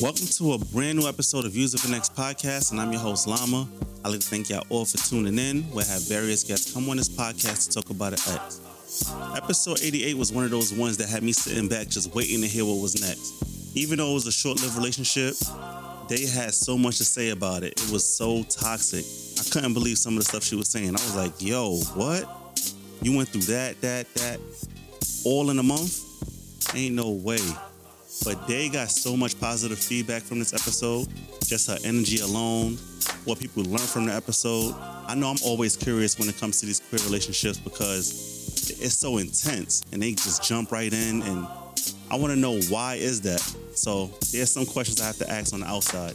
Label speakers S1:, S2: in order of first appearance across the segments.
S1: Welcome to a brand new episode of Views of the Next podcast, and I'm your host Llama. I'd like to thank y'all all for tuning in. We'll have various guests come on this podcast to talk about it. At. Episode 88 was one of those ones that had me sitting back just waiting to hear what was next. Even though it was a short lived relationship, they had so much to say about it. It was so toxic. I couldn't believe some of the stuff she was saying. I was like, yo, what? You went through that, that, that, all in a month? Ain't no way. But they got so much positive feedback from this episode. Just her energy alone, what people learn from the episode. I know I'm always curious when it comes to these queer relationships because it's so intense and they just jump right in and I want to know why is that. So there's some questions I have to ask on the outside.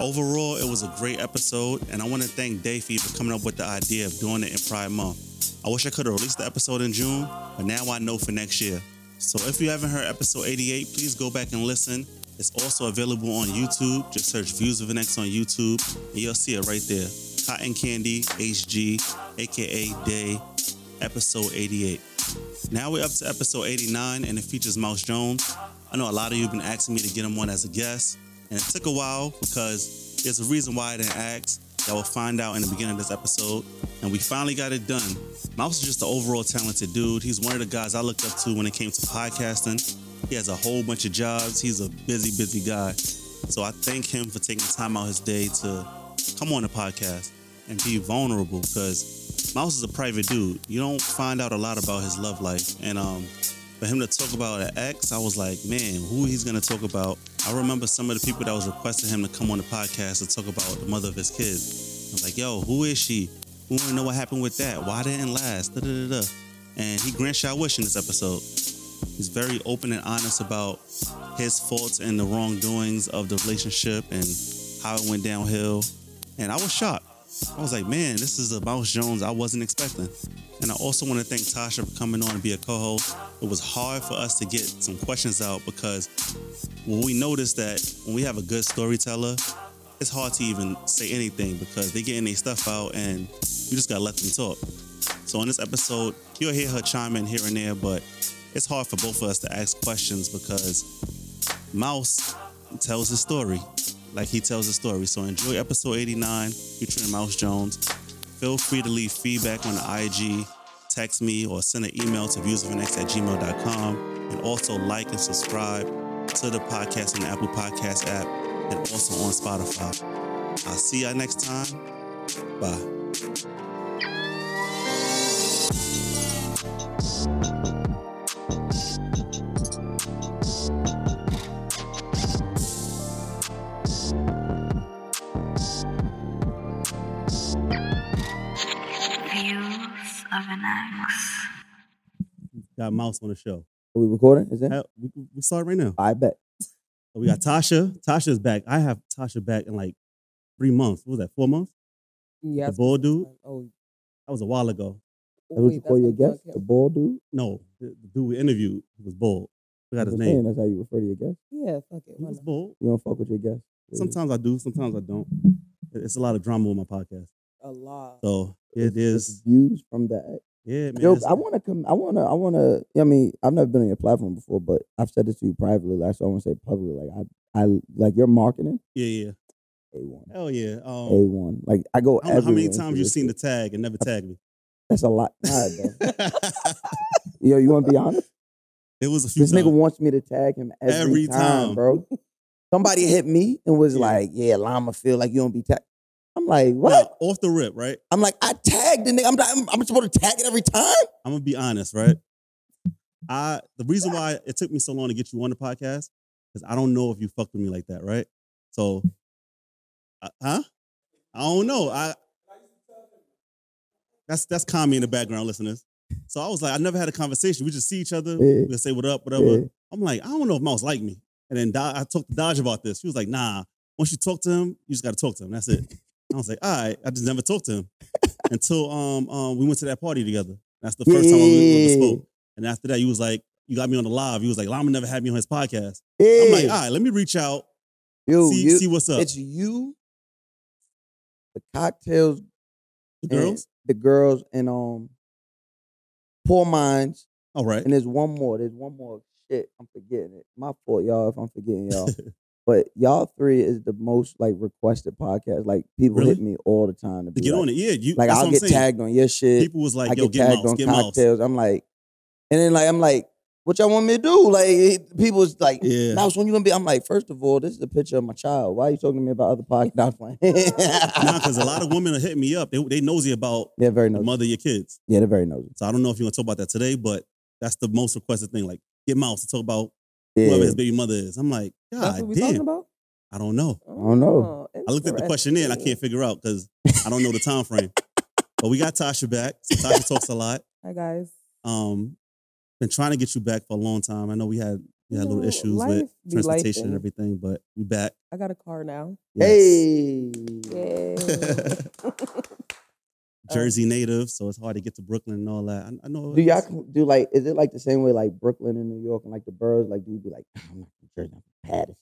S1: Overall, it was a great episode, and I want to thank Dafy for coming up with the idea of doing it in Pride Month. I wish I could have released the episode in June, but now I know for next year. So if you haven't heard episode 88, please go back and listen. It's also available on YouTube. Just search Views of an X on YouTube, and you'll see it right there. Cotton Candy HG, aka Day, episode 88. Now we're up to episode 89 and it features Mouse Jones. I know a lot of you have been asking me to get him on as a guest, and it took a while because there's a reason why I didn't ask that we'll find out in the beginning of this episode. And we finally got it done. Mouse is just an overall talented dude. He's one of the guys I looked up to when it came to podcasting. He has a whole bunch of jobs. He's a busy, busy guy. So I thank him for taking time out his day to come on the podcast and be vulnerable because Mouse is a private dude. You don't find out a lot about his love life. And um, for him to talk about an ex, I was like, man, who he's gonna talk about? I remember some of the people that was requesting him to come on the podcast to talk about the mother of his kids. I was like, yo, who is she? We wanna know what happened with that. Why didn't it last? Da, da, da, da. And he grants y'all wish in this episode. He's very open and honest about his faults and the wrongdoings of the relationship and how it went downhill. And I was shocked. I was like, man, this is a Mouse Jones I wasn't expecting. And I also want to thank Tasha for coming on to be a co host. It was hard for us to get some questions out because when we noticed that when we have a good storyteller, it's hard to even say anything because they getting their stuff out and you just gotta let them talk. So on this episode, you'll hear her chime in here and there, but it's hard for both of us to ask questions because Mouse tells his story like he tells his story. So enjoy episode 89 featuring Mouse Jones. Feel free to leave feedback on the IG, text me, or send an email to viewsofanx at gmail.com. And also like and subscribe to the podcast on the Apple Podcast app and also on Spotify. I'll see y'all next time. Bye.
S2: Views of an X.
S1: Got Mouse on the show.
S3: Are we recording? Is it?
S1: Uh, We, we start right now.
S3: I bet.
S1: We got
S3: Mm-hmm.
S1: Tasha. Tasha's back. I have Tasha back in like three months. What was that? Four months?
S4: Yeah.
S1: The bald dude?
S4: Oh,
S1: That was a while ago.
S3: That's what you
S4: wait,
S3: call
S4: that's
S3: your
S4: what you
S3: guest?
S4: call
S3: The
S4: him.
S3: bald dude?
S1: No, the, the dude we interviewed was bald. Forgot his
S3: I'm saying
S1: name.
S3: That's how you refer to your guest.
S4: Yeah, fuck it.
S1: He
S4: why
S1: was
S4: not?
S1: bald.
S3: You don't fuck with your guest. Yeah.
S1: Sometimes I do, sometimes I don't. It- It's a lot of drama on my podcast.
S4: A lot.
S1: So it
S3: It's
S1: is.
S3: views from that.
S1: Yeah, man.
S3: Yo,
S1: it's-
S3: I wanna come I wanna I wanna I mean, I've never been on your platform before, but I've said this to you privately, like so I wanna say publicly. Like I I like your marketing,
S1: yeah, yeah.
S3: A one.
S1: Hell yeah.
S3: A
S1: Um,
S3: one. Like I go
S1: I don't know how many
S3: everywhere
S1: times
S3: into
S1: you've
S3: this
S1: seen the
S3: shit.
S1: tag and never tagged me.
S3: That's a lot. Nah, bro. Yo, you wanna be honest?
S1: it was a few
S3: This
S1: times.
S3: nigga wants me to tag him every,
S1: Every
S3: time,
S1: time.
S3: bro. Somebody hit me and was
S1: Yeah.
S3: like, "Yeah, Llama feel like you don't be tagged." I'm like, "What?"
S1: Now, off the rip, right?
S3: I'm like, "I tagged the nigga. I'm not, I'm, I'm supposed to tag it every time."
S1: I'm gonna be honest, right? I the reason why it took me so long to get you on the podcast because I don't know if you fucked with me like that, right? So, uh, huh? I don't know. I that's that's Kami in the background, listeners. So I was like, I never had a conversation. We just see each other.
S3: Yeah.
S1: We say what up,
S3: Yeah.
S1: whatever. I'm like, I don't know if Mouse like me. And then Dodge, I talked to Dodge about this. She was like, Nah. Once you talk to him, you just got to talk to him. That's it. I was like, All right. I just never talked to him until um, um we went to that party together. That's the first time we, we
S3: Yeah.
S1: spoke. And after that, you was like, you got me on the live. You was like, Lama never had me on his podcast.
S3: Yeah,
S1: I'm like, all right, let me reach out,
S3: Yo,
S1: see,
S3: you-
S1: see what's up.
S3: it's you, the cocktails,
S1: The
S3: and
S1: girls,
S3: the girls, and um, poor minds,
S1: All right.
S3: And there's one more. There's one more shit. I'm forgetting it. My fault, y'all, if I'm forgetting y'all. but y'all three is the most like requested podcast. Like people
S1: Really?
S3: hit me all the time to be
S1: To get
S3: like,
S1: on it. Yeah. You,
S3: Like
S1: that's what
S3: I'll
S1: I'm
S3: get
S1: saying.
S3: tagged on your shit.
S1: People was like,
S3: I
S1: yo,
S3: get
S1: get
S3: tagged
S1: mouse,
S3: on
S1: get mouse.
S3: cocktails. I'm like, and then like I'm like, what y'all want me to do? Like it- people was like,
S1: Yeah.
S3: mouse, when you gonna be? I'm like, first of all, this is a picture of my child. Why are you talking to me about other podcasts? Nah, I'm playing.
S1: Nah, because a lot of women are hitting me up. They, they nosy about
S3: they're very
S1: the
S3: nosy.
S1: mother of your kids.
S3: Yeah, they're very nosy.
S1: So I don't know if you're going to talk about that today, but that's the most requested thing. Like, get mouse to talk about
S3: Yeah.
S1: whoever his baby mother is. I'm like,
S4: That's
S1: God
S4: what we talking
S1: damn.
S4: about? Oh,
S1: I don't know.
S4: I
S3: don't know.
S1: I looked at the questionnaire and I can't figure out because I don't know the time frame. but we got Tasha back. So Tasha talks a lot.
S4: Hi guys.
S1: Um, been trying to get you back for a long time. I know we had we had
S4: You
S1: little
S4: know,
S1: issues with
S4: life be
S1: transportation and
S4: lifing.
S1: everything, but you back.
S4: I got a car now.
S1: Yes.
S3: Hey.
S4: Yay.
S1: Jersey native, so it's hard to get to Brooklyn and all that. I, I know.
S3: Do y'all
S1: it's-
S3: c- do like? Is it like the same way like Brooklyn and New York and like the boroughs? Like, do you be like, I'm not from Jersey, I'm from Patterson.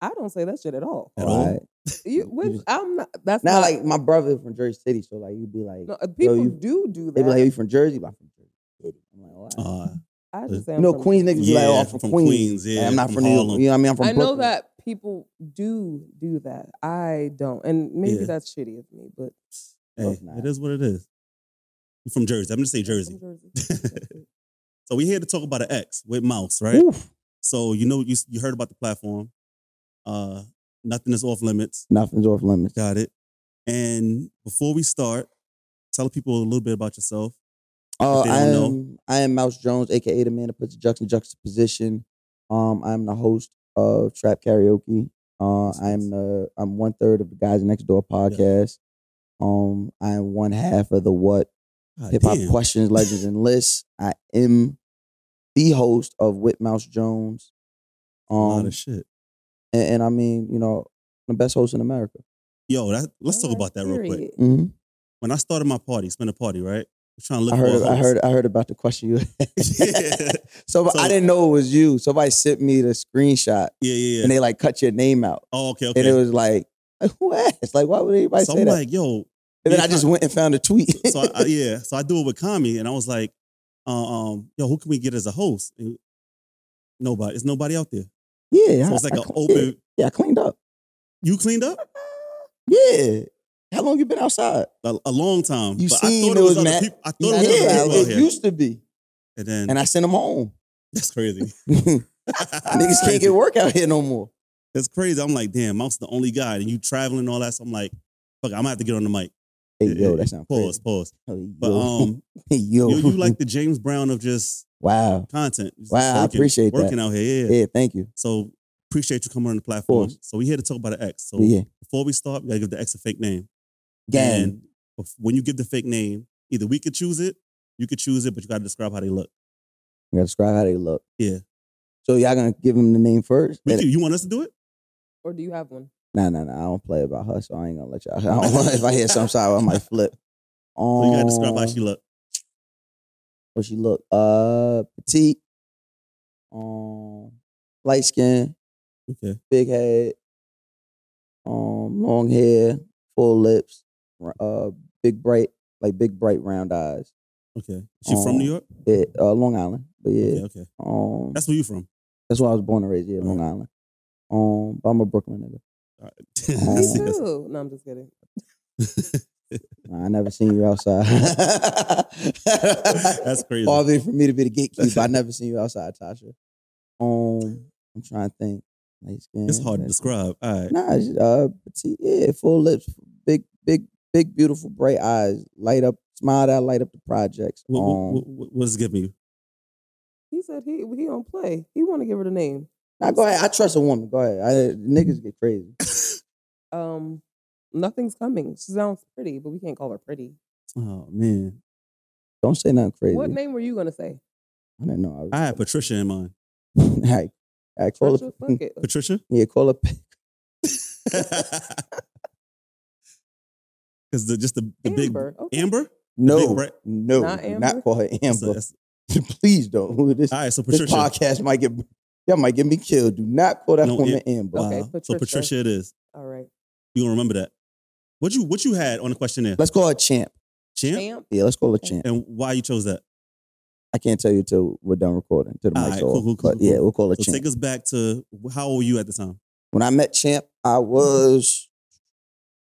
S4: I don't say that shit at all.
S1: At all?
S3: Alright.
S4: You, with, I'm not. That's
S3: Now,
S4: not
S3: like my brother is from Jersey City, so like you'd be like,
S4: no, uh, people
S3: you-
S4: do do
S3: they
S4: that.
S3: be like, you from Jersey? But I'm from Jersey City. I'm like, "Why?"
S1: Uh,
S4: I just say
S3: You
S4: I'm
S3: know,
S4: from-
S3: Queens niggas be like,
S1: Yeah,
S3: oh, I'm from, Queens. Like,
S1: yeah,
S3: I'm not
S1: from
S3: from, New York.
S1: Harlem.
S3: You know what I mean? I'm from
S4: I know
S3: Brooklyn.
S4: that people do do that. I don't, and maybe
S1: Yeah.
S4: that's shitty of me, but
S3: No,
S1: hey,
S3: it's not.
S1: it is what it is. You from Jersey? I'm gonna say Jersey.
S4: I'm from Jersey. That's it.
S3: Mm-hmm.
S1: So we here to talk about an ex with Mouse, right?
S3: Oof.
S1: So you know you you heard about the platform. Uh, nothing is off limits.
S3: Nothing's off limits.
S1: Got it. And before we start, tell people a little bit about yourself.
S3: Uh,
S1: they
S3: I
S1: don't know.
S3: am I am Mouse Jones, aka the man that puts the jux in juxtaposition. Um, I'm the host of Trap Karaoke. Uh,
S1: Yes,
S3: I
S1: yes.
S3: am the I'm one third of the Guys Next Door podcast. Um, I am one half of the What
S1: God
S3: Hip Hop
S1: damn.
S3: Questions Legends and Lists. I am the host of Whip Mouse Jones.
S1: a lot
S3: Um,
S1: of shit.
S3: and, and I mean, you know, I'm the best host in America.
S1: Yo, that, let's talk
S4: Alright,
S1: about that real quick.
S4: period.
S3: hmm
S1: When I started my party, spent a party, right? I'm trying to look
S3: I
S1: for
S3: heard.
S1: a
S3: I
S1: host.
S3: heard. I heard about the question you.
S1: yeah,
S3: so, but
S1: So-
S3: I didn't know it was you. Somebody sent me the screenshot,
S1: yeah, yeah.
S3: and they like cut your name out,
S1: oh, okay,
S3: and it
S1: okay.
S3: was like, like who asked? Like, why would anybody
S1: So
S3: say
S1: I'm
S3: that?
S1: like, yo,
S3: and then
S1: yeah,
S3: I just went and found a tweet.
S1: so I, I- yeah, so I do it with Kami, and I was like, uh, um, yo, who can we get as a host? And nobody. It's nobody out there.
S3: yeah,
S1: So
S3: I-
S1: it's like
S3: I
S1: an
S3: cl-
S1: open.
S3: Yeah, yeah, I cleaned up.
S1: You cleaned up
S3: Yeah. How long you been outside?
S1: a, a long time,
S3: You
S1: but I
S3: seen
S1: thought
S3: it
S1: it was
S3: was
S1: other
S3: mad-
S1: people. I
S3: Yeah,
S1: thought it was other people out
S3: it
S1: here.
S3: used to be,
S1: and then
S3: and I sent them home.
S1: that's crazy.
S3: Niggas
S1: That's
S3: can't
S1: crazy.
S3: get work out here no more.
S1: It's crazy. I'm like, damn, Mouse the only guy, and you traveling and all that. So I'm like, fuck, I'm gonna have to get on the mic.
S3: Hey,
S1: Yeah,
S3: yo,
S1: yeah,
S3: that sounds
S1: Pause,
S3: crazy.
S1: pause.
S3: Hey,
S1: But
S3: yo.
S1: um,
S3: Hey, yo.
S1: you, you like the James Brown of just
S3: wow.
S1: content. Just
S3: Wow, I appreciate that.
S1: working out here. Yeah.
S3: Yeah, thank you.
S1: So appreciate you coming on the platform.
S3: course.
S1: So we here to talk about an ex. So
S3: yeah,
S1: before we start, we gotta give the ex a fake name.
S3: gang.
S1: And bef- when you give the fake name, either we could choose it, you could choose it, but you gotta describe how they look.
S3: We gotta describe how they look.
S1: Yeah.
S3: So y'all gonna give him the name first?
S1: We could- you want us to do it?
S4: Or do you have one?
S3: Nah, nah, nah. I don't play about her, so I ain't gonna let y'all. I don't want, if I hear some side, I might flip.
S1: So
S3: Um,
S1: you gotta describe how she look.
S3: What she look? Uh, petite. Um, light skin,
S1: Okay.
S3: big head. Um, long hair, full lips. r- Uh, big bright, like big bright round eyes.
S1: Okay. She from
S3: Um,
S1: New York?
S3: Yeah, uh, Long Island, but
S1: Okay,
S3: yeah.
S1: okay.
S3: Um,
S1: That's where you from.
S3: that's where I was born and raised. Yeah, Long
S1: Alright.
S3: Island. Um, but I'm a Brooklyn nigga.
S1: All right.
S4: Me
S3: Yes,
S1: That's-
S4: too. No, I'm just kidding.
S3: Nah, I never seen you outside.
S1: That's crazy.
S3: Probably for me to be the gatekeeper. I never seen you outside, Tasha. Um, I'm trying to think. Light skin,
S1: It's hard to
S3: light-
S1: describe. All right.
S3: Nah, it's just, uh, petite, yeah, full lips, big, big, big, beautiful, bright eyes, light up, smile that light up the projects.
S1: What,
S3: um,
S1: what, what, what is it giving you?
S4: He said he he don't play. He want to give her the name.
S3: nah, go ahead. I trust a woman. Go ahead. I, niggas get crazy.
S4: Um, nothing's coming. She sounds pretty, but we can't call her pretty.
S1: Oh man.
S3: Don't say nothing crazy.
S4: What name were you gonna say?
S3: I didn't know. I was.
S1: I had Patricia in mind.
S3: all right, all right, call
S4: Trisha?
S3: her.
S4: Fuck it.
S1: Patricia?
S3: Yeah, call her.
S1: Because the just the, the big
S4: Amber. okay.
S1: Amber.
S3: No,
S1: bright-
S3: no,
S4: Not
S3: do
S4: Amber?
S3: not call her
S1: That's a-
S3: Amber.
S1: that's-
S3: Please don't. This,
S1: all right, so
S3: this
S1: Patricia.
S3: podcast might get y'all might get me killed. Do not call that
S1: No,
S3: woman Amber.
S1: Wow.
S4: Okay,
S1: uh, So
S4: Patricia.
S1: Patricia, it is.
S4: All right.
S1: You gonna remember that? What you what you had on the questionnaire?
S3: Let's call her Champ.
S1: Champ?
S4: Amp.
S3: Yeah, let's call her Champ.
S1: And why you chose that?
S3: I can't tell you till we're done recording. Till the
S1: All
S3: mic's
S1: right,
S3: off.
S1: cool, cool, cool,
S3: but
S1: cool,
S3: yeah,
S1: cool.
S3: we'll call it
S1: So
S3: champ.
S1: take us back to how old were you at the time?
S3: when I met Champ, I was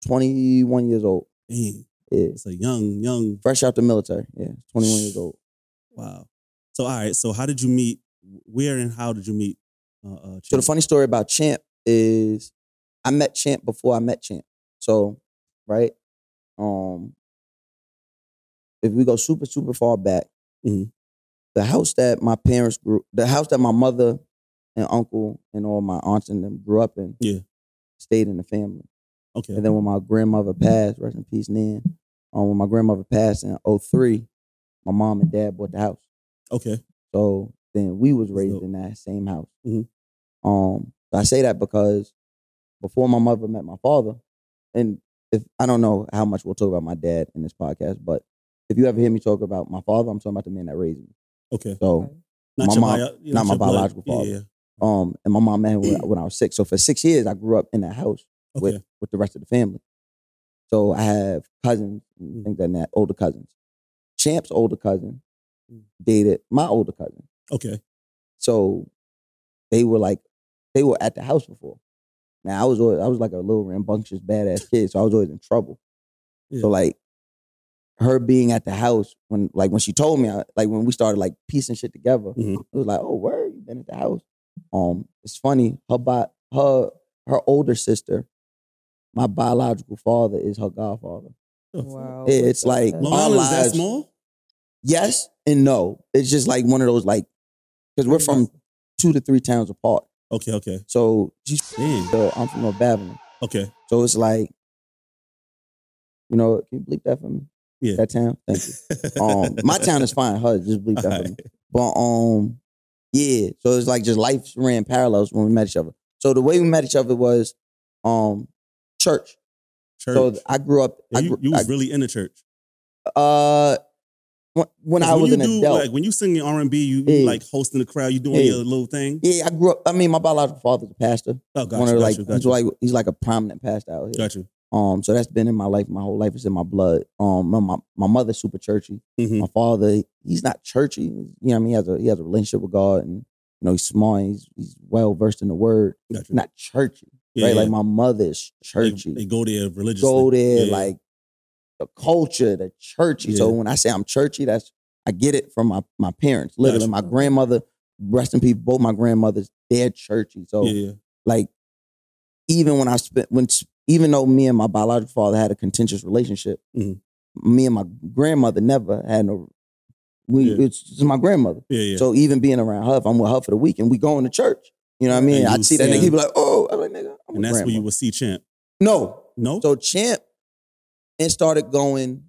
S3: 21 years old.
S1: Dang,
S3: Yeah,
S1: it's a young, young.
S3: fresh out the military. Yeah, 21 years old.
S1: Wow. So all right. So how did you meet? Where and how did you meet? Uh, uh,
S3: So the
S1: Chance?
S3: funny story about Champ is I met Champ before I met Champ. So, right? Um if we go super, super far back,
S1: Mhm.
S3: the house that my parents grew the house that my mother and uncle and all my aunts and them grew up in
S1: Yeah.
S3: stayed in the family.
S1: Okay.
S3: And then when my grandmother passed, rest in peace, Nan. Um, when my grandmother passed in 03, my mom and dad bought the house.
S1: okay.
S3: So then we was
S1: That's
S3: raised
S1: dope.
S3: in that same house.
S1: Mhm.
S3: Um, I say that because before my mother met my father, and if I don't know how much we'll talk about my dad in this podcast, but if you ever hear me talk about my father, I'm talking about the man that raised me.
S1: Okay.
S3: So, My mom-
S1: bio-
S3: not my
S1: your blood.
S3: biological
S1: Yeah,
S3: father.
S1: Yeah.
S3: um, and my mom met him when, when I was six. So for six years, I grew up in that house
S1: Okay.
S3: with with the rest of the family. So I have cousins and
S1: Mm.
S3: things like that, older cousins. Champ's older cousin
S1: Mm.
S3: dated my older cousin.
S1: Okay.
S3: So they were like, they were at the house before. Now I was always, I was like a little rambunctious badass kid, so I was always in trouble.
S1: Yeah.
S3: So like her being at the house when like when she told me I, like when we started like piecing shit together,
S1: Mhm.
S3: it was like, oh word, you been at the house. Um, it's funny. Her bi- her her older sister, my biological father is her godfather.
S1: Oh,
S4: Wow.
S3: Yeah, it's like-
S1: Long
S3: Our
S1: Island's that
S3: lives-
S1: small?
S3: Yes and no. It's just like one of those like because we're from two to three towns apart.
S1: Okay. Okay.
S3: So she's
S1: Damn.
S3: so I'm from North Babylon.
S1: Okay.
S3: So it's like, you know, can you bleep that for me?
S1: Yeah.
S3: That town? Thank you. Um, my town is fine. Hers just bleep that for me. But um, yeah. So it's like just life ran parallels when we met each other. So the way we met each other was um church.
S1: Church.
S3: So I grew up. I
S1: And you,
S3: grew,
S1: you
S3: I,
S1: was really in the church.
S3: uh, when, when
S1: 'Cause
S3: I was
S1: you
S3: an
S1: do,
S3: adult,
S1: Like when you singing R and B, you, you
S3: Yeah.
S1: like hosting the crowd. You doing
S3: Yeah.
S1: your little thing.
S3: yeah, I grew up. I mean, my biological father's a pastor.
S1: Oh, gotcha,
S3: One of
S1: gotcha,
S3: like
S1: gotcha,
S3: he's like he's like a prominent pastor out here.
S1: gotcha.
S3: Um, so that's been in my life. My whole life is in my blood. Um, my my, my mother's super churchy.
S1: Mhm.
S3: My father, he's not churchy. You know, what I mean, he has a he has a relationship with God, and you know, he's smart. He's he's well versed in the Word.
S1: Gotcha.
S3: Not churchy,
S1: Yeah,
S3: right?
S1: yeah.
S3: Like my mother's
S1: They-
S3: churchy.
S1: They, go there religiously.
S3: Go there,
S1: Yeah.
S3: like the culture, the churchy. So
S1: Yeah.
S3: when I say I'm churchy, that's I get it from my my parents. Literally,
S1: Gotcha.
S3: my grandmother, rest in peace. Both my grandmothers, they're churchy. So
S1: yeah, yeah.
S3: like even when I spent when even though me and my biological father had a contentious relationship,
S1: Mhm.
S3: me and my grandmother never had no. We
S1: Yeah.
S3: it's, it's my grandmother,
S1: yeah, yeah.
S3: so even being around her, if I'm with her for the weekend, we going to church. You know what I mean?
S1: And
S3: I
S1: you
S3: see that
S1: see
S3: nigga,
S1: him.
S3: he be like, "Oh, I'm like nigga, I'm
S1: and that's
S3: grandma."
S1: where you would see Champ.
S3: no,
S1: No,
S3: so champ, and started going.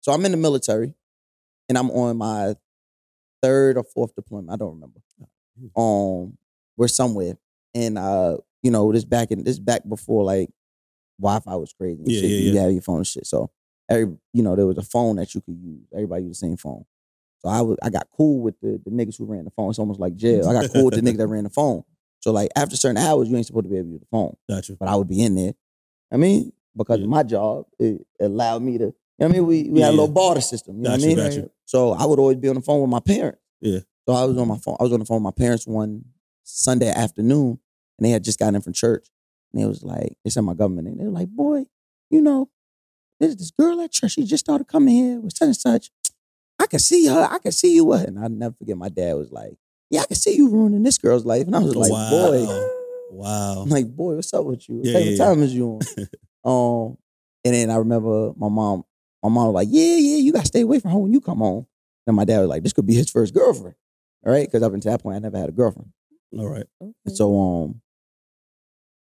S3: So I'm in the military, and I'm on my third or fourth deployment. I don't remember.
S1: Hmm.
S3: Um, we're somewhere, and uh, you know, this back in this back before like Wi-Fi was crazy. and
S1: Yeah,
S3: shit.
S1: yeah,
S3: You
S1: yeah.
S3: have your phone and shit. So every, you know, there was a phone that you could use. Everybody used the same phone. So I was, I got cool with the, the niggas who ran the phone. It's almost like jail. I got cool with the niggas that ran the phone. So like after certain hours, you ain't supposed to be able to use the phone
S1: gotcha.
S3: but I would be in there. I mean, because
S1: Yeah.
S3: of my job, it allowed me to, you know what I mean? We, we had a
S1: Yeah.
S3: little barter system, you know what I
S1: Gotcha,
S3: mean?
S1: gotcha.
S3: So I would always be on the phone with my parents.
S1: Yeah.
S3: So I was on my phone. I was on the phone with my parents one Sunday afternoon, and they had just gotten in from church, and it was like they said my government, and they were like, "Boy, you know, there's this girl at church. She just started coming here with such and such. I can see her. I can see you with." her." And I never forget. My dad was like, "Yeah, I can see you ruining this girl's life," and I was like,
S1: Oh, wow.
S3: "Boy."
S1: wow.
S3: I'm like, boy, what's up with you? What
S1: Yeah,
S3: type
S1: yeah,
S3: of
S1: yeah.
S3: time is you on? um, and then I remember my mom, my mom was like, yeah, yeah, you gotta stay away from her when you come home. And my dad was like, this could be his first girlfriend. All right, because up until that point, I never had a girlfriend.
S1: All right,
S3: So um,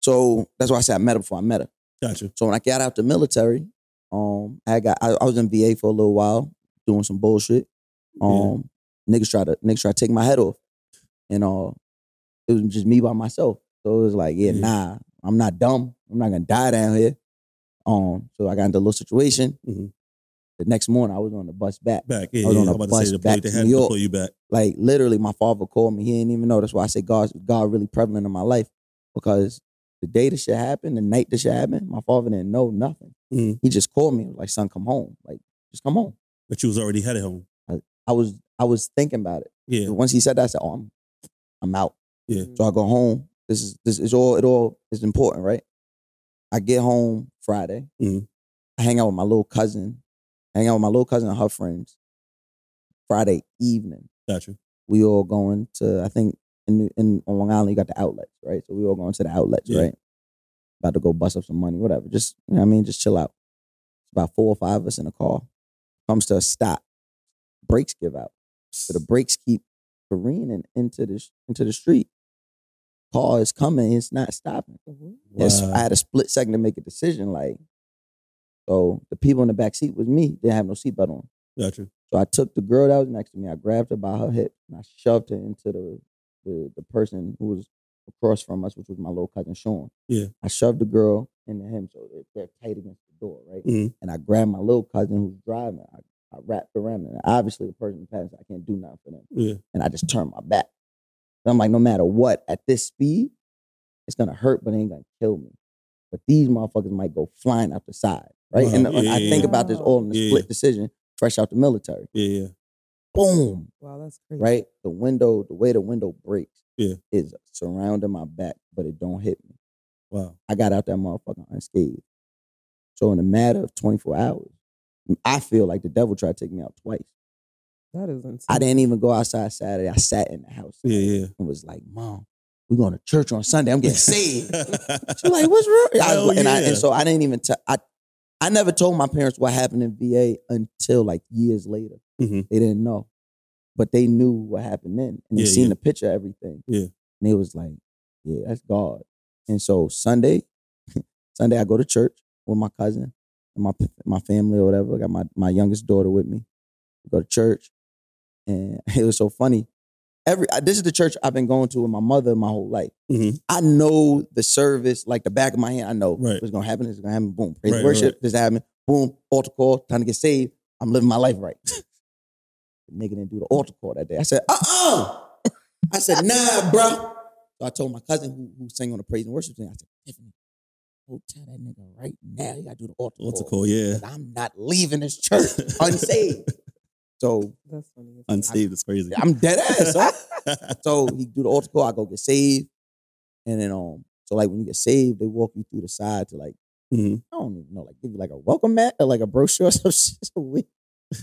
S3: so that's why I said I met her before I met her.
S1: gotcha.
S3: So when I got out the military, um, I got I, I was in VA for a little while doing some bullshit. Um, niggas try to niggas try to take my head off, and uh, it was just me by myself. So it was like, yeah,
S1: Yeah.
S3: nah, I'm not dumb. I'm not gonna die down here. Um, so I got into a little situation.
S1: Mhm.
S3: The next morning, I was on the bus back.
S1: back. Yeah,
S3: I was
S1: yeah.
S3: on
S1: I'm
S3: a
S1: about to
S3: bus
S1: say the
S3: back
S1: they
S3: to
S1: had
S3: New
S1: to
S3: York.
S1: pull you back.
S3: Like literally, my father called me. He didn't even know. That's why I say God, God really prevalent in my life because the day this shit happened, the night this shit happened, my father didn't know nothing.
S1: Mhm.
S3: He just called me. He was like, son, come home. Like, just come home.
S1: But you was already headed home.
S3: I was I was thinking about it.
S1: Yeah.
S3: Once he said that, I said, "Oh, I'm, I'm out."
S1: Yeah.
S3: So I go home. This is this is all. It all is important, right? I get home Friday.
S1: Mhm.
S3: I hang out with my little cousin. I hang out with my little cousin and her friends. Friday evening,
S1: Gotcha.
S3: we all going to. I think in in on Long Island, you got the outlets, right? So we all going to the outlets,
S1: Yeah.
S3: right? About to go bust up some money, whatever. Just you know what I mean. Just chill out. About four or five of us in a car. Comes to a stop. Brakes give out. So the brakes keep careening into the into the street. Car is coming, it's not stopping.
S4: Mm-hmm.
S3: Yes,
S1: Wow.
S3: I had a split second to make a decision. Like, so the people in the back seat was me. They have no seatbelt on.
S1: Gotcha.
S3: So I took the girl that was next to me. I grabbed her by her hip and I shoved her into the the, the person who was across from us, which was my little cousin Sean.
S1: Yeah.
S3: I shoved the girl into him, so they're, they're tight against the door, right?
S1: Mhm.
S3: And I grabbed my little cousin who's driving. I, I wrapped around him. And obviously, the person in the passenger, I can't do nothing for them
S1: Yeah.
S3: and I just turn my back. And I'm like, no matter what, at this speed, it's gonna hurt, but it ain't gonna kill me. But these motherfuckers might go flying out the side, right?
S1: Wow.
S3: And like,
S1: Yeah,
S3: I
S1: Uh-huh. yeah,
S3: think
S4: yeah.
S3: about this all in a
S1: Yeah.
S3: split decision, fresh out the military.
S1: Yeah. Yeah.
S3: Boom,
S4: Wow, that's crazy.
S3: right? The window, the way the window breaks,
S1: Yeah.
S3: is surrounding my back, but it don't hit me.
S1: Wow.
S3: I got out that motherfucker unscathed. So in a matter of 24 hours, I feel like the devil tried to take me out twice.
S4: That is insane.
S3: I didn't even go outside Saturday. I sat in the house
S1: Mm. Yeah. Yeah.
S3: and was like, "Mom, we going to church on Sunday. I'm getting saved." She's
S1: She's
S3: like, "What's wrong?" I,
S1: Hell
S3: and, I,
S1: yeah.
S3: and so I didn't even tell. I I never told my parents what happened in VA until like years later.
S1: Mhm.
S3: They didn't know, but they knew what happened then, and they
S1: Yeah,
S3: seen
S1: yeah.
S3: the picture, of everything.
S1: Yeah.
S3: and it was like, "Yeah, that's God." And so Sunday, Sunday I go to church with my cousin and my my family or whatever. I got my my youngest daughter with me. We go to church, and it was so funny. Every I- this is the church I've been going to with my mother my whole life.
S1: Mhm.
S3: I know the service like the back of my hand. I know
S1: Right.
S3: what's gonna happen. It's gonna happen. Boom, praise
S1: Right, right,
S3: worship.
S1: right.
S3: This happened. Boom, altar call. Time to get saved. I'm living my life right. the nigga didn't do the altar call that day. I said, uh uh I said, nah, bro. So I told my cousin who, who sang on the praise and worship thing. I said, Tiffany, go tell that nigga right now. You gotta do the altar call.
S1: What's it called? Yeah.
S3: 'Cause I'm not leaving this church unsaved. so
S4: That's funny. as hell.
S1: Unsaved is crazy.
S3: I'm dead ass. son. So he do the altar call. I go get saved, and then um, so like when you get saved, they walk you through the side to like
S1: Mhm.
S3: I don't even know, like give you like a welcome mat or like a brochure or some shit. It's so weird.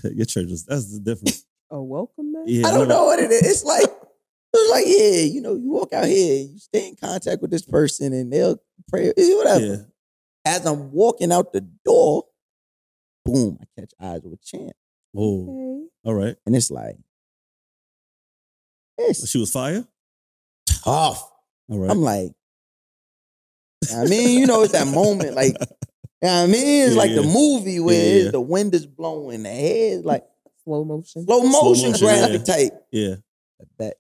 S1: Your church is that's different.
S4: A Oh, welcome mat?
S1: Yeah.
S3: I don't know what it is. It's like it's like yeah, you know, you walk out here, you stay in contact with this person, and they'll pray eh, whatever.
S1: Yeah.
S3: As I'm walking out the door, boom, I catch eyes with a chant,
S1: Oh.
S4: Okay.
S1: All right.
S3: and it's like it's
S1: She was fire.
S3: tough.
S1: All right.
S3: I'm like, I mean, you know, it's that moment, like, you know what I mean, it's
S1: Yeah,
S3: like the
S1: yeah.
S3: movie where
S1: Yeah,
S3: it's-
S1: yeah.
S3: the wind is blowing, the head like
S4: Slow motion.
S3: slow motion,
S1: motion,
S3: graphic type.
S1: yeah.
S3: That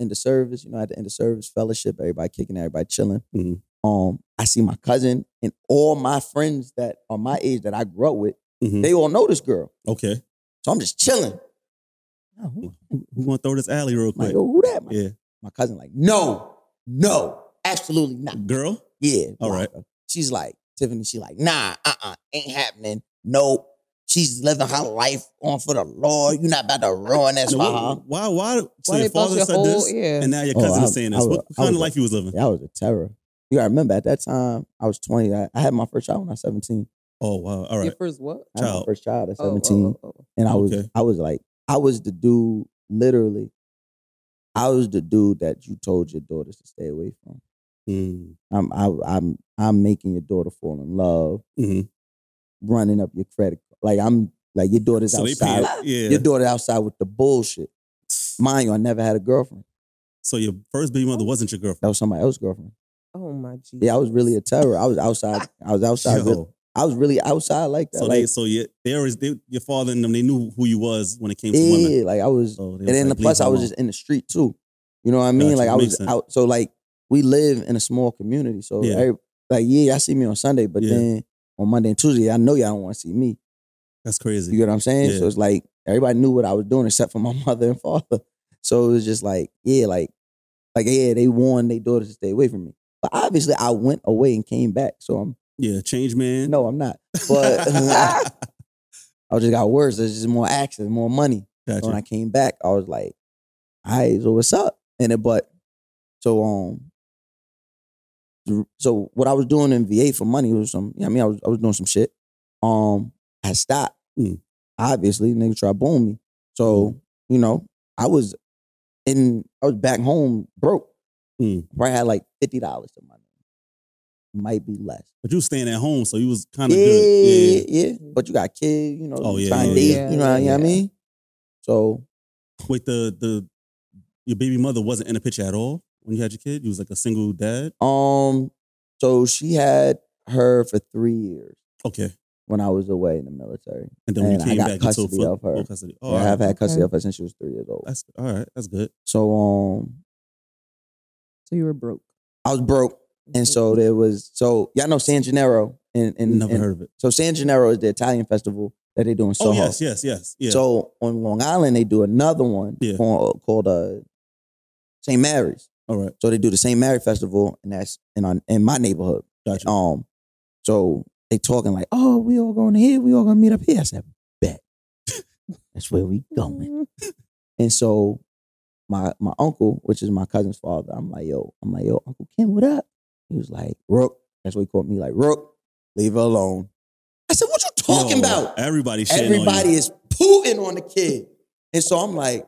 S3: in the service, you know, at the end of service fellowship, everybody kicking, everybody chilling.
S1: Mhm.
S3: Um, I see my cousin and all my friends that are my age that I grew up with.
S1: Mhm.
S3: They all know this girl,
S1: Okay.
S3: so I'm just chilling. I'm
S1: Who gonna throw this alley real
S3: like,
S1: quick?
S3: yo, who that? My,
S1: Yeah.
S3: my cousin, like, no, no, absolutely not.
S1: Girl.
S3: Yeah.
S1: All
S3: block
S1: right.
S3: her. She's like, Tiffany, she like, nah, uh-uh, ain't happening. Nope. She's living her life on for the Lord. You're not about to ruin this for
S1: Now,
S3: her.
S1: wh- Why? Why? So
S4: Why
S1: your
S4: they bust
S1: father
S4: your
S1: said
S4: whole-
S1: this,
S4: yeah.
S1: and now your
S3: Oh,
S1: cousin
S3: I-
S1: is saying
S3: I
S1: this.
S3: was-
S1: what what
S3: I
S1: kind
S3: was
S1: of
S3: a-
S1: life you was living?
S3: That was a terror. You gotta remember at that time, I was 20. I, I had my first child when I was 17.
S1: Oh wow. All
S4: Your
S1: right.
S4: first what?
S3: I had my
S1: Child.
S3: first child at
S4: Oh, oh,
S3: 17.
S4: oh, oh.
S3: And I was
S1: Okay.
S3: I was like, I was the dude, literally. I was the dude that you told your daughters to stay away from.
S1: Mm.
S3: I'm I, I'm I'm making your daughter fall in love,
S1: Mhm.
S3: running up your credit. Like I'm like your daughter's
S1: So they
S3: outside.
S1: paying. Yeah.
S3: your daughter outside with the bullshit. Mind you, I never had a girlfriend.
S1: so your first baby mother wasn't your girlfriend.
S3: That was somebody else's girlfriend.
S4: Oh, my Jesus.
S3: Yeah, I was really a terror. I was outside. I was outside.
S1: Yo.
S3: real- I was really outside like that.
S1: So
S3: like,
S1: they. So yeah. They always. They, your father and them. They knew who you was when it came to women.
S3: yeah, like I was.
S1: So they
S3: and
S1: was
S3: then
S1: like,
S3: the plus,
S1: leave her
S3: I was
S1: alone.
S3: just in the street too. You know what I mean?
S1: Gotcha,
S3: Like I
S1: makes
S3: was
S1: sense.
S3: out. So like we live in a small community. So
S1: Yeah.
S3: every- like yeah, I see me on Sunday, but
S1: Yeah.
S3: then on Monday and Tuesday, I know y'all don't want to see me.
S1: That's
S3: You
S1: crazy.
S3: get what I'm saying?
S1: Yeah.
S3: So it's like everybody knew what I was doing except for my mother and father. So it was just like, yeah, like, like yeah, they warned their daughters to stay away from me. But obviously, I went away and came back. So I'm
S1: Yeah. Change man.
S3: no, I'm not. But I just got worse. There's just more access, more money.
S1: Gotcha.
S3: So when I came back, I was like, "All right, so what's up?" And it, but so um, th- so what I was doing in VA for money was some. Yeah, I mean, I was I was doing some shit. Um, I stopped.
S1: Mm.
S3: Obviously, nigga tried to boom me. So you know, I was in. I was back home broke.
S1: Mm.
S3: Probably had like fifty dollars to my name. Might be less.
S1: But you was staying at home, so you was kind
S3: Yeah,
S1: of good.
S3: yeah, yeah. But you got kids, you know.
S1: Oh, yeah,
S3: trying
S1: yeah,
S3: to date,
S4: yeah.
S3: You know, what I- you know what I mean. So
S1: Yeah. Wait, the the your baby mother wasn't in the picture at all when you had your kid. You was like a single dad.
S3: Um, so she had her for three years
S1: Okay,
S3: when I was away in the military.
S1: and then when
S3: And I
S1: you came
S3: got
S1: back, you
S3: custody
S1: took full,
S3: of her.
S1: full custody. Oh,
S3: I have
S1: alright.
S3: had custody
S4: Okay.
S3: of her since she was three years old.
S1: That's all right. That's good.
S3: So um,
S4: So you were broke. Mm-hmm.
S3: I was broke, and so there was so y'all know San Gennaro and and,
S1: Never
S3: and-
S1: heard of it.
S3: so San Gennaro is the Italian festival that they do in Soho.
S1: oh yes, yes, yes. Yeah.
S3: So on Long Island they do another one
S1: Yeah.
S3: called, called uh St. Mary's.
S1: all right.
S3: So they do the St. Mary Festival, and that's in our, in my neighborhood.
S1: Gotcha.
S3: Um, so they talking like, oh, we all going here, we all gonna meet up here. I said, bet. That's where we going.
S4: Mm-hmm.
S3: And so my my uncle, which is my cousin's father, I'm like, yo, I'm like, yo, Uncle Kim, what up? He was like, Rook. That's what he called me, like, Rook, leave her alone. I said, what you
S1: Yo,
S3: talking about?
S1: Everybody. shitting on you.
S3: Everybody is pooting on the kid. And so I'm like,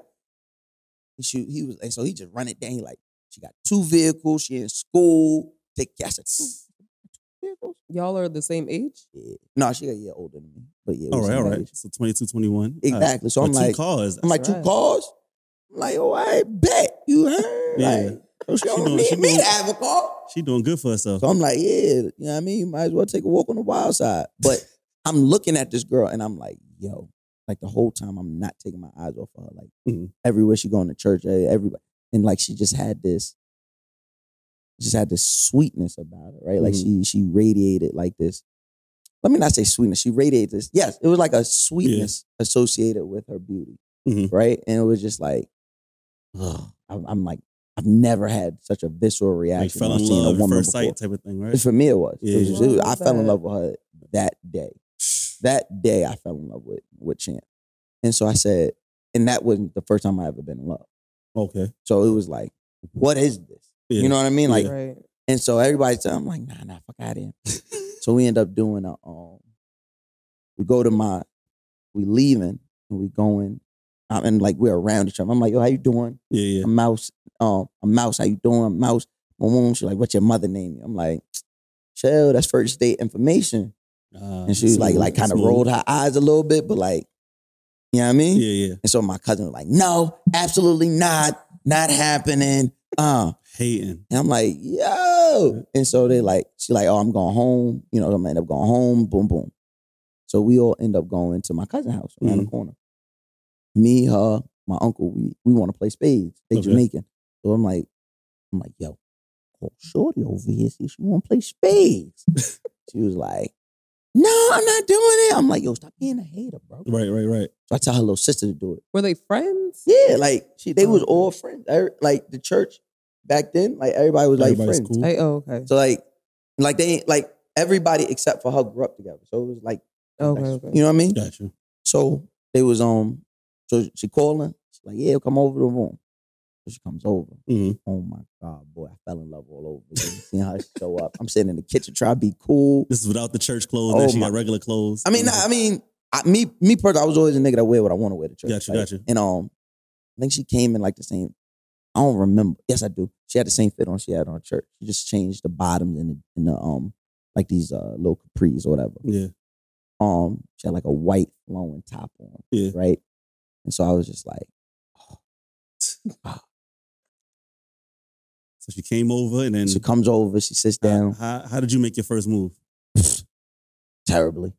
S3: he shoot, he was, and so he just run it down. He like, she got two vehicles, she in school. Take, I said, two vehicles?
S4: Y'all are the same age.
S3: Yeah. No, she got a year older than me. But yeah, we
S1: All
S3: the
S1: right,
S3: same
S1: all right.
S3: age.
S1: So 22, 21.
S3: Exactly. So I'm
S1: But two
S3: like,
S1: cars.
S3: I'm like,
S4: That's
S3: two
S4: right.
S3: cars? I'm like, oh, I bet you heard.
S1: Yeah.
S3: Like, she don't
S1: doing-
S3: need
S1: she
S3: me
S1: doing-
S3: to have a car.
S1: she doing good for herself.
S3: So I'm like, yeah, you know what I mean? You might as well take a walk on the wild side. But I'm looking at this girl and I'm like, yo, like the whole time I'm not taking my eyes off of her. Like
S1: Mhm.
S3: everywhere she going to church, eh, everybody. And like she just had this, just had this sweetness about her, right? Like
S1: Mm-hmm.
S3: she she radiated like this. Let me not say sweetness. She radiated this. Yes, it was like a sweetness associated with her beauty,
S1: Mhm.
S3: right? And it was just like, ugh, I'm, I'm like, I've never had such a visceral
S1: like
S3: reaction.
S1: fell
S3: on
S1: in
S3: seeing a
S1: love at
S3: woman
S1: first
S3: before.
S1: sight type of thing, right?
S3: For me, it was. It was
S1: Yeah.
S3: just- it was- I
S4: Love
S3: fell in
S4: that.
S3: love with her that day. That day, I fell in love with with Champ, and so I said, and that wasn't the first time I ever been in love.
S1: Okay.
S3: So it was like, what is this?
S1: Yeah.
S3: You know what I mean? Like,
S1: Yeah.
S4: Right.
S3: and so everybody said, I'm like, nah, nah, fuck out of here. so we end up doing a um, we go to my, we leaving and we going, um, and like we're around each other. I'm like, yo, how you doing?
S1: Yeah, yeah.
S3: a mouse, um, a mouse, how you doing? A mouse. My woman, she's like, what's your mother name? you?" I'm like, chill, that's first date information.
S1: Uh,
S3: And she was like,
S1: smooth,
S3: like kind of
S1: smooth.
S3: rolled her eyes a little bit, but like, you know what I mean?
S1: Yeah, yeah.
S3: And so my cousin was like, no, absolutely not, not happening. Uh,
S1: Hating.
S3: and I'm like, yo. And so they like, she like, oh, I'm going home. You know, I'm gonna end up going home. Boom, boom. So we all end up going to my cousin's house around
S1: Mm-hmm.
S3: the corner. Me, her, my uncle, we we want to play spades. They
S1: Okay.
S3: Jamaican. So I'm like, I'm like, yo, call Shorty over here. See, if she want to play spades. she was like, no, I'm not doing it. I'm like, yo, stop being a hater, bro.
S1: Right, right, right.
S3: So I tell her little sister to do it.
S4: Were they friends?
S3: Yeah, like she, they was all friends. Every- Like the church back then, like everybody was like
S1: Everybody's
S3: friends.
S1: cool.
S4: Hey, oh, okay.
S3: So like, like they ain't like everybody except for her grew up together. So it was like,
S4: Okay,
S3: that's-
S4: okay.
S3: you know what I mean?
S1: Got you.
S3: So they was um, so she calling, she's like, yeah, come over to the room. So she comes over.
S1: Mhm.
S3: Oh my god, boy, I fell in love all over. again, Seeing her show up, I'm sitting in the kitchen trying to be cool.
S1: This is without the church clothes.
S3: Oh,
S1: and she
S3: my-
S1: got regular clothes. Mm-hmm.
S3: I mean, nah, I mean, I, me, me personally, I was always a nigga that wear what I want to wear to church.
S1: Gotcha,
S3: like,
S1: gotcha.
S3: And um, I think she came in like the same. I don't remember. Yes, I do. She had the same fit on she had on church. She just changed the bottoms and the, and the um, like these uh little capris or whatever.
S1: Yeah.
S3: Um, she had like a white flowing top on.
S1: Yeah.
S3: Right. And so I was just like,
S1: So she came over and then
S3: she comes over, she sits down.
S1: How, how, how did you make your first move?
S3: terribly.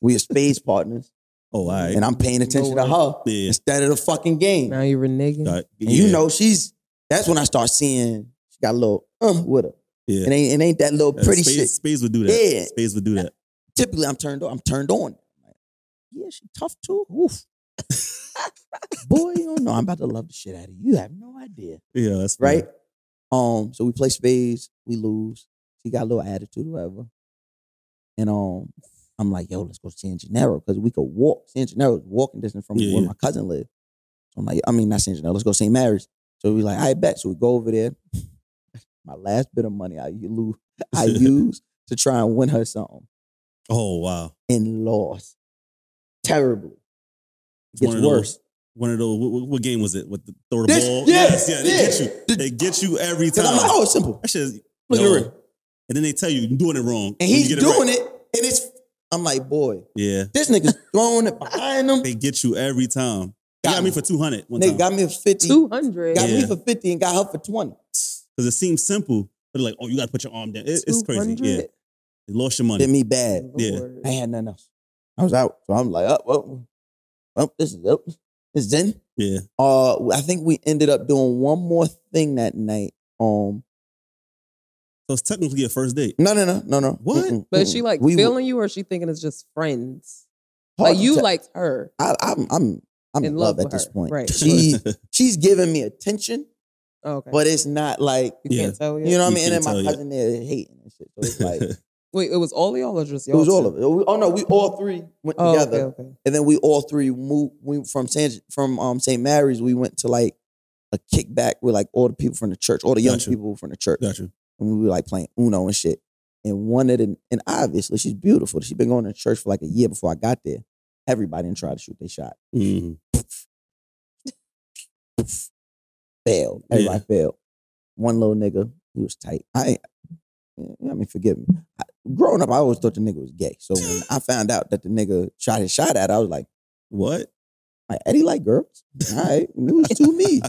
S3: we are space partners,
S1: Oh, all right.
S3: and I'm paying attention to her
S1: yeah.
S3: instead of the fucking game.
S4: Now you're reneging.
S1: All right.
S3: And you know, she's that's when I start seeing she got a little uh, with her.
S1: Yeah.
S3: It ain't it ain't that little
S1: Yeah,
S3: pretty
S1: space,
S3: shit.
S1: Space would do that.
S3: Yeah.
S1: Space would do that.
S3: Typically, I'm turned on. I'm turned on. Like, yeah, she tough too. Woof. Boy, you don't know. I'm about to love the shit out of you. You have no idea,
S1: Yeah, that's fair.
S3: right? Um, so we play spades. We lose. She got a little attitude, whatever. And um, I'm like, yo, let's go to San Gennaro because we could walk. San Gennaro's walking distance from
S1: Yeah,
S3: where
S1: yeah.
S3: my cousin lives. So I'm like, I mean, not St. Janelle, let's go St. Mary's. So we like, I bet. So we go over there. My last bit of money I lose, I used to try and win her something
S1: Oh wow.
S3: and lost terribly. It gets
S1: One of those-
S3: worse.
S1: One of those. What, what- what game was it? With the throw the
S3: This-
S1: ball?
S3: yeah,
S1: yeah. They
S3: yeah.
S1: get you.
S3: The-
S1: They get you every time.
S3: Because I'm like, oh, it's simple.
S1: that shit is,
S3: Look
S1: no.
S3: at her.
S1: And then they tell you you're doing it wrong.
S3: And he's doing it, and it's. I'm like, boy,
S1: Yeah.
S3: this nigga's throwing it behind him.
S1: They get you every time. They
S3: Got
S1: got me
S3: me.
S1: for 200 one
S3: Nigga
S1: time.
S3: got me a fifty.
S4: Two hundred.
S3: Got me
S1: Yeah.
S3: for fifty and got her for twenty.
S1: Because it seems simple. But like, oh, you got to put your arm down. It- it's crazy. Yeah. They lost your
S3: Did
S1: money.
S3: me bad.
S1: Yeah.
S3: I had nothing else. I was out. So I'm like, oh, well, well this is up. This is in.
S1: Yeah.
S3: Uh, I think we ended up doing one more thing that night. Um,
S1: So it's technically a first date.
S3: no, no, no, no, no.
S1: What?
S4: But is she like
S3: We-
S4: feeling you, or is she thinking it's just friends?
S3: hard
S4: like
S3: to
S4: you
S3: tell.
S4: liked her.
S3: I, I'm, I'm, I'm in,
S4: In
S3: love,
S4: love
S3: at
S4: with
S3: this
S4: her,
S3: point.
S4: right.
S3: She, she's giving me attention,
S4: Oh, okay.
S3: but it's not like
S4: you
S1: Yeah.
S4: can't tell yet.
S3: you know what I
S1: You
S3: mean. And then
S1: can't
S3: my
S1: tell yet.
S3: cousin there hating and shit. So it's like it
S4: Wait, it was all y'all or just y'all?
S3: was all
S4: two?
S3: of it. Oh no, we all three went
S4: Oh,
S3: together.
S4: okay, okay.
S3: and then we all three moved we from San from um St. Mary's. We went to like a kickback with like all the people from the church, all the young
S1: Gotcha.
S3: people from the church,
S1: got you.
S3: and we were like playing Uno and shit. And one of the and obviously she's beautiful. She's been going to church for like a year before I got there. Everybody didn't try to shoot. They shot.
S1: Mhm.
S3: Failed.
S1: Yeah.
S3: Everybody failed. One little nigga, he was tight. I ain't, yeah, I mean, forgive me. I, growing up, I always thought the nigga was gay. So when I found out that the nigga shot his shot at, I was like,
S1: What?
S3: Like Eddie like girls. All right, news to me.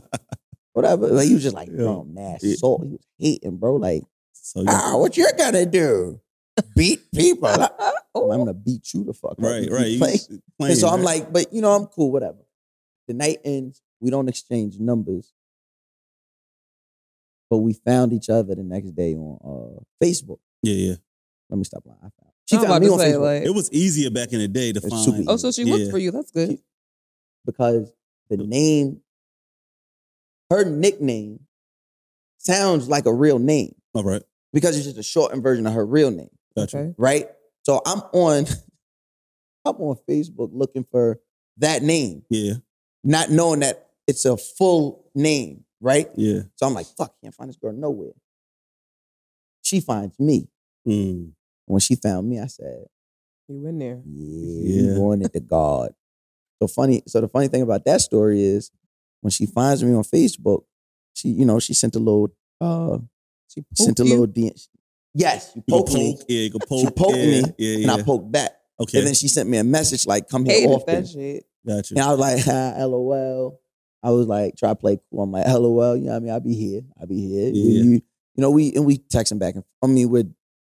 S3: Whatever. Like he was just like,
S1: Yeah.
S3: bro, mad
S1: Yeah.
S3: salt. He was hating, bro. Like,
S1: So you-
S3: ah, what you gonna do? Beat people? I'm gonna beat you the fuck. up.
S1: right,
S3: You
S1: right. You
S3: play-
S1: playing,
S3: and so I'm
S1: right?
S3: like, but you know, I'm cool. Whatever. The night ends. We don't exchange numbers, but we found each other the next day on uh, Facebook.
S1: yeah, yeah.
S3: Let me stop lying. I found. She
S4: I'm about
S3: found me
S4: to
S3: on
S4: say
S3: Facebook
S4: like.
S1: It was easier back in the day to
S3: It's
S1: find.
S3: super easy.
S4: Oh, so she
S1: Yeah.
S4: looked for you. That's good.
S3: because the name, her nickname, sounds like a real name
S1: All right.
S3: because it's just a shortened version of her real name,
S1: Got you.
S4: Okay.
S3: right? So I'm on, I'm on Facebook looking for that name,
S1: Yeah,
S3: not knowing that it's a full name, right?
S1: yeah.
S3: So I'm like, fuck, can't find this girl nowhere. She finds me.
S1: Mm.
S3: When she found me, I said,
S4: You in there?
S3: Yeah,
S1: Yeah.
S3: you going into God. So funny. So the funny thing about that story is when she finds me on Facebook, she, you know, she sent a little, uh,
S4: She
S3: sent a
S4: poked you?
S3: little DM. Yes, you
S1: You go
S3: poked me,
S1: Yeah, you go poke.
S3: She poked
S1: yeah,
S3: me,
S1: Yeah,
S3: and
S1: yeah.
S3: I poked back.
S1: okay,
S3: And then she sent me a message like, "Come here
S4: Hated
S3: often."
S4: that shit.
S1: got you.
S3: And I was like, "Ha, "LOL." I was like, "Try to play cool." I'm like, "LOL." You know what I mean? I'll be here. I'll be here. You-
S1: Yeah.
S3: You, you know, we and we texting back and I mean, we're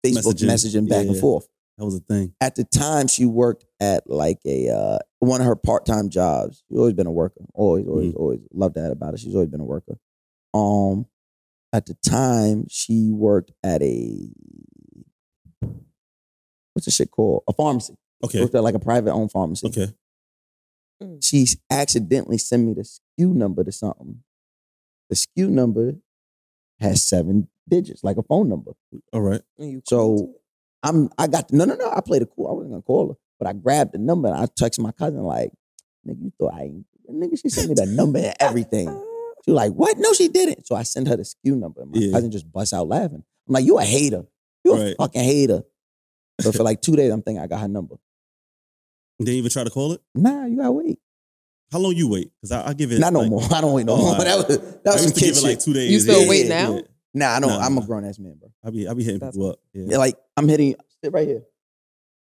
S3: Facebook
S1: Messaging.
S3: messaging, back and
S1: Yeah.
S3: forth
S1: that was a thing.
S3: at the time she worked at like a uh, one of her part-time jobs. She's always been a worker. Always,
S1: Mm.
S3: always, always loved that about her. She's always been a worker. Um at the time she worked at a what's the shit called? A pharmacy.
S1: Okay,
S3: Worked at like a private owned pharmacy.
S1: okay.
S3: She accidentally sent me the SKU number to something. The SKU number has seven digits, like a phone number.
S1: All right.
S4: And you
S3: So-
S4: called it.
S3: I'm I got no no no. I played it cool. I wasn't gonna call her, but I grabbed the number and I texted my cousin like, "Nigga, you thought I ain't nigga?" She sent me the number and everything. She was like, "What? No, she didn't." So I sent her the SKU number. And my
S1: Yeah.
S3: cousin just busts out laughing. I'm like, "You a hater? You a
S1: Right.
S3: fucking hater?" So for like two days, I'm thinking I got her number.
S1: Didn't even try to call it.
S3: Nah, you gotta wait.
S1: How long you wait? Because I, I give it
S3: Not no
S1: like-
S3: more. I don't wait no
S1: Oh,
S3: more.
S1: I-
S3: that was
S1: I
S3: that was some
S1: used to give
S3: kid
S1: it
S3: shit.
S1: like two days.
S4: You still
S1: yeah,
S4: wait
S1: yeah,
S4: now?
S1: yeah.
S3: nah, I don't.
S1: Nah,
S3: I'm a
S1: nah.
S3: grown ass man, bro.
S1: I be I be hitting
S4: That's-
S1: people up. Yeah.
S3: Like I'm hitting. Sit right here.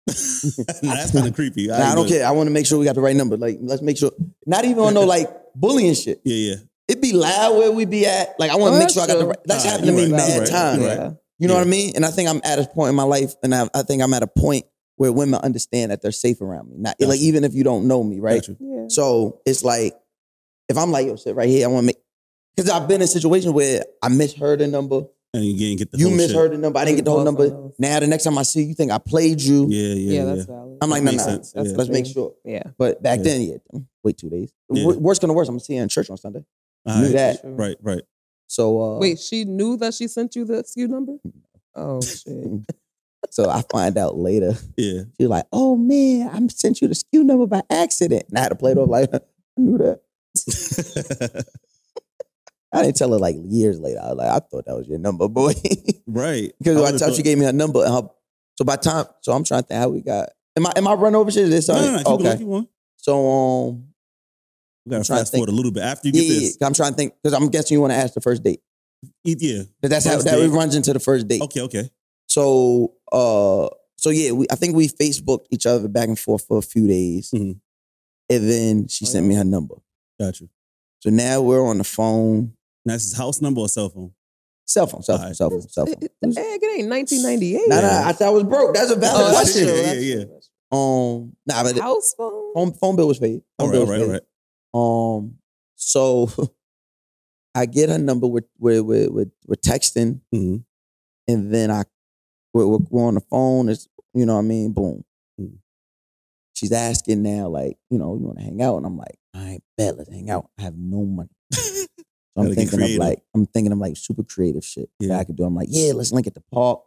S1: Nah, that's kind of creepy.
S3: Nah, I don't
S1: ain't doing-
S3: care. I want to make sure we got the right number. Like, let's make sure. Not even on no like bullying shit.
S1: Yeah, yeah.
S3: It be loud where we be at. Like, I want to
S4: Oh,
S3: make
S4: that's
S3: sure I got the
S4: true.
S3: right. That's
S1: Nah,
S3: happened to
S1: you're
S3: me
S1: right,
S3: mad
S1: you're right,
S3: time.
S1: you're right.
S4: Yeah.
S3: You know
S1: Yeah.
S3: what I mean? And I think I'm at a point in my life, and I, I think I'm at a point where women understand that they're safe around me. Not like
S1: Gotcha.
S3: even if you don't know me, right?
S1: Got you.
S4: Yeah.
S3: So it's like if I'm like, yo, sit right here. I want to make because I've been in situations where I misheard a number.
S1: And you didn't get the
S3: You
S1: whole shit.
S3: misheard a number. I didn't get the whole
S4: Lost
S3: number.
S4: someone else.
S3: Now the next time I see you, you think I played you.
S1: Yeah,
S4: Yeah,
S1: yeah, yeah.
S4: that's valid.
S3: I'm like, no,
S1: Makes
S3: no.
S1: sense. Yeah.
S3: Let's make
S4: fair.
S3: sure.
S4: Yeah.
S3: But back
S1: Yeah.
S3: then, yeah, wait two days.
S1: Yeah.
S3: Wor- Worst come to worst, I'm gonna see her in church on Sunday.
S1: All
S3: Knew
S1: right.
S3: that.
S4: True.
S1: Right, right.
S3: So uh,
S4: Wait, she knew that she sent you the SKU number?
S3: Mm.
S4: Oh shit.
S3: so I find out later.
S1: Yeah.
S3: She's like, "Oh man, I sent you the SKU number by accident." And I had to play it off like I knew that. I didn't tell her like years later. I was like, I thought that was your number, boy.
S1: right. I
S3: because by the
S1: would've
S3: time
S1: thought-
S3: she gave me her number, and her, so by time, so I'm trying to think how we got. Am I am I run over shit? Is this
S1: No, no,
S3: something?
S1: no, keep okay.
S3: okay.
S1: going, keep going.
S3: So um,
S1: We gotta
S3: I'm trying to
S1: fast forward a little bit after you get
S3: yeah, yeah,
S1: this.
S3: yeah. I'm trying to think because I'm guessing you want to ask the first date.
S1: Eat- Yeah.
S3: 'Cause that's how
S1: First
S3: that
S1: date.
S3: runs into the first date.
S1: Okay. Okay.
S3: So uh, so yeah, we, I think we Facebooked each other back and forth for a few days,
S1: Mhm.
S3: and then she
S4: Oh,
S3: sent
S4: yeah.
S3: me her number.
S1: Got you.
S3: So now we're on the phone,
S1: Now, this is house number or cell phone?
S3: cell phone, cell phone,
S1: Alright.
S3: cell phone, cell phone.
S4: It, it, egg, it ain't 1998.
S3: Nah,
S1: Yeah.
S3: nah, I thought I was broke. That's a valid
S1: Oh, that's
S3: question.
S1: true. Yeah, yeah.
S3: Um, nah, but the
S4: House phone.
S3: phone, phone bill was paid.
S1: All
S3: Phone
S1: right.
S3: bill
S1: All
S3: was
S1: right. All right.
S3: paid. Um, so I get her number. We're we're we're, we're, we're texting,
S1: hmm
S3: and then I we're, we're, we're on the phone. It's you know what I mean. Boom.
S1: Mhm.
S3: She's asking now, like you know, you want to hang out, and I'm like, all right, bet let's hang out. I have no money. So
S1: Gotta
S3: I'm
S1: get
S3: thinking of
S1: creative.
S3: like I'm thinking of like super creative shit
S1: Yeah.
S3: that I could do. I'm like, yeah, let's link at the park.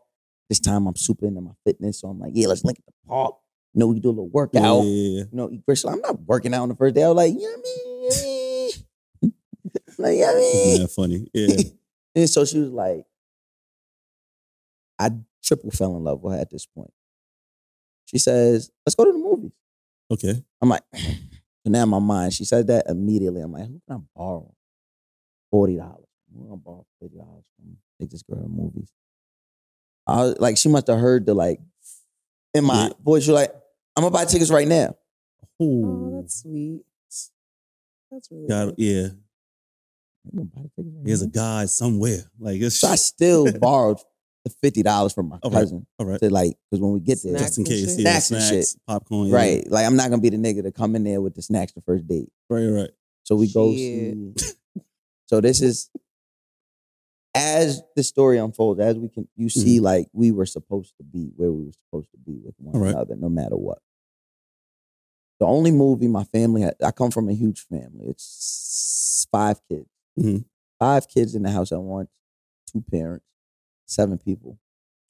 S3: This time I'm super into my fitness, so I'm like, yeah, let's link at the park. You know, we can do a little
S1: Yeah,
S3: workout.
S1: yeah, yeah, yeah.
S3: You know, eat bristle. I'm not working out on the first day. I was like, yummy, yummy, like yummy.
S1: Isn't that funny? Yeah.
S3: And so she was like, I triple fell in love with her at this point. She says, let's go to the movies.
S1: Okay.
S3: I'm like, so now in my mind, she said that immediately. I'm like, who can I borrow? Forty dollars. Who can I borrow forty dollars from? Take this girl to movies. I was, like, she must have heard the like in my
S1: Yeah.
S3: voice. You're like, I'm gonna buy tickets right now.
S4: Oh,
S1: Ooh.
S4: that's sweet. That's really
S1: God,
S4: nice.
S1: yeah.
S3: I'm gonna buy tickets right
S1: There's a
S3: now.
S1: God somewhere. Like it's
S3: So I still borrowed the fifty dollars from my
S1: All right.
S3: cousin
S1: all right.
S3: to like, because when we get there,
S4: Snacks
S1: Just in
S4: and
S1: case.
S4: shit.
S1: Yeah, snacks,
S3: Snacks and shit.
S1: popcorn. yeah.
S3: right? Like, I'm not gonna be the nigga to come in there with the snacks the first date.
S1: Right. Right.
S3: So we go
S4: Shit.
S3: see. So this is as the story unfolds, as we can you see
S1: Mm-hmm.
S3: like we were supposed to be where we were supposed to be with one
S1: All right.
S3: another, no matter what. The only movie my family had I come from a huge family. It's five kids.
S1: Mhm.
S3: Five kids in the house at once, two parents, seven people.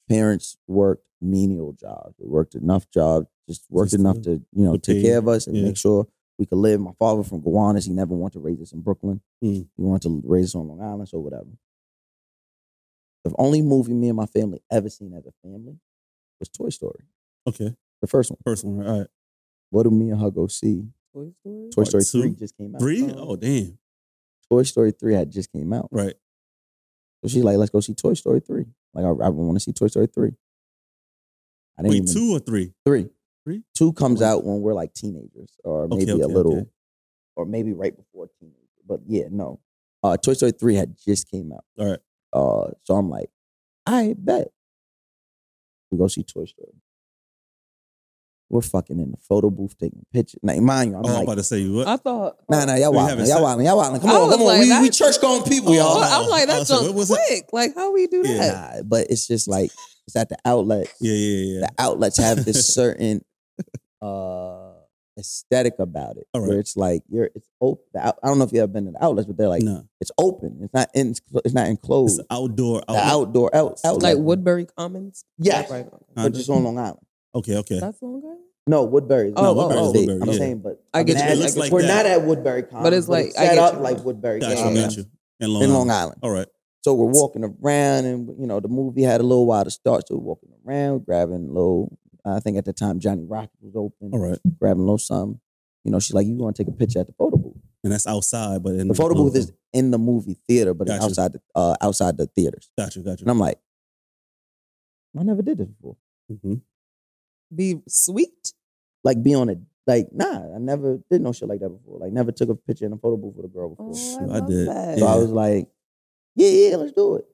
S3: Parents worked menial jobs. They worked enough jobs, just worked
S1: Just
S3: enough
S1: to-
S3: to, you know,
S1: to
S3: take
S1: pay,
S3: care of us and
S1: yeah.
S3: make sure we could live. My father from Gowanus, he never wanted to raise us in Brooklyn.
S1: Mm.
S3: He wanted to raise us on Long Island, so whatever. The only movie me and my family ever seen as a family was Toy Story,
S1: Okay.
S3: the first one.
S1: First one. All right.
S3: What do me and her go see?
S4: Toy Story.
S3: Toy
S1: Part
S3: Story
S1: two?
S3: three just came out.
S1: Three?
S3: Uh,
S1: Oh, damn.
S3: Toy Story three had just came out.
S1: Right.
S3: So she's like, "Let's go see Toy Story three. Like, I, I want to see Toy Story three. I didn't
S1: Wait,
S3: even
S1: two or three?
S3: three.
S1: Three?
S3: Two comes
S1: Wait.
S3: out when we're like teenagers, or
S1: Okay,
S3: maybe
S1: okay,
S3: a little,
S1: okay.
S3: or maybe right before teenager. But yeah, no. Uh, Toy Story three had just came out.
S1: All right.
S3: Uh, so I'm like, I bet we go see Toy Story. We're fucking in the photo booth taking pictures. Now, mind you, I'm
S1: oh, I'm
S3: like,
S1: about to say what?
S4: I thought.
S3: nah, nah, y'all
S1: We
S3: wildin',
S1: haven't
S3: y'all
S1: said-
S3: wildin', y'all wildin'. Come
S4: I
S3: on,
S4: was
S3: come on,
S4: like,
S3: we,
S4: that-
S3: we church going people,
S1: Oh,
S3: y'all.
S1: I
S4: I'm like,
S1: I
S4: that
S1: said,
S4: jump
S1: what was that?
S4: quick. Like, how we do
S1: Yeah.
S4: that?
S3: Nah, but it's just like it's at the outlets.
S1: yeah, yeah, yeah.
S3: the outlets have this certain uh aesthetic about it
S1: All right.
S3: where it's like you're it's open I don't know if you ever been to the outlets but they're like
S1: no,
S3: it's open it's not in, it's not
S1: it's
S3: enclosed
S1: an outdoor.
S3: the outdoor out, outlet
S4: Like Woodbury Commons.
S3: yes
S4: Right. okay.
S1: Huh?
S3: but just on Long Island
S1: Okay, okay.
S4: That's Long Island.
S3: no Woodbury
S4: Oh,
S3: no,
S4: oh,
S3: Woodbury's
S4: oh.
S3: big.
S1: Woodbury,
S3: I'm
S1: yeah.
S3: saying but
S4: I get you.
S3: imagine-
S4: It
S1: looks like
S3: we're
S1: that.
S3: not at Woodbury Commons,
S4: it's like- I
S3: set
S4: get
S3: up
S4: you.
S3: like Woodbury
S1: Got
S3: Commons
S1: you, got you. And Long
S3: in
S1: Island.
S3: Long Island
S1: All right.
S3: So we're walking around, and you know the movie had a little while to start. So we're walking around, grabbing little. I think at the time Johnny Rocket was open.
S1: All right.
S3: grabbing a little something. You know, she's like, "You want to take a picture at the photo booth?"
S1: And that's outside, but in
S3: The photo booth is in the movie theater, but it's
S1: Gotcha.
S3: outside the uh, outside the theaters.
S1: Got you, got you.
S3: And I'm like, I never did this before.
S1: hmm
S4: Be sweet.
S3: Like, be on a like, nah, I never did no shit like that before. Like, never took a picture in a photo booth with a girl before.
S4: Oh,
S1: I
S4: I, love
S1: did.
S4: That.
S3: So
S1: Yeah.
S3: I was like, yeah, yeah, let's do it.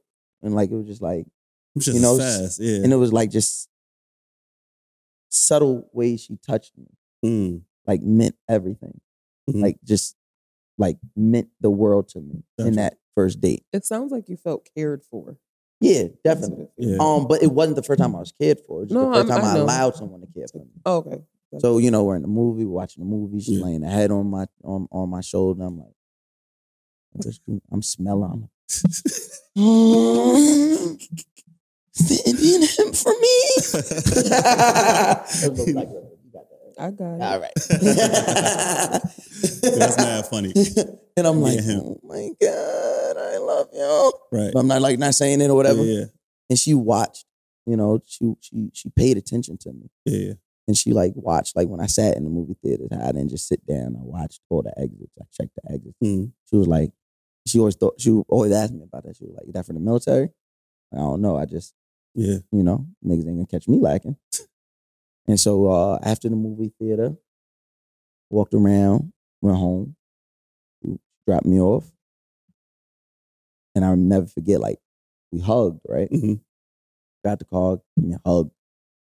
S3: And like, it was just like.
S1: Just
S3: You know,
S1: as fast. Yeah.
S3: and it was like just subtle ways she touched me
S1: Mm,
S3: like meant everything
S1: Mhm.
S3: like just like meant the world to me
S1: Gotcha.
S3: in that first date
S4: It sounds like you felt cared for.
S3: yeah
S4: That's
S3: definitely
S4: what it-
S1: yeah.
S3: um but it wasn't the first time i was cared for it was just
S4: No,
S3: the first
S4: I'm-
S3: time
S4: I
S3: i,
S4: know.
S3: allowed someone to care for me
S4: Oh, okay.
S3: so you know we're in the movie we're watching the movie she's
S1: Yeah.
S3: laying her head on my on, on my shoulder i'm like I'm just- i'm smelling I'm like, is the indian him for me
S4: I got it.
S3: all right
S1: That's mad funny.
S3: And I'm like,
S1: Yeah, him.
S3: oh my God, I love you.
S1: Right.
S3: But I'm not like not saying it or whatever.
S1: Yeah,
S3: And she watched, you know, she she she paid attention to me.
S1: yeah, yeah.
S3: And she like watched, like when I sat in the movie theater, I didn't just sit down. I watched all the exits. I checked the exits.
S1: Mm.
S3: She was like, she always thought she would always asked me about that. She was like, "You that from the military? I don't know. I just
S1: yeah.
S3: you know, niggas ain't gonna catch me lacking. And so uh, after the movie theater, walked around, went home, she dropped me off. And I'll never forget, like, we hugged, right?
S1: Mhm.
S3: Got the car, give me a hug.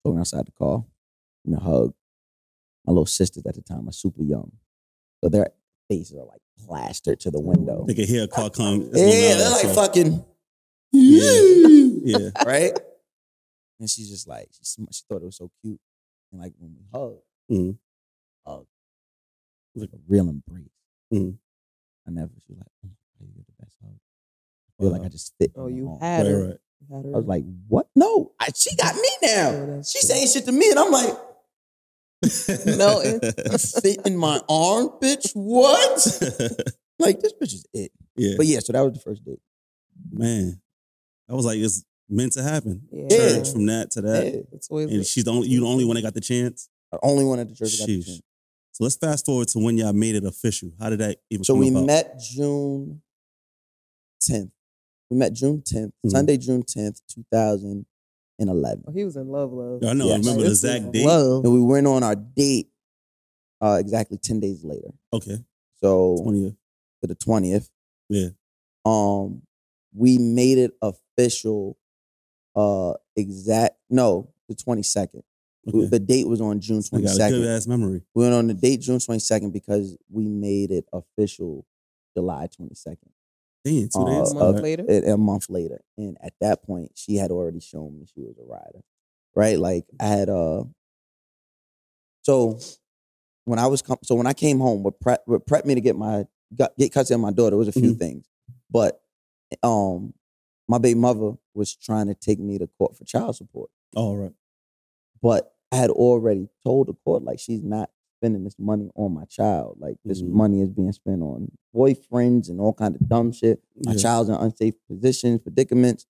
S3: Going outside the car, give me a hug. My little sisters at the time are super young. So their faces are like plastered to the window.
S1: They can hear a car come. That's
S3: Yeah,
S1: one
S3: they're
S1: hour,
S3: like
S1: so-
S3: fucking.
S1: Yeah. Yeah,
S3: right? And she's just like, she, sm- she thought it was so cute. And like when we hugged,
S4: Mm-hmm.
S1: Mhm.
S3: hug, it was like a real embrace.
S4: Mm-hmm.
S1: Mhm.
S3: I never, she was like, oh my God, you got the best hug. I feel like I just fit. in
S4: Oh,
S3: her
S4: you
S3: arm.
S4: had
S1: right,
S4: her.
S1: right.
S4: You had her.
S3: I was like, what? No, I, she got me
S4: Yeah,
S3: now.
S4: Oh, that's
S3: She's
S4: true.
S3: saying shit to me, and I'm like,
S4: No,
S3: "You fit in my arm, bitch. What? Like this bitch is it.
S1: yeah,
S3: But yeah, so that was the first date.
S1: man, I was like, it's meant to happen.
S4: yeah.
S1: Church from that to that,
S3: Yeah.
S4: It's always
S1: and she's the only you the only one that got the chance.
S3: The only one at the church. that Got the
S1: Sheesh.
S3: chance.
S1: So let's fast forward to when y'all made it official. How did that even?
S3: So
S1: come
S3: we
S1: about?
S3: met June 10th. We met June 10th,
S1: Mhm.
S3: Sunday, June 10th, 2011.
S4: Oh, he was in love, love.
S1: I know. I
S3: Yes.
S1: remember the
S4: This
S1: exact
S4: is
S1: date.
S4: Love.
S3: And we went on our date uh, exactly 10 days later.
S1: Okay,
S3: So
S1: twentieth.
S3: to the 20th.
S1: Yeah.
S3: Um, we made it official uh exact no, the 22nd. We-
S1: Okay,
S3: The date was on June
S1: I got a good
S3: 22nd.
S1: ass memory.
S3: We went on the date June 22nd because we made it official July 22nd.
S1: Damn, two
S3: Uh,
S1: days.
S4: a
S3: uh,
S4: month
S1: Alright.
S4: later.
S3: it a month later. And at that point, she had already shown me she was a rider, right? Like I had uh. So when I was com- so when I came home, what prep what prepped me to get my got, get custody of my daughter was a few
S1: Mhm.
S3: things, but um, my baby mother was trying to take me to court for child support,
S1: All right.
S3: but I had already told the court like she's not spending this money on my child. Like this
S1: Mhm.
S3: money is being spent on boyfriends and all kind of dumb shit my
S1: Yeah.
S3: child's in unsafe positions, predicaments.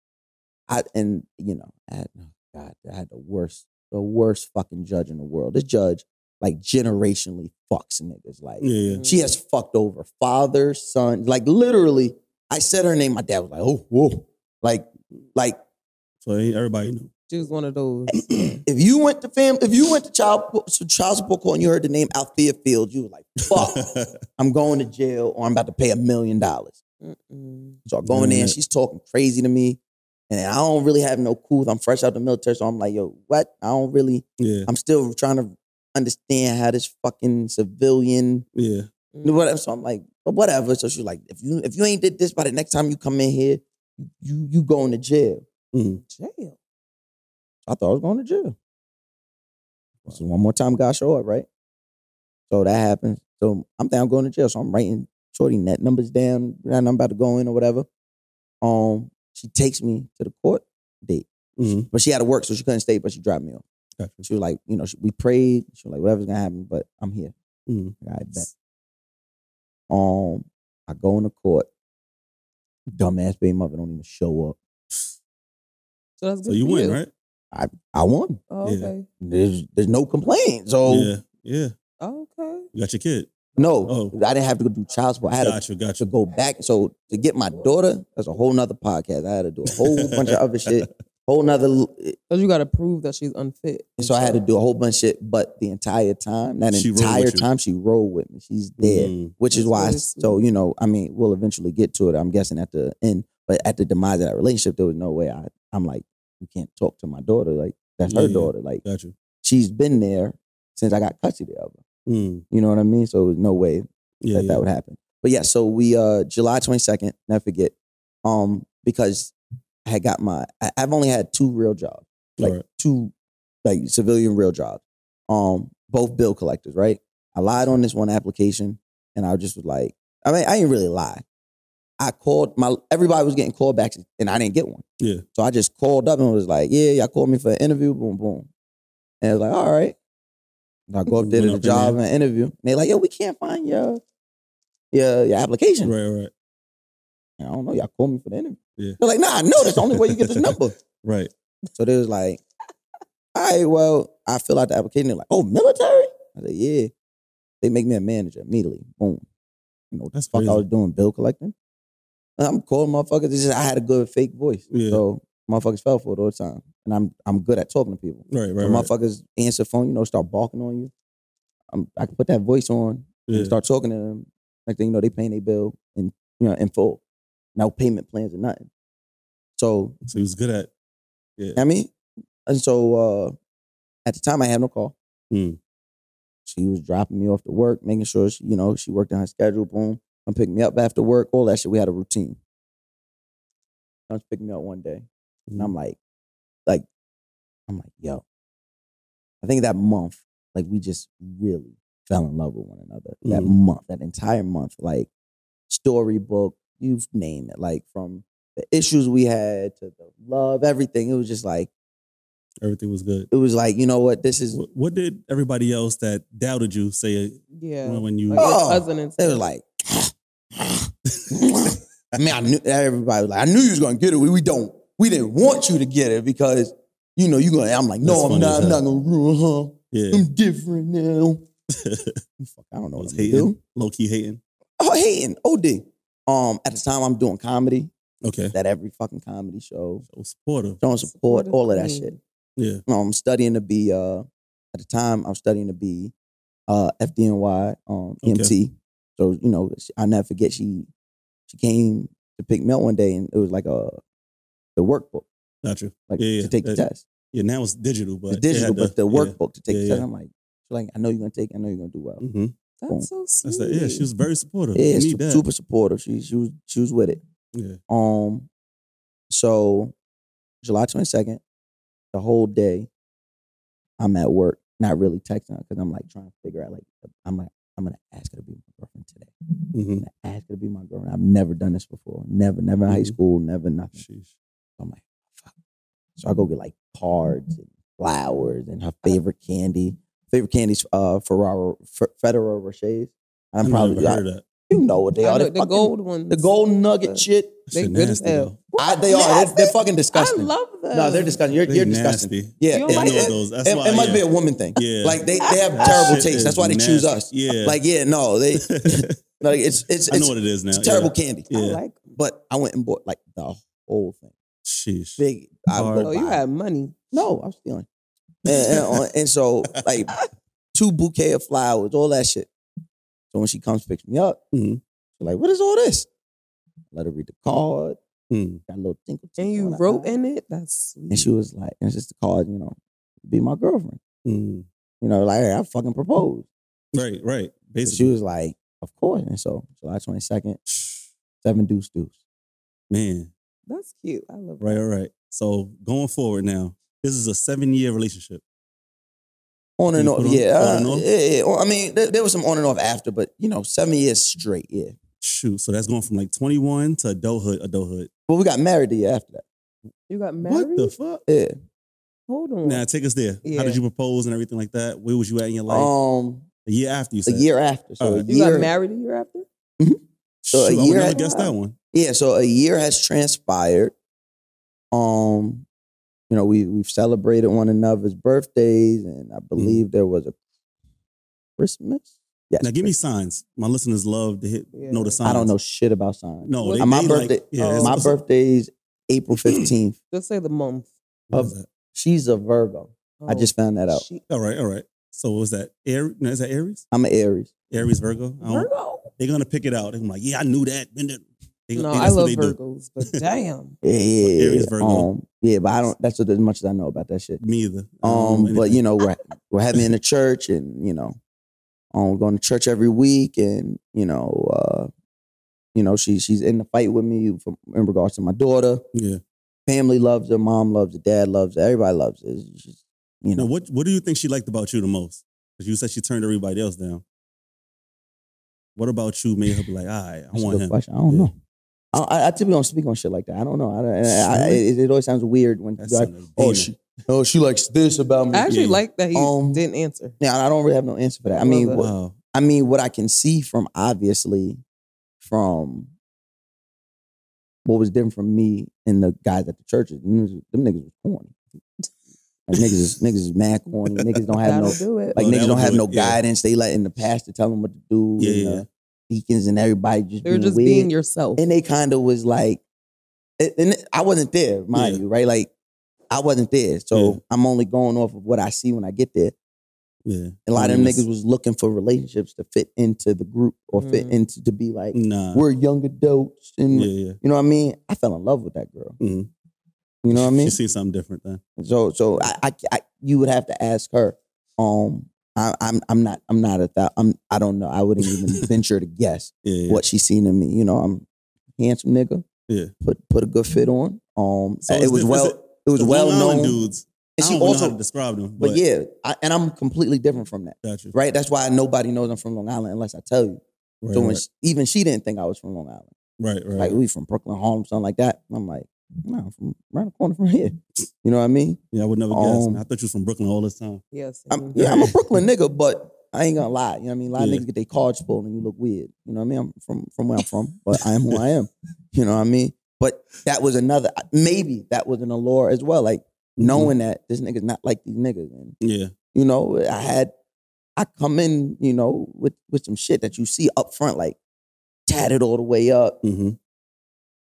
S3: I and you know, I had, oh God, I had the worst, the worst fucking judge in the world. This judge, like generationally, fucks niggas. Like
S1: Yeah, yeah.
S3: she has fucked over father, son. Like literally, I said her name. My dad was like, "Oh, whoa!" Like, like
S1: So ain't everybody knew.
S4: She was one of those.
S3: if you went to fam, if you went to child to child support court and you heard the name Althea Fields, you were like, "Fuck, I'm going to jail or I'm about to pay a million dollars."
S4: Mm-mm.
S3: So I go in there and
S1: Yeah.
S3: she's talking crazy to me. And I don't really have no cool. I'm fresh out the military. So I'm like, yo, what? I don't really,
S1: yeah,
S3: I'm still trying to understand how this fucking civilian,
S1: yeah.
S4: mm.
S3: whatever. So I'm like, but whatever. So she's like, if you if you ain't did this by the next time you come in here, you you going to jail.
S1: Mm.
S4: Jail.
S3: I thought I was going to jail. So one more time, God show up, right? So that happens. So I'm thinking I'm going to jail. So I'm writing shorty net numbers down, and I'm about to go in or whatever. Um, she takes me to the court date,
S1: Mhm.
S3: but she had to work, so she couldn't stay. But she dropped me off.
S1: Gotcha.
S3: She was like, you know, she, we prayed. She was like, whatever's gonna happen, but I'm here.
S1: Mhm.
S3: Like, I bet. Um, I go in the court. Dumbass baby mother don't even show up.
S4: So that's good.
S1: So you
S4: for
S1: win, right?
S3: I won.
S4: Oh,
S1: Yeah.
S4: okay.
S3: There's there's no complaint. So
S1: Yeah, yeah.
S4: Oh, okay.
S1: You got your kid.
S3: no,
S1: Oh.
S3: I didn't have to go do child support. I had to
S1: Gotcha, gotcha.
S3: to go back. So to get my daughter, that's a whole nother podcast. I had to do a whole bunch of other shit, whole nother. l-
S4: Because you got to prove that she's unfit. and
S3: So I had to
S4: stuff.
S3: do a whole bunch of shit. But the entire time, that
S1: She rolled with
S3: entire
S1: you.
S3: time, she rolled with me. She's dead,
S1: Mm.
S3: which is
S4: That's
S3: why. I-
S4: really
S3: so
S4: sweet.
S3: you know, I mean, we'll eventually get to it. I'm guessing at the end, but at the demise of that relationship, there was no way. I, I'm like, you can't talk to my daughter. Like that's
S1: Yeah,
S3: her
S1: yeah.
S3: daughter. Like
S1: Gotcha.
S3: she's been there since I got custody of her.
S1: Mm.
S3: You know what I mean? So there's no way
S1: Yeah,
S3: that
S1: yeah.
S3: that would happen. But yeah, so we uh July 22nd, never forget. Um, because I had got my I, I've only had two real jobs, like
S1: Alright.
S3: two like civilian real jobs. Um, both bill collectors, right? I lied on this one application and I just was like, I mean, I didn't really lie. I called my everybody was getting called back and I didn't get one.
S1: Yeah.
S3: So I just called up and was like, Yeah, y'all called me for an interview, boom, boom. And it was like, all right. And I go up there
S1: Went
S3: to
S1: up
S3: the
S1: in
S3: job
S1: there.
S3: and interview. And they like, yo, we can't find your your, your application.
S1: Right, right,
S3: And I don't know. Y'all called me for the interview.
S1: Yeah.
S3: They're like, nah, I know that's the only way you get this number.
S1: right.
S3: So they was like, all right, well, I fill out the application. They're like, oh, military? I said, yeah. They make me a manager immediately. Boom. You know what
S1: That's
S3: the fuck I
S1: crazy.
S3: was doing, bill collecting. And I'm calling motherfuckers. It's just I had a good fake voice.
S1: Yeah.
S3: So motherfuckers fell for it all the time. And I'm I'm good at talking to people.
S1: Right, right,
S3: When
S1: right.
S3: motherfuckers answer phone, you know, start barking on you. I'm, I can put that voice on
S1: Yeah.
S3: and start talking to them. Next thing you know, they paying their bill and you know in full. No payment plans or nothing. So
S1: So he was good at
S3: I mean, and so uh, at the time I had no call.
S1: Hmm.
S3: She was dropping me off to work, making sure she, you know she worked on her schedule. Boom, come pick me up after work. All that shit. We had a routine. Comes pick me up one day, and I'm like, like, I'm like, yo. I think that month, like, we just really fell in love with one another. That
S1: Mhm.
S3: month, that entire month, like, storybook, you name it, like, from the issues we had to the love, everything. It was just like,
S1: everything was good.
S3: it was like, you know what? This is.
S1: What, what did everybody else that doubted you say
S4: Yeah.
S1: when, when you?
S4: Like your
S3: Oh,
S4: cousin and
S3: It was
S4: stuff.
S3: like. I mean, I knew everybody was like, I knew you was gonna get it. We, we don't. We didn't want you to get it because you know you gonna. I'm like, no,
S1: That's
S3: I'm
S1: funny as
S3: not. I'm
S1: hell.
S3: not gonna ruin her.
S1: yeah,
S3: I'm different now. Fuck, I don't know
S1: was
S3: what I'm
S1: hating,
S3: doing.
S1: low key hating.
S3: Oh, hating. OD. Um, at the time I'm doing comedy.
S1: Okay,
S3: That every fucking comedy show.
S1: so supportive.
S3: Showing support,
S4: Supportive
S3: all of that
S4: team.
S3: shit.
S1: Yeah,
S3: No, I'm studying to be uh at the time I'm studying to be uh FDNY um
S1: Okay.
S3: EMT. So, you know, she- I never forget she she came to pick me up one day and it was like a the workbook,
S1: got you.
S3: like
S1: Yeah, yeah,
S3: to take the
S1: that-
S3: test.
S1: Yeah, now it's digital, but
S3: The digital, but the
S1: work.
S3: workbook to take
S1: yeah,
S3: the test.
S1: yeah.
S3: I'm like, she's like, I know you're gonna take, it. I know you're gonna do well.
S1: hmm
S4: That's so sweet.
S1: That's that. Yeah, she was very supportive.
S3: Yeah,
S1: you need
S3: su-
S1: that.
S3: super supportive. She she was she was with it.
S1: Yeah,
S3: Um, so July twenty second, the whole day, I'm at work, not really texting because I'm like trying to figure out like uh, I'm like I'm gonna ask her to be my girlfriend today.
S1: hmm
S3: I'm gonna ask her to be my girlfriend. I've never done this before. Never, never in high
S1: Mhm.
S4: Mm-hmm.
S3: school. Never nothing.
S1: Sheesh.
S3: I'm like, fuck. So I go get like cards and flowers and
S4: Uh-huh.
S3: her favorite candy. Favorite candy's uh Ferraro F- Federer Rochers. I'm
S1: I've
S3: probably
S1: never
S3: I,
S1: heard of that.
S3: you know what they
S4: I
S3: are.
S4: know,
S3: They're
S4: the
S3: fucking-
S4: gold ones.
S3: the gold nugget
S4: the-
S3: shit.
S1: That
S4: They
S1: shit
S4: good as
S1: nasty
S4: hell.
S1: though.
S3: I, they are. They're,
S4: Nasty.
S3: they're fucking
S4: I
S3: disgusting.
S4: love them.
S3: No, they're disgusting. You're,
S1: They
S3: you're disgusting.
S1: nasty.
S3: Yeah,
S4: You
S3: it,
S4: don't
S1: I
S4: like
S1: know
S3: it-
S4: that?
S1: those. That's
S3: it-
S1: why,
S3: it must
S1: yeah.
S3: be a woman thing.
S1: Yeah.
S3: Like they, they have
S1: That
S3: terrible
S1: shit
S3: taste.
S1: is
S3: That's why they choose
S1: nasty.
S3: us.
S1: Yeah.
S3: Like yeah, no, they like it's it's
S1: I know
S3: it's,
S1: what it is now.
S3: it's
S1: yeah.
S3: terrible candy.
S1: Yeah.
S4: I like them.
S3: But I went and bought like the whole thing.
S1: Sheesh.
S3: Big. I
S1: Hard.
S3: would go
S4: Oh, you
S3: buy-
S4: had money.
S3: no. I was stealing. And, and, and so like two bouquet of flowers, all that shit. So when she comes picks me up,
S1: Mhm.
S3: she's like, "What is all this?" Let her read the card.
S1: Mm.
S3: Got a little tinkle.
S4: And
S3: tinkle
S4: you
S3: her
S4: wrote
S3: eye.
S4: in it? That's sweet.
S3: And she was like, and it's just the card, you know, be my girlfriend.
S1: Mm.
S3: You know, like, hey, I fucking proposed.
S1: Right, right.
S3: And she
S1: Basically,
S3: was like, of course. And so July 22nd, seven deuce deuce.
S1: man.
S4: That's cute. I love
S1: Right,
S4: that.
S1: right. So going forward now, this is a seven-year relationship.
S3: On and
S1: You
S3: off.
S1: put on-
S3: yeah,
S1: on
S3: uh,
S1: and off?
S3: yeah, yeah. Well, I mean, there, there was some on and off after, but, you know, seven years straight, yeah.
S1: Shoot. So that's going from like 21 to adulthood. Adulthood.
S3: But we got married the year after that.
S4: You got married?
S1: What the fuck?
S3: Yeah.
S4: Hold on.
S1: Now take us there. How
S4: Yeah.
S1: did you propose and everything like that? Where was you at in your life?
S3: um,
S1: a year after you
S3: a
S1: said.
S3: year after. So a
S1: Alright.
S4: you
S3: year.
S4: got married a year after?
S1: Shoot,
S3: so a
S1: I would
S3: year
S1: never
S3: at-
S1: guessed that one.
S3: Yeah, so a year has transpired. Um, you know, we we've celebrated one another's birthdays, and I believe there was a Christmas. Yes.
S1: Now give me signs. My listeners love to hit
S4: Yeah.
S1: know the signs.
S3: I don't know shit about signs.
S1: No,
S4: What-
S1: they,
S3: My
S1: they
S3: birthday.
S1: Like, yeah,
S4: Oh.
S1: it's-
S3: My
S1: it's-
S3: birthday's April fifteenth.
S4: Just say the month.
S1: what is that?
S3: She's a Virgo. I
S4: Oh,
S3: just found that out.
S4: she-
S1: All right, all right. So what was that Aries? No, is that Aries?
S3: I'm an Aries.
S1: Aries Virgo. I don't-
S4: Virgo?
S1: They're gonna pick it out. They're gonna be like, yeah, I knew that. Been there. They-
S4: No,
S1: they-
S4: I
S1: that's what
S4: love
S1: they do.
S4: Virgos, but damn.
S3: Yeah, yeah, yeah,
S1: Oh, Aries,
S3: yeah.
S1: Virgo.
S3: Um, yeah, but I don't. That's as much as I know about that shit.
S1: Me either. I don't know
S3: Um, but
S1: anything.
S3: you know, we're we're having in the church, and you know, um, we're going to church every week, and you know, uh, you know, she she's in the fight with me from, in regards to my daughter.
S1: yeah.
S3: Family loves her, mom loves her, dad loves her, everybody loves her. It's just, you
S1: Now,
S3: know,
S1: what what do you think she liked about you the most? Because you said she turned everybody else down. What about you made her be like, all right, I
S3: that's a
S1: want
S3: good
S1: him.
S3: question. I don't
S1: Yeah.
S3: know. I, I, I typically don't speak on shit like that. I don't know. I, don't- I, I,
S1: Really?
S3: it, it always sounds weird when
S1: That
S3: like,
S1: sounded like
S3: oh
S1: demon.
S3: she oh she likes this about me.
S4: I actually
S1: Yeah.
S4: like that he
S3: Um,
S4: didn't answer.
S3: yeah, I don't really have no answer for that. I
S4: Love
S3: mean,
S4: that.
S3: what-
S1: Wow.
S3: I mean, what I can see from obviously from what was different from me and the guys at the churches. Them, niggas- them niggas was corny. Like niggas is niggas is mad corny. Niggas don't have
S4: That'll
S3: no
S4: do it.
S3: like
S1: Oh, that
S3: niggas
S1: would
S3: don't have
S1: do
S3: no
S1: it, yeah.
S3: guidance. They letting the pastor tell them what to do.
S1: Yeah,
S3: and
S1: yeah.
S3: the deacons and everybody just
S4: They're
S3: being
S4: just
S3: weird.
S4: being yourself.
S3: and they kind of was like, and- and I wasn't there, mind
S1: Yeah.
S3: you, right? Like I wasn't there, so
S1: Yeah.
S3: I'm only going off of what I see when I get there.
S1: Yeah.
S3: And a lot of them
S1: Yes.
S3: niggas was looking for relationships to fit into the group or fit
S4: Mm.
S3: into to be like
S1: Nah.
S3: we're young adults and
S1: yeah, yeah.
S3: you know what I mean. I fell in love with that girl.
S1: Mhm.
S3: You know what I mean.
S1: You see something different then.
S3: So so I, I, I you would have to ask her. Um, I, I'm I'm not I'm not a thou- I'm I don't know. I wouldn't even venture to guess
S1: Yeah. yeah.
S3: what she's seen in me. You know, I'm a handsome nigga.
S1: Yeah.
S3: Put put a good fit on. Um,
S1: So
S3: it
S1: is
S3: was
S1: this-
S3: well
S1: is
S3: it,
S1: it-
S3: was
S1: the
S3: well
S1: Long
S3: known.
S1: Island dudes.
S3: and
S1: I
S3: she
S1: don't even know how
S3: also,
S1: to describe them.
S3: but, yeah, I, and I'm completely different from that.
S1: Got you.
S3: Right. That's why nobody knows I'm from Long Island unless I tell you.
S1: Right.
S3: so when
S1: right,
S3: she, even she didn't think I was from Long Island.
S1: right, right.
S3: Like we from Brooklyn, home, something like that. And I'm like, no, I'm from around the corner from here. You know what I mean?
S1: yeah, I would never guess.
S3: Um,
S1: I thought you was from Brooklyn all this time.
S4: yes.
S3: I'm,
S4: mhm.
S3: yeah, I'm a Brooklyn nigga, but I ain't gonna lie. You know what I mean? A lot
S1: Mm-hmm. Yeah.
S3: of niggas get their cards pulled and you look weird. You know what I mean? I'm from from where I'm from, but I am who I am. You know what I mean? But that was another. Maybe that was an allure as well. Like
S1: Mm-hmm.
S3: knowing that this nigga's not like these niggas, and
S1: Yeah.
S3: you know, I had I come in, you know, with with some shit that you see up front, like tatted all the way up.
S1: Mm-hmm.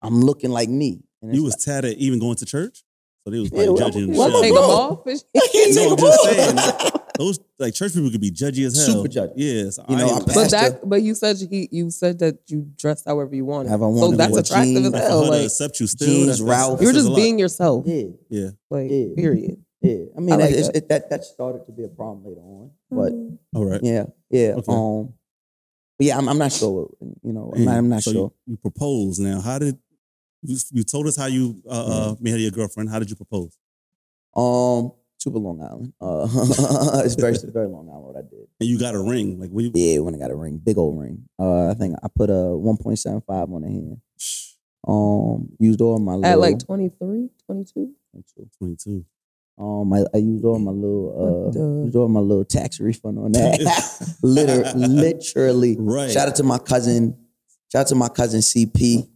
S3: I'm looking like me. And it's
S1: You was tatted even going to church? So they was
S3: Yeah,
S1: like
S3: well,
S1: judging the
S3: well,
S1: shit.
S4: Take
S1: out
S4: them
S1: of you.
S3: Bro.
S4: off.
S1: No, I'm just
S3: I can't take a bullet.
S4: and
S1: saying. Those like church people could be judgy as hell.
S3: Super judgy.
S1: Yes.
S3: You know, I'm
S4: But
S3: Pastor.
S4: that, but you said he, you said that you dressed however you wanted.
S3: However I
S4: so
S3: wanted,
S4: that's
S3: what
S4: attractive
S3: jeans,
S4: as
S1: for
S4: hell.
S1: her to
S4: Like
S1: accept you still.
S3: jeans,
S1: that's- that's-
S3: Ralph.
S1: that
S4: you were
S1: says a
S4: just
S1: lot.
S4: being yourself.
S3: Yeah.
S4: Like
S3: Yeah.
S4: period.
S3: Yeah, I mean,
S4: I like
S3: it's,
S4: that.
S3: It, that that started to be a problem later on, but
S4: Mhm.
S1: All right.
S3: yeah, yeah,
S1: Okay.
S3: um, but yeah, I'm, I'm not sure. You know, I'm not, I'm not
S1: So you-
S3: sure.
S1: You, proposed now. How did you, you told us how you uh, uh,
S3: Mm-hmm.
S1: married your girlfriend? How did you propose?
S3: Um, super Long Island. Uh, it's very, it's very Long Island. What I did.
S1: And you got a ring. Like we
S3: Yeah, when I got a ring, big old ring. Uh, I think I put a 1.75 on the hand. Um, used all my little,
S4: At like 23, 22?
S1: 22.
S3: um, I, I used all my little,
S4: What
S3: uh,
S4: the-
S3: used all my little tax refund on that. Liter- literally,
S1: Right.
S3: Shout out to my cousin. Shout out to my cousin CP.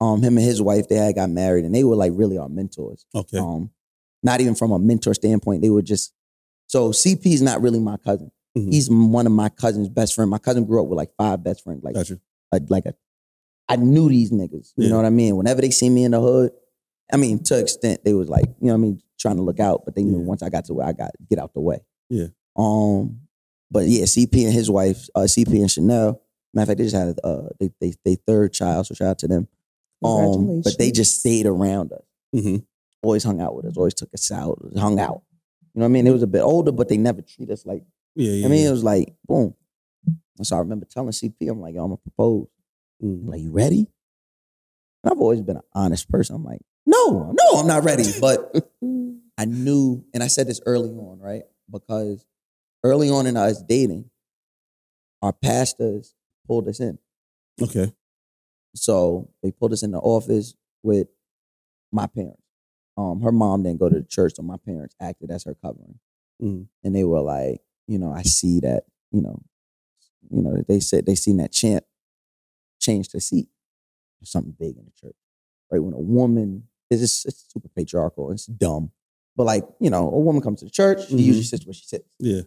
S3: Um, him and his wife, they had got married, and they were like really our mentors.
S1: Okay.
S3: Um, not even from a mentor standpoint, they were just. So CP is not really my cousin.
S1: Mhm.
S3: He's one of my cousin's best friend. My cousin grew up with like five best friends. Like
S1: Got you.
S3: a, like a, I knew these niggas. You
S1: Yeah.
S3: know what I mean? Whenever they see me in the hood, I mean, to extent they was like, you know what I mean, trying to look out, but they knew
S1: Yeah.
S3: once I got to where I got get out the way.
S1: Yeah.
S3: Um, but yeah, CP and his wife, uh, CP and Chanel. Matter of fact, they just had uh they they, they third child, so shout out to them. Um, but they
S4: Congratulations.
S3: just stayed around us,
S1: hmm
S3: always hung out with us, always took us out, hung out. You know what I mean? It was a bit older, but they never treat us like
S1: Yeah, yeah.
S3: I mean, uh,
S1: yeah.
S3: it was like boom. And so I remember telling CP, I'm like, yo, I'm gonna propose.
S1: Mhm.
S3: I'm like, you ready? And I've always been an honest person. I'm like, no, no, I'm not ready. But
S4: Mm.
S3: I knew, and I said this early on, right? Because early on in us dating, our pastors pulled us in.
S1: Okay.
S3: So they pulled us in the office with my parents. Um, her mom didn't go to the church, so my parents acted as her covering.
S1: Mhm.
S3: And they were like, you know, I see that, you know, you know, they said they seen that champ change the seat. Something big in the church. Right? When a woman is it's, it's super patriarchal, it's dumb. But like, you know, a woman comes to the church, she
S1: Mhm.
S3: usually sits where she sits.
S1: Yeah.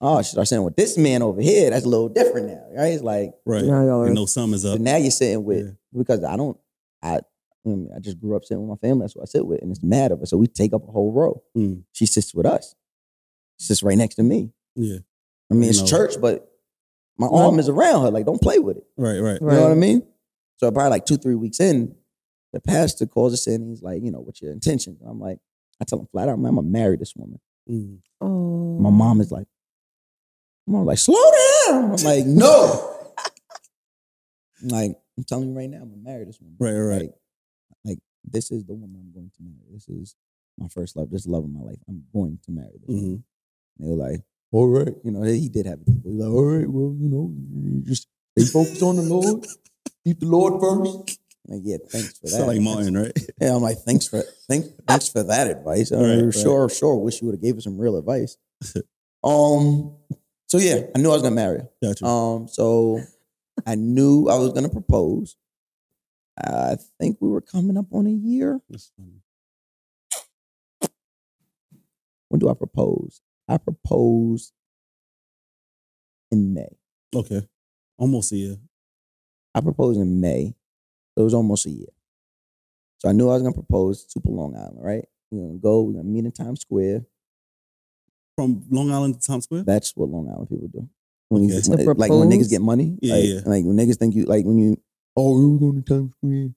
S3: Oh, she starts saying, well, this man over here, that's a little different now. Right? It's like,
S1: Right.
S4: Now y'all are
S1: And no sum is up.
S3: but now you're sitting with
S1: Uh, Yeah.
S3: because I don't I I, mean, I just grew up sitting with my family. That's what I sit with, and it's mad of her. So we take up a whole row.
S1: Mm.
S3: She sits with us. She sits right next to me.
S1: Yeah.
S3: I mean, it's
S1: No.
S3: church, but my
S4: No.
S3: arm is around her. Like, don't play with it.
S1: Right, right.
S3: You know what I
S4: Right.
S3: mean? So probably like two, three weeks in, the pastor calls us in. And he's like, you know, what's your intention? And I'm like, I tell him flat out, man, I'm gonna marry this woman.
S1: Mhm.
S4: Oh.
S3: My mom is like, my mom like, slow down. I'm like, no. I'm like, I'm telling you right now, I'm gonna marry this woman.
S1: Right, right.
S3: Like, like this is the woman I'm going to marry. This is my first love. This is the love of my life. I'm going to marry this.
S1: Mhm.
S3: And they were like, all right, you know, he did have it. He was like, all right, well, you know, you just they focus on the Lord, keep the Lord first. I'm Like, yeah, thanks for that.
S1: Sound like Martin, right?
S3: Yeah, I'm like, thanks for thanks, thanks for that advice. I
S1: Right, right.
S3: sure, sure. Wish you would have gave us some real advice. um, so yeah, I knew I was gonna marry her.
S1: Got you.
S3: Um, so I knew I was going to propose. I think we were coming up on a year.
S1: That's funny.
S3: When do I propose? I proposed in May.
S1: Okay. Almost a year.
S3: I proposed in May. So it was almost a year. So I knew I was going to propose to Super Long Island, right? We're going to go, we're going to meet in Times Square.
S1: From Long Island to Times Square?
S3: That's what Long Island people do. When you
S1: Okay.
S3: when-
S4: To
S3: like when
S4: propose?
S3: niggas get money,
S1: Yeah,
S3: like,
S1: yeah.
S3: like when niggas think you like when you oh we were going to Times Square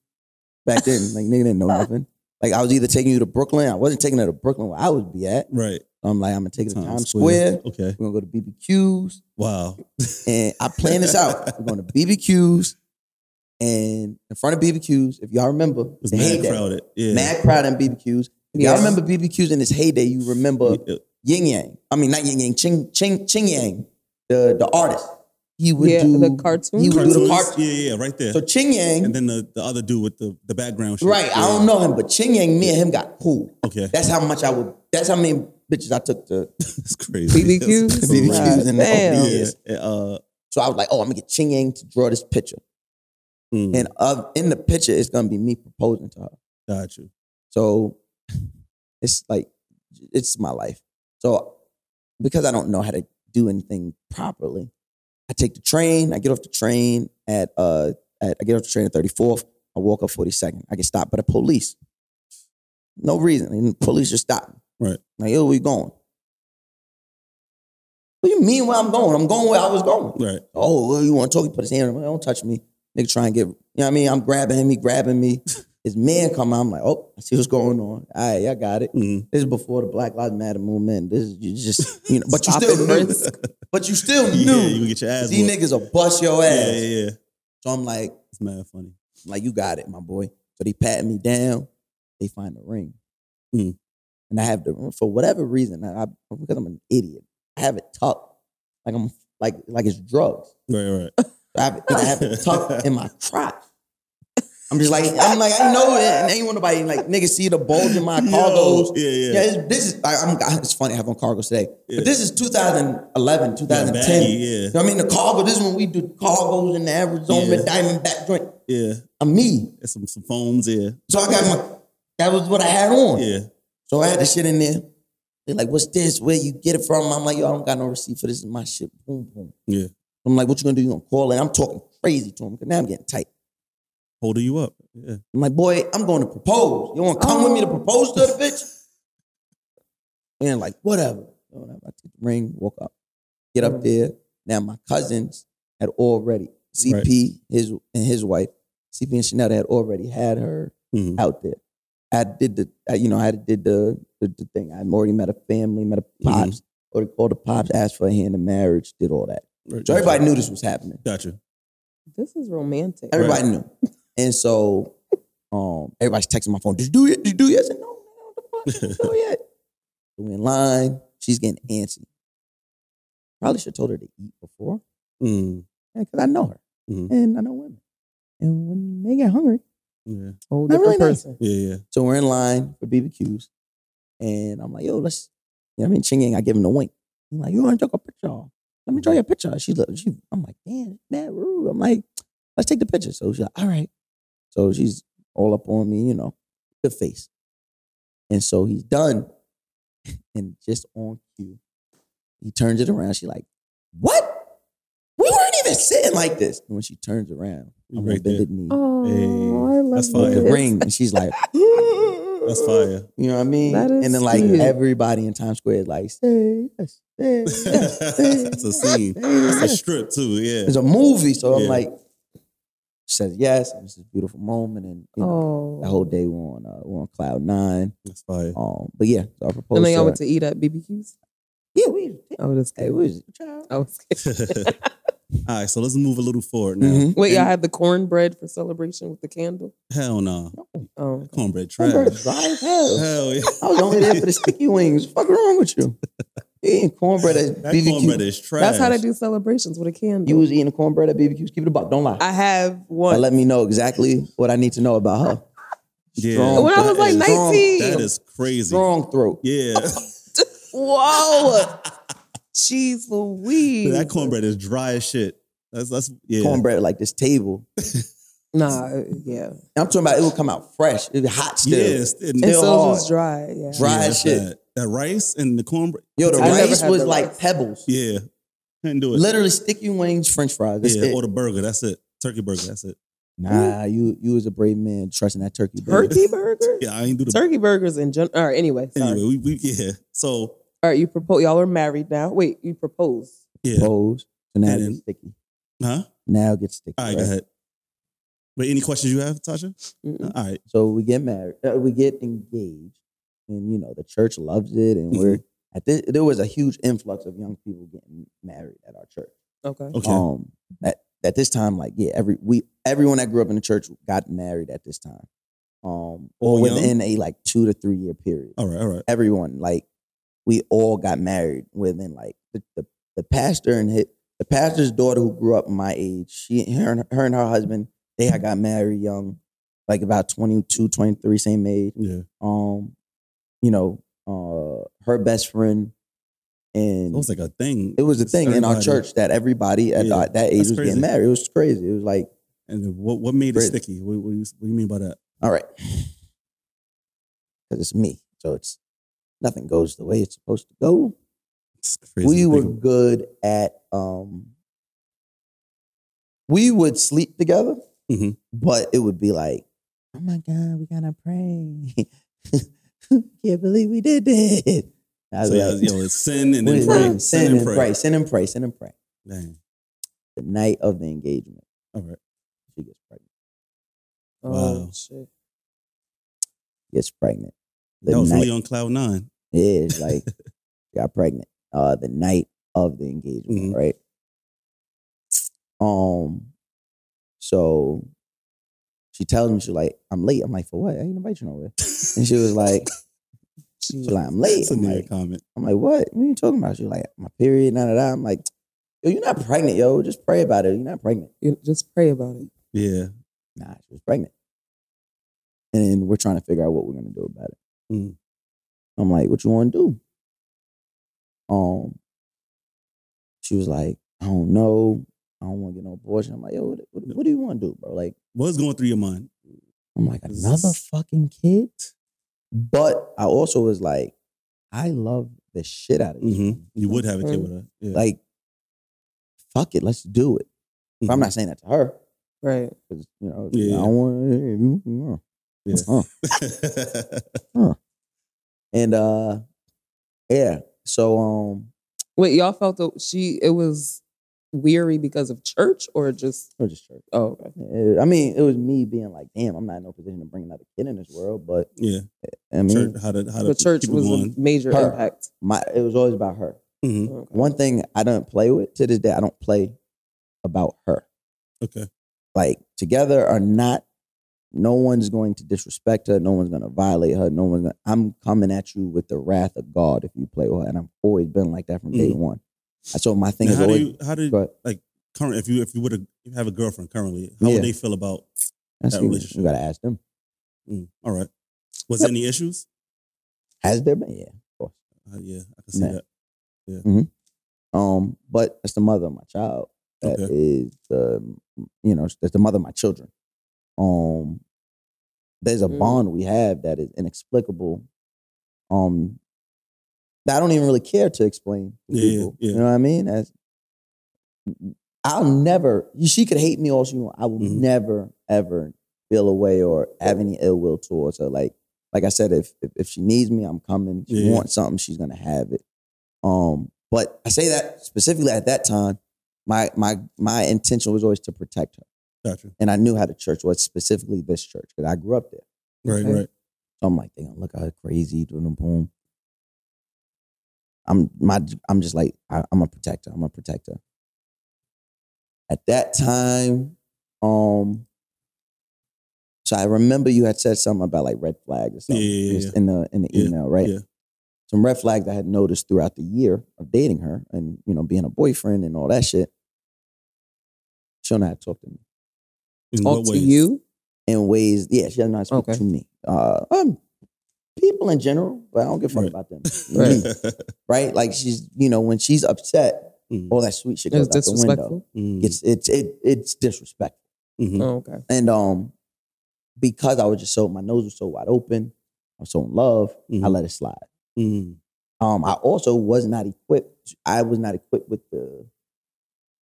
S3: back then like nigga didn't know nothing. Like I was either taking you to Brooklyn, I wasn't taking her to Brooklyn where I would be at.
S1: right.
S3: I'm like I'm gonna take her to Times Square.
S1: Okay.
S3: We're gonna go to BBQs,
S1: Wow.
S3: and I plan this out. We're going to BBQs, and in front of BBQs, if y'all remember,
S1: It's
S3: the
S1: mad
S3: heyday,
S1: crowded. Yeah.
S3: mad crowd and BBQs. If
S4: Yes.
S3: y'all remember BBQs in its heyday, you remember
S1: Yeah. uh,
S3: Yin Yang. I mean, not Yin Yang, Ching Ching Ching Yang, the the artist. He would
S4: Yeah,
S3: do
S4: the cartoon?
S3: He would do the
S1: Cartoons?
S3: cartoon.
S1: Yeah, yeah, right there.
S3: So Ching
S1: and
S3: Yang,
S1: then the, the other dude with the, the background shit.
S3: right? I
S1: Yeah.
S3: don't know him, but Ching Yang, me and him got cool.
S1: Okay.
S3: That's how much I would. That's how many bitches I took to
S1: That's crazy.
S4: BBQs.
S1: That's
S3: BBQs
S1: right.
S3: and the
S4: Damn.
S3: OBS.
S1: Yeah. Uh,
S3: So I was like, oh, I'm gonna get Ching Yang to draw this picture,
S1: mm,
S3: and of in the picture, it's gonna be me proposing to her.
S1: got you.
S3: So it's like it's my life. So because I don't know how to do anything properly, I take the train. I get off the train at uh at, I get off the train at 34th. I walk up 42nd. I get stopped by the police. No reason. And the police just stop me.
S1: Right.
S3: Like, yo, where you going? What do you mean where I'm going? I'm going where I was going.
S1: Right.
S3: Oh, well, you want to talk? He put his hand on me. Don't touch me. Nigga try and get, you know what I mean? I'm grabbing him. He grabbing me. His man come out. I'm like, oh, I see what's going on. All right, I got it.
S1: Mm.
S3: This is before the Black Lives Matter movement. This is you just, you know, but you
S4: Stop
S3: still
S4: and
S3: knew.
S4: frisk.
S3: But you still knew.
S1: Yeah, you can get your ass
S3: These
S1: whooped.
S3: niggas will bust your ass.
S1: Yeah, yeah, yeah.
S3: So I'm like,
S1: It's mad funny.
S3: I'm like, you got it, my boy. So they pat me down. They find the ring.
S1: Hmm.
S3: And I have the for whatever reason, I, I, because I'm an idiot, I have it tucked. Like I'm like like it's drugs.
S1: Right, right.
S3: I have, I have it tucked in my crotch. I'm just like, I'm like, I know it. And ain't want nobody like niggas see the bulge in my
S1: Yo,
S3: cargos.
S1: Yeah, yeah.
S3: Yeah, it's, this is, I, I'm, it's funny I have on cargos today.
S1: Yeah.
S3: But this is 2011,
S1: Yeah,
S3: 2010.
S1: baggy,
S3: You
S1: yeah,
S3: know what I mean? The cargo, this is when we do cargos in the Arizona
S1: Yeah.
S3: diamond back joint.
S1: yeah.
S3: I'm me.
S1: That's some, some foams, yeah.
S3: So I got my, that was what I had on.
S1: Yeah.
S3: So I had the shit in there. They're like, what's this? Where you get it from? I'm like, yo, I don't got no receipt for this. This is my shit. Boom, boom.
S1: Yeah.
S3: I'm like, what you gonna do? You gonna call it? I'm talking crazy to him. 'cause Now I'm getting tight.
S1: Holding you up. Yeah.
S3: I'm like, boy, I'm going to propose. You want to come with me to propose to the bitch? And like, whatever. Whatever. I took the ring, walk up, get up there. Now my cousins had already CP his and his wife, CP and Chanel had already had her
S1: Mhm.
S3: out there. I did the, I, you know, I did the, the the thing. I already met a family, met a pops, already called the pops, asked for a hand in marriage, did all that.
S1: Right, gotcha.
S3: So everybody knew this was happening.
S1: Gotcha.
S4: This is romantic.
S3: Everybody knew. And so um, everybody's texting my phone, did you do it? Did you do it? I said, no, man, what the fuck? I didn't do it yet. So we in line. She's getting antsy. Probably should have told her to eat before
S1: Mm.
S3: because I know her
S1: Mhm.
S3: and I know women. And when they get hungry,
S1: Yeah.
S4: Whole
S3: Not
S4: different
S3: really nice.
S4: person.
S1: Yeah, yeah.
S3: so we're in line for BBQs. And I'm like, yo, let's, you know what I mean? Ching Yang, I give him the wink. He's like, you want to take a picture? Let me draw you a picture. She look, she, I'm like, man, man, rude. I'm like, let's take the picture. So she's like, all right. So she's all up on me, you know, good face. And so he's done. And just on cue, he turns it around. She like, what? We weren't even sitting like this. And when she turns around, I'm
S1: Right there.
S3: on bended knee
S4: Oh, I love
S1: that's
S3: with the
S1: fire.
S4: this.
S3: ring. And she's like,
S1: That's fire.
S3: you know what I mean?
S4: That is
S3: and then like
S4: cute.
S3: everybody in Times Square is like, say yes, say yes, say
S1: That's a
S3: yes,
S1: scene.
S3: say
S1: That's a
S3: yes."
S1: strip too, yeah.
S3: It's a movie, so
S1: Yeah.
S3: I'm like, she says yes, and it's this beautiful moment, and you know,
S4: Oh.
S3: the whole day we're on uh, we're on cloud nine.
S1: That's fire.
S3: Um, but yeah, so I proposed.
S4: And then
S3: to
S4: y'all went
S3: her.
S4: to eat at BBQs.
S3: yeah, we
S4: I was just
S3: hey,
S4: kidding.
S3: we was
S4: I was kidding.
S1: All right, so let's move a little forward now.
S3: Mhm.
S4: Wait, y'all
S1: And-
S4: had the cornbread for celebration with the candle?
S1: Hell no.
S4: Oh.
S1: Cornbread
S3: Them
S1: trash.
S3: birds dry as hell.
S1: Hell yeah.
S3: I was only there for the sticky wings. What the fuck wrong with you? You eating cornbread
S1: That
S3: at
S1: cornbread
S3: BBQ.
S1: is trash.
S4: That's how they do celebrations with a candle.
S3: You was eating cornbread at BBQs. Keep it about. Don't lie.
S4: I have
S3: But
S4: one.
S3: let me know exactly what I need to know about her.
S1: Yeah.
S3: Strong
S4: When I was
S3: throat.
S4: like
S3: Strong-
S4: 19.
S1: That is crazy.
S3: Strong throat.
S1: Yeah.
S4: Whoa. Jeez Louise.
S1: that cornbread is dry as shit. That's that's yeah.
S3: cornbread at like this table.
S4: Nah, it- yeah.
S3: I'm talking about it would come out fresh. It'd be hot
S1: Yeah,
S3: still.
S1: it's- it-
S4: And
S3: Still
S4: so it was
S3: hard.
S4: dry. Yeah.
S3: Dry
S1: yeah,
S3: as shit.
S1: That, that rice and the cornbread.
S3: Yo, the
S4: I never
S3: rice
S4: had
S3: was
S4: the
S3: like
S4: rice.
S3: pebbles.
S1: Yeah, couldn't do it.
S3: Literally sticky wings, French fries. That's
S1: yeah,
S3: it.
S1: or the burger. That's it. Turkey burger. That's it.
S3: nah, you you was a brave man trusting that turkey. baby.
S4: Turkey burger.
S1: Yeah, I ain't do the
S4: Turkey burgers in general. All right. Anyway. Sorry.
S1: anyway. We, we yeah. So
S4: All right. You propose. Y'all are married now. Wait. You propose.
S1: yeah.
S3: Pose. So now it
S1: And
S3: gets
S1: then-
S3: sticky.
S1: Huh?
S3: Now it gets sticky.
S1: All right, go
S3: right?
S1: ahead. But any questions you have, Tasha?
S3: Mm.
S4: Mm-mm.
S1: All right.
S3: So we get married, uh, we get engaged, and you know the church loves it, and
S1: Mm-hmm.
S3: we're at this, there was a huge influx of young people getting married at our church.
S4: Okay.
S1: Okay.
S3: Um, at at this time, like yeah, every we everyone that grew up in the church got married at this time, um, or
S1: All young?
S3: within a like two to three year period.
S1: all right. All right.
S3: Everyone like we all got married within like the the, the pastor and his, the pastor's daughter who grew up my age. She her and her, and her husband they had got married young, like about 22, 23, same age
S1: Yeah.
S3: um, you know, uh, her best friend,
S1: It
S3: and
S1: was like a thing.
S3: it was a thing in our
S1: Everybody-
S3: church that everybody at
S1: Yeah,
S3: that- that age
S1: that's
S3: was
S1: crazy.
S3: getting married. It was crazy. It was like,
S1: And then what what made it
S3: Crazy.
S1: sticky? What, what, do you, what do you mean by that?
S3: all right, because it's me, so it's nothing goes the way it's supposed to go.
S1: It's crazy.
S3: we
S1: to
S3: were
S1: think
S3: good at, um, we would sleep together,
S1: Mhm.
S3: but it would be like, oh my god, we gotta pray. Can't believe we did that. I
S1: about.
S3: was
S1: So,
S3: like,
S1: yo, it's sin and
S3: Wait,
S1: then
S3: wait,
S1: pray.
S3: Sin and pray. Sin and pray. Sin and pray.
S1: Dang.
S3: The night of the engagement,
S1: All right.
S3: she gets pregnant.
S4: Oh
S1: Wow.
S4: shit.
S3: Gets pregnant. The
S1: That was
S3: night.
S1: really on cloud nine.
S3: Yeah, it's like got pregnant. Uh, the night of the engagement,
S1: Mhm.
S3: right? Um, so she tells me she's like, "I'm late." I'm like, "For what? I ain't invite you nowhere." and she was like, "She's like, I'm late."
S1: That's a
S3: I'm
S1: negative
S3: like,
S1: comment.
S3: I'm like, what? What are you talking about? She's like, my period, da da da. I'm like, yo, you're not pregnant, yo. Just pray about it. You're not pregnant.
S4: You just pray about it.
S1: Yeah.
S3: Nah, she was pregnant. And we're trying to figure out what we're gonna do about it.
S1: Mm.
S3: I'm like, what you wanna do? Um she was like, I don't know. I don't wanna get no abortion. I'm like, yo, what, what, what do you wanna do, bro? Like,
S1: What's going through your mind?
S3: I'm like,
S1: This
S3: another
S1: is-
S3: fucking kid? But I also was like, I love the shit out of this.
S1: hmm
S3: woman.
S1: You would have a kid
S4: Mm.
S1: with her. Yeah.
S3: Like, fuck it, let's do it. But I'm
S1: Mhm.
S3: not saying that to her.
S4: Right.
S3: 'cause, you know,
S1: Yeah.
S3: I don't want to.
S1: Yeah.
S3: Huh. And uh yeah. So um
S4: Wait. Y'all felt that she it was weary because of church or just
S3: it was just church.
S4: oh okay.
S3: Uh, I mean, it was me being like, damn, I'm not in no position to bring another kid in this world, but
S1: yeah.
S3: I mean
S1: Church, how to how to
S4: the church
S1: keep it
S4: was
S1: going.
S4: a major
S3: Her.
S4: impact.
S3: my it was always about her.
S1: Mhm.
S4: Okay.
S3: One thing I don't play with to this day, I don't play about her.
S1: Okay.
S3: Like together or not, no one's going to disrespect her, no one's gonna violate her, no one's gonna I'm coming at you with the wrath of God if you play with her. And I've always been like that from day
S1: Mhm.
S3: one. So my thing
S1: Now,
S3: is
S1: how do
S3: always
S1: you how do you,
S3: but
S1: current if you if you were to have a girlfriend currently, how
S3: Yeah.
S1: would they feel about
S3: that's
S1: that
S3: you-
S1: relationship?
S3: you gotta ask them.
S1: Mm, all right. Was there any issues?
S3: Has there been? Yeah.
S1: Uh, yeah, I can see
S3: Nah.
S1: that.
S3: Um, but that's the mother of my child. That is
S1: Okay.
S3: the you know that's the mother of my children. Um, there's a
S4: Mm.
S3: bond we have that is inexplicable. Um, that I don't even really care to explain. To
S1: Yeah, yeah,
S3: people.
S1: yeah.
S3: You know what I mean? As I'll never. She could hate me all she want. I will
S1: Mhm.
S3: never ever feel away or have any ill will towards her. Like like I said, if if, if she needs me, I'm coming. She
S1: Yeah.
S3: wants something, she's gonna have it. Um, but I say that specifically at that time, my my my intention was always to protect her,
S1: Gotcha.
S3: and I knew how the church was specifically this church because I grew up there.
S1: Right,
S4: Okay.
S1: right.
S3: So I'm like, they gonna look at her crazy doing the boom. I'm my I'm just like I, I'm a protector. I'm a protector. At that time, um, so I remember you had said something about like red flags or something
S1: Yeah, yeah, yeah,
S3: just in the in the
S1: Yeah,
S3: email, right?
S1: yeah.
S3: Some red flags I had noticed throughout the year of dating her and you know being a boyfriend and all that shit. She don't know how to talk to me
S1: In
S4: Talk
S1: what
S4: to
S1: ways?
S4: you.
S3: in ways. Yeah, she doesn't know how to speak
S4: Okay.
S3: to me. Uh, um, people in general, but I don't give a fuck
S1: Right.
S3: about them.
S1: Right.
S3: Me, right? Like she's, you know, when she's upset,
S1: Mhm.
S3: All that sweet shit goes
S4: It's
S3: out the window.
S4: disrespectful.
S1: Mhm.
S3: It's it's it, it's disrespectful.
S1: Mhm.
S4: Oh, okay.
S3: And um, because I was just so my nose was so wide open, I was so in love, I
S1: Mhm.
S3: let it slide.
S1: Mhm.
S3: Um, I also was not equipped. I was not equipped with the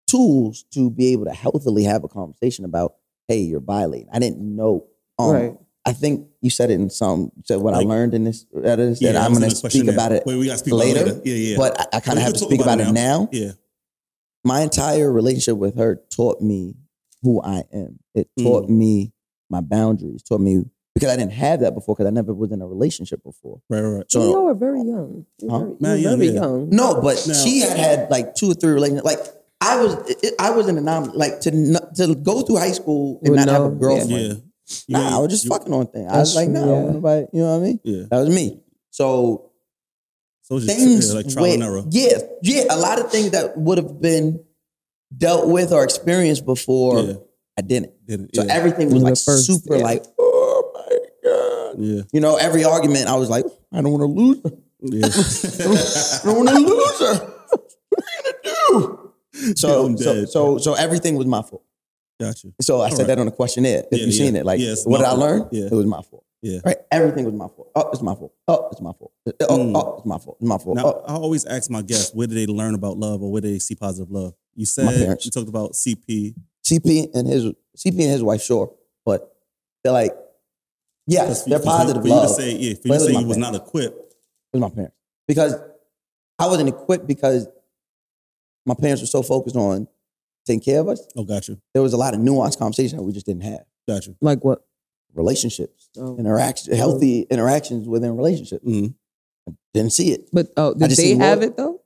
S3: tools to be able to healthily have a conversation about, hey, you're violating. I didn't know. Um,
S4: right.
S3: I think you said it in some. You said what
S1: Like-
S3: I learned in this. That is
S1: Yeah,
S3: that
S1: I
S3: I'm
S1: was
S3: going
S1: gonna
S3: to
S1: question
S3: speak
S1: that.
S3: about it,
S1: Wait, we got to speak
S3: later,
S1: about it later. Yeah, yeah.
S3: but I, I kind
S1: Well,
S3: of
S1: you
S3: have
S1: can
S3: to
S1: talk
S3: speak
S1: about
S3: about,
S1: it
S3: it now.
S1: yeah.
S3: My entire relationship with her taught me who I am. It
S1: Hmm.
S3: taught me my boundaries. Taught me because I didn't have that before. Because I never was in a relationship before.
S1: Right, right. right.
S3: So
S4: you were very young. You
S3: Huh?
S4: were very,
S1: Man,
S4: you
S1: yeah,
S4: were very
S1: yeah.
S4: young.
S3: No, but
S1: No.
S3: she had had like two or three relationships. Like I was, it, I was an anomaly. Like to n- to go through high school and
S4: With
S3: not have a
S4: no-
S3: girlfriend.
S1: Yeah. You ain't-
S3: Nah, I was just
S1: you-
S3: fucking on things. I was like,
S4: That's
S3: nah, I
S4: true,
S3: don't want
S4: yeah.
S3: nobody. You know what I mean?
S1: Yeah.
S3: That was me. So
S1: So it's just
S3: things
S1: yeah, uh, like trial and
S3: went-
S1: error.
S3: Yeah, yeah. A lot of things that would have been dealt with or experienced before
S1: Yeah.
S3: I didn't.
S1: Did it.
S3: So
S1: yeah.
S3: everything was
S4: You were
S3: like
S4: first,
S3: super
S4: yeah.
S3: like, oh my god.
S1: yeah.
S3: You know, every argument I was like, I don't want to lose her.
S1: Yeah.
S3: I don't want to lose her. What are you gonna do?
S1: Yeah,
S3: So,
S1: I'm
S3: so,
S1: dead.
S3: so, so everything was my fault.
S1: Gotcha.
S3: So I said
S1: Alright.
S3: that on a questionnaire. If
S1: Yeah,
S3: you've seen
S1: yeah.
S3: it, like,
S1: Yeah, it's my
S3: what did I
S1: fault.
S3: learn?
S1: Yeah.
S3: It was my fault.
S1: Yeah.
S3: Right. Everything was my fault. Oh, it's my fault. Oh, it's my fault. Oh,
S1: Mm.
S3: oh, it's my fault. It's my fault.
S1: Now,
S3: oh.
S1: I always ask my guests, where did they learn about love or where did they see positive love? You
S3: My
S1: said
S3: parents.
S1: you talked about CP.
S3: CP and his CP and his wife, sure, but they're like, yeah,
S1: 'Cause for-
S3: they're
S1: for you-
S3: positive
S1: for
S3: love.
S1: You to say, yeah, for you
S3: Where
S1: to
S3: was
S1: say
S3: my
S1: you was not
S3: parents?
S1: equipped.
S3: It was my parents because I wasn't equipped because my parents were so focused on taking care of us.
S1: Oh, got you.
S3: There was a lot of nuanced conversation that we just didn't have.
S1: Got you.
S4: Like what?
S3: Relationships,
S4: Oh.
S3: interaction, healthy interactions within relationships.
S1: Mhm.
S3: Didn't see it.
S4: But oh, did
S3: just
S4: they
S3: seen
S4: have
S3: more-
S4: it though?
S3: What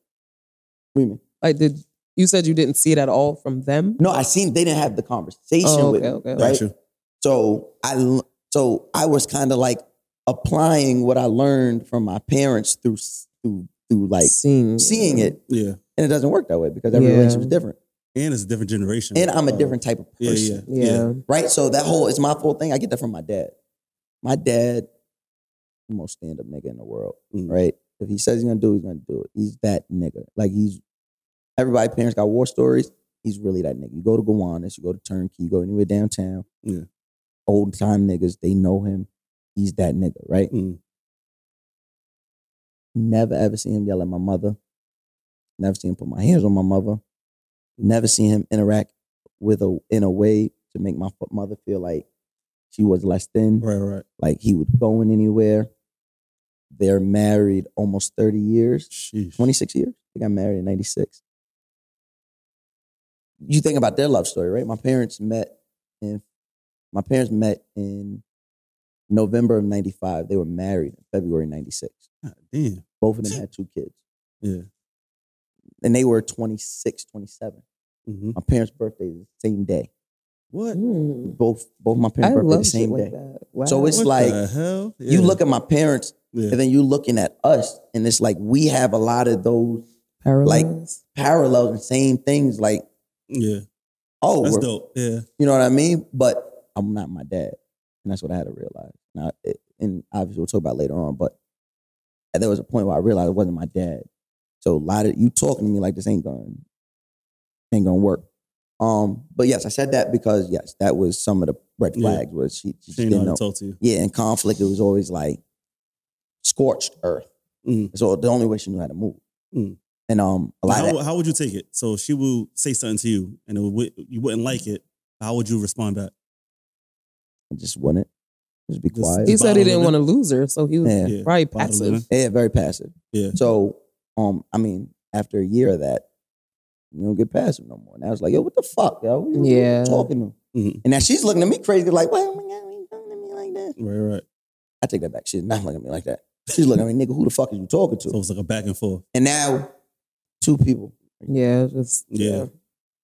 S3: do you mean?
S4: Like did you said you didn't see it at all from them?
S3: No, I seen they didn't have the conversation
S4: Oh,
S3: with
S4: okay,
S3: me.
S4: okay.
S1: Got
S3: Right?
S1: you.
S3: So I l- so I was kind of like applying what I learned from my parents through s- through through like
S4: seeing
S3: seeing it,
S1: Yeah.
S3: and it doesn't work that way because every
S4: Yeah.
S3: relationship is different,
S1: And it's a different generation.
S3: and I'm a
S1: Uh,
S3: different type of
S1: yeah,
S3: person,
S1: yeah,
S4: Yeah.
S3: right? So that whole it's my fault thing. I get that from my dad. My dad, the most stand up nigga in the world,
S1: Mm.
S3: right? If he says he's gonna do, it, he's gonna do it. He's that nigga. Like he's everybody. Parents got war stories. He's really that nigga. You go to Gowanus, you go to Turnkey, you go anywhere downtown.
S1: Yeah.
S3: Old time niggas, they know him. He's that nigga, right?
S1: Mm.
S3: Never ever seen him yell at my mother. Never seen him put my hands on my mother. Never seen him interact with a in a way to make my f- mother feel like she was less than.
S1: Right, right.
S3: Like he was going anywhere. They're married almost 30 years.
S1: Sheesh.
S3: 26 years. They got married in 96. You think about their love story, right? My parents met in my parents met in November of 95. They were married in February 96.
S1: God damn.
S3: Both of them had two kids.
S1: Yeah.
S3: And they were 26, 27.
S1: Mhm.
S3: My parents' birthday is the same day.
S1: What?
S4: Mm.
S3: Both both my
S4: I
S3: parents' birthday
S4: love
S3: the
S4: shit
S3: same
S4: like
S3: day.
S4: that. Wow.
S3: So it's
S1: what
S3: like,
S1: the hell?
S3: You
S1: Yeah.
S3: look at my parents
S1: Yeah.
S3: and then you looking at us, and it's like we have a lot of those
S4: Parallels.
S3: parallels and same things. Like,
S1: yeah.
S3: oh,
S1: That's
S3: we're,
S1: dope. Yeah.
S3: You know what I mean? But I'm not my dad, and that's what I had to realize. Now, it, and obviously we'll talk about it later on, but there was a point where I realized it wasn't my dad. So a lot of you talking to me like this ain't going, ain't gonna work. Um, but yes, I said that because yes, that was some of the red
S1: Yeah.
S3: flags was she, she just
S1: She ain't know
S3: didn't
S1: how
S3: know.
S1: to talk to you.
S3: Yeah, in conflict, it was always like scorched earth.
S1: Mm.
S3: So the only way she knew how to move.
S1: Mm.
S3: And um, a lot of
S1: How, how would you take it? So she will say something to you and it would, you wouldn't like it. How would you respond back?
S3: that, I just wouldn't just be
S1: Just-
S3: quiet.
S4: He said he didn't
S1: Bottom
S4: want to lose her, so he was
S3: Yeah.
S1: Yeah.
S4: probably
S1: Bottom
S4: passive.
S1: line.
S3: yeah, very passive.
S1: Yeah.
S3: So, um, I mean, after a year of that, you don't get past him no more. And I was like, yo, what the fuck, yo? Who you
S4: Yeah.
S3: talking to?
S1: Mhm.
S3: And now she's looking at me crazy, like, well, oh my God, why you talking to me like that?
S1: Right, right.
S3: I take that back. She's not looking at me like that. She's looking at me, nigga, who the fuck is you talking
S1: So
S3: to?
S1: it's like a back and forth.
S3: And now, two people.
S4: Yeah, just
S1: Yeah.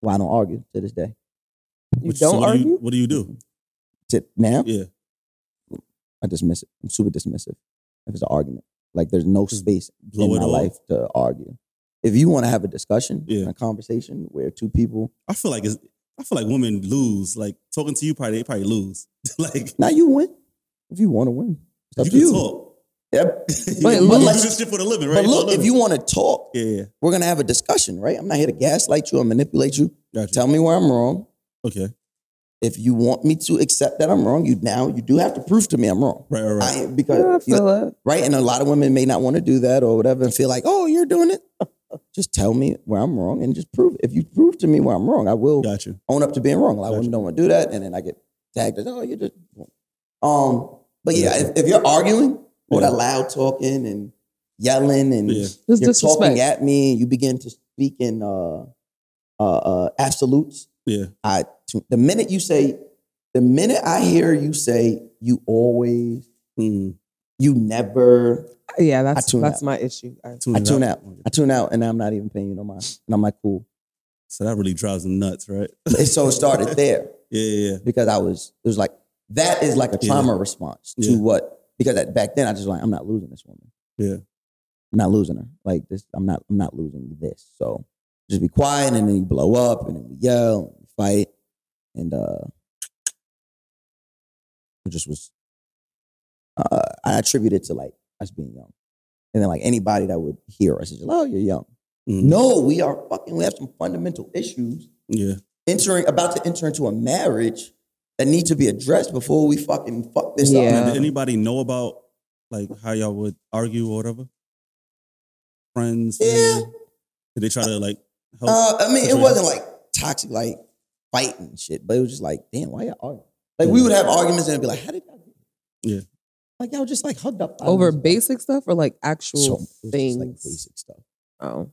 S3: Why I don't argue to this day.
S4: You
S1: Which- so
S4: don't
S1: what
S4: argue.
S1: Do you, what do you do?
S3: To now,
S1: Yeah.
S3: I dismiss it. I'm super dismissive if it's an argument. Like, there's no
S1: Just
S3: space
S1: blow
S3: in
S1: it
S3: my
S1: off.
S3: life to argue. If you want to have a discussion,
S1: Yeah.
S3: and a conversation where two people,
S1: I feel like it's, I feel like women lose. Like talking to you, probably they probably lose. like
S3: now you win. If you want to win,
S1: you
S3: it's up
S1: can
S3: to you.
S1: talk.
S3: Yep.
S1: But,
S3: But
S1: you do
S3: let's-
S1: this shit for the living, right?
S3: But
S1: For a
S3: look, if
S1: living.
S3: you want to talk,
S1: yeah, yeah.
S3: we're gonna have a discussion, right? I'm not here to gaslight you or manipulate you.
S1: Gotcha.
S3: Tell me where I'm wrong.
S1: okay,
S3: If you want me to accept that I'm wrong, you now you do have to prove to me I'm wrong.
S1: right, right,
S3: I
S1: right.
S3: ain't
S4: Yeah, I
S3: because you know,
S4: feel it.
S3: right, and a lot of women may not want to do that or whatever, and feel like, oh, you're doing it. just tell me where I'm wrong and just prove. If you prove to me where I'm wrong, I will
S1: Got you.
S3: own up to being wrong. A lot of
S1: Gotcha.
S3: women don't want to do that, and then I get tagged as, oh, you just. Um, but yeah, if, if you're arguing or
S1: Yeah.
S3: that loud talking and yelling and
S1: Yeah.
S4: Just
S3: you're
S4: disrespect.
S3: talking at me, you begin to speak in uh, uh, uh, absolutes.
S1: Yeah,
S3: I the minute you say, the minute I hear you say, you always,
S1: Mm,
S3: you never,
S4: yeah, that's
S3: I tune
S4: that's
S3: out.
S4: my issue. I-
S1: tune
S3: I
S1: it
S3: tune out. I tune out, and I'm not even paying you no mind, and I'm like, cool.
S1: So that really drives them nuts, right?
S3: And so it started there.
S1: Yeah, yeah, yeah.
S3: because I was it was like that is like a
S1: Yeah.
S3: trauma response to
S1: Yeah.
S3: what because at, back then I just like I'm not losing this woman.
S1: Yeah.
S3: I'm not losing her. Like this, I'm not I'm not losing this. So just be quiet and then you blow up and then we yell and we fight and uh it just was uh I attribute it to like us being young. And then like anybody that would hear us is like, oh you're young.
S1: Mm,
S3: No, we are fucking we have some fundamental issues
S1: yeah,
S3: entering about to enter into a marriage that need to be addressed before we fucking fuck this
S4: Yeah.
S1: Did
S3: up.
S1: anybody know about like how y'all would argue or whatever? Friends?
S3: Yeah.
S1: family? Did they try to like help?
S3: Uh, I mean,
S1: That's
S3: it
S1: right.
S3: wasn't like toxic, like fighting and shit, but it was just like, damn, why y'all arguing? Like we would have arguments and it'd be like, how did y'all? do this?
S1: Yeah.
S3: Like y'all just like hugged up
S4: over basic stuff or like actual
S3: So, it was
S4: things.
S3: just, like basic stuff.
S4: Oh,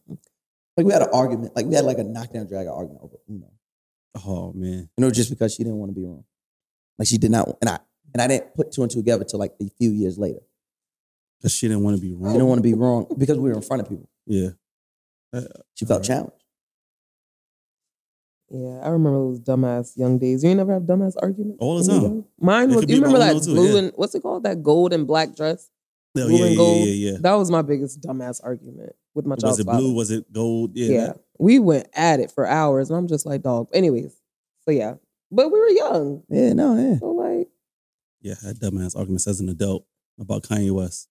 S3: Like we had an argument, like we had like a knockdown drag out argument over Uno,
S1: oh man,
S3: you know, just because she didn't want to be wrong. Like she did not, and I and I didn't put two and two together till like a few years later.
S1: because she didn't want to be
S3: I
S1: wrong.
S3: didn't want to be wrong because we were in front of people.
S1: yeah,
S3: She felt
S1: Alright.
S3: challenged.
S4: yeah, I remember those dumbass young days. You ain't never have dumbass arguments.
S1: All the
S4: when you
S1: time.
S4: young? Mine
S1: It
S4: was.
S1: could
S4: You
S1: be
S4: remember
S1: about
S4: that
S1: Uno too,
S4: blue
S1: yeah.
S4: and what's it called? That gold and black dress.
S1: No,
S4: Blue
S1: yeah,
S4: and
S1: yeah,
S4: gold.
S1: yeah, yeah.
S4: That was my biggest dumbass argument with my
S1: Was
S4: child's
S1: it
S4: father.
S1: blue? Was it gold? Yeah,
S4: yeah,
S1: that-
S4: we went at it for hours, and I'm just like, dog. Anyways, so yeah, but we were young,
S3: Yeah, no, yeah.
S4: so like,
S1: yeah. I had dumbass arguments as an adult about Kanye West.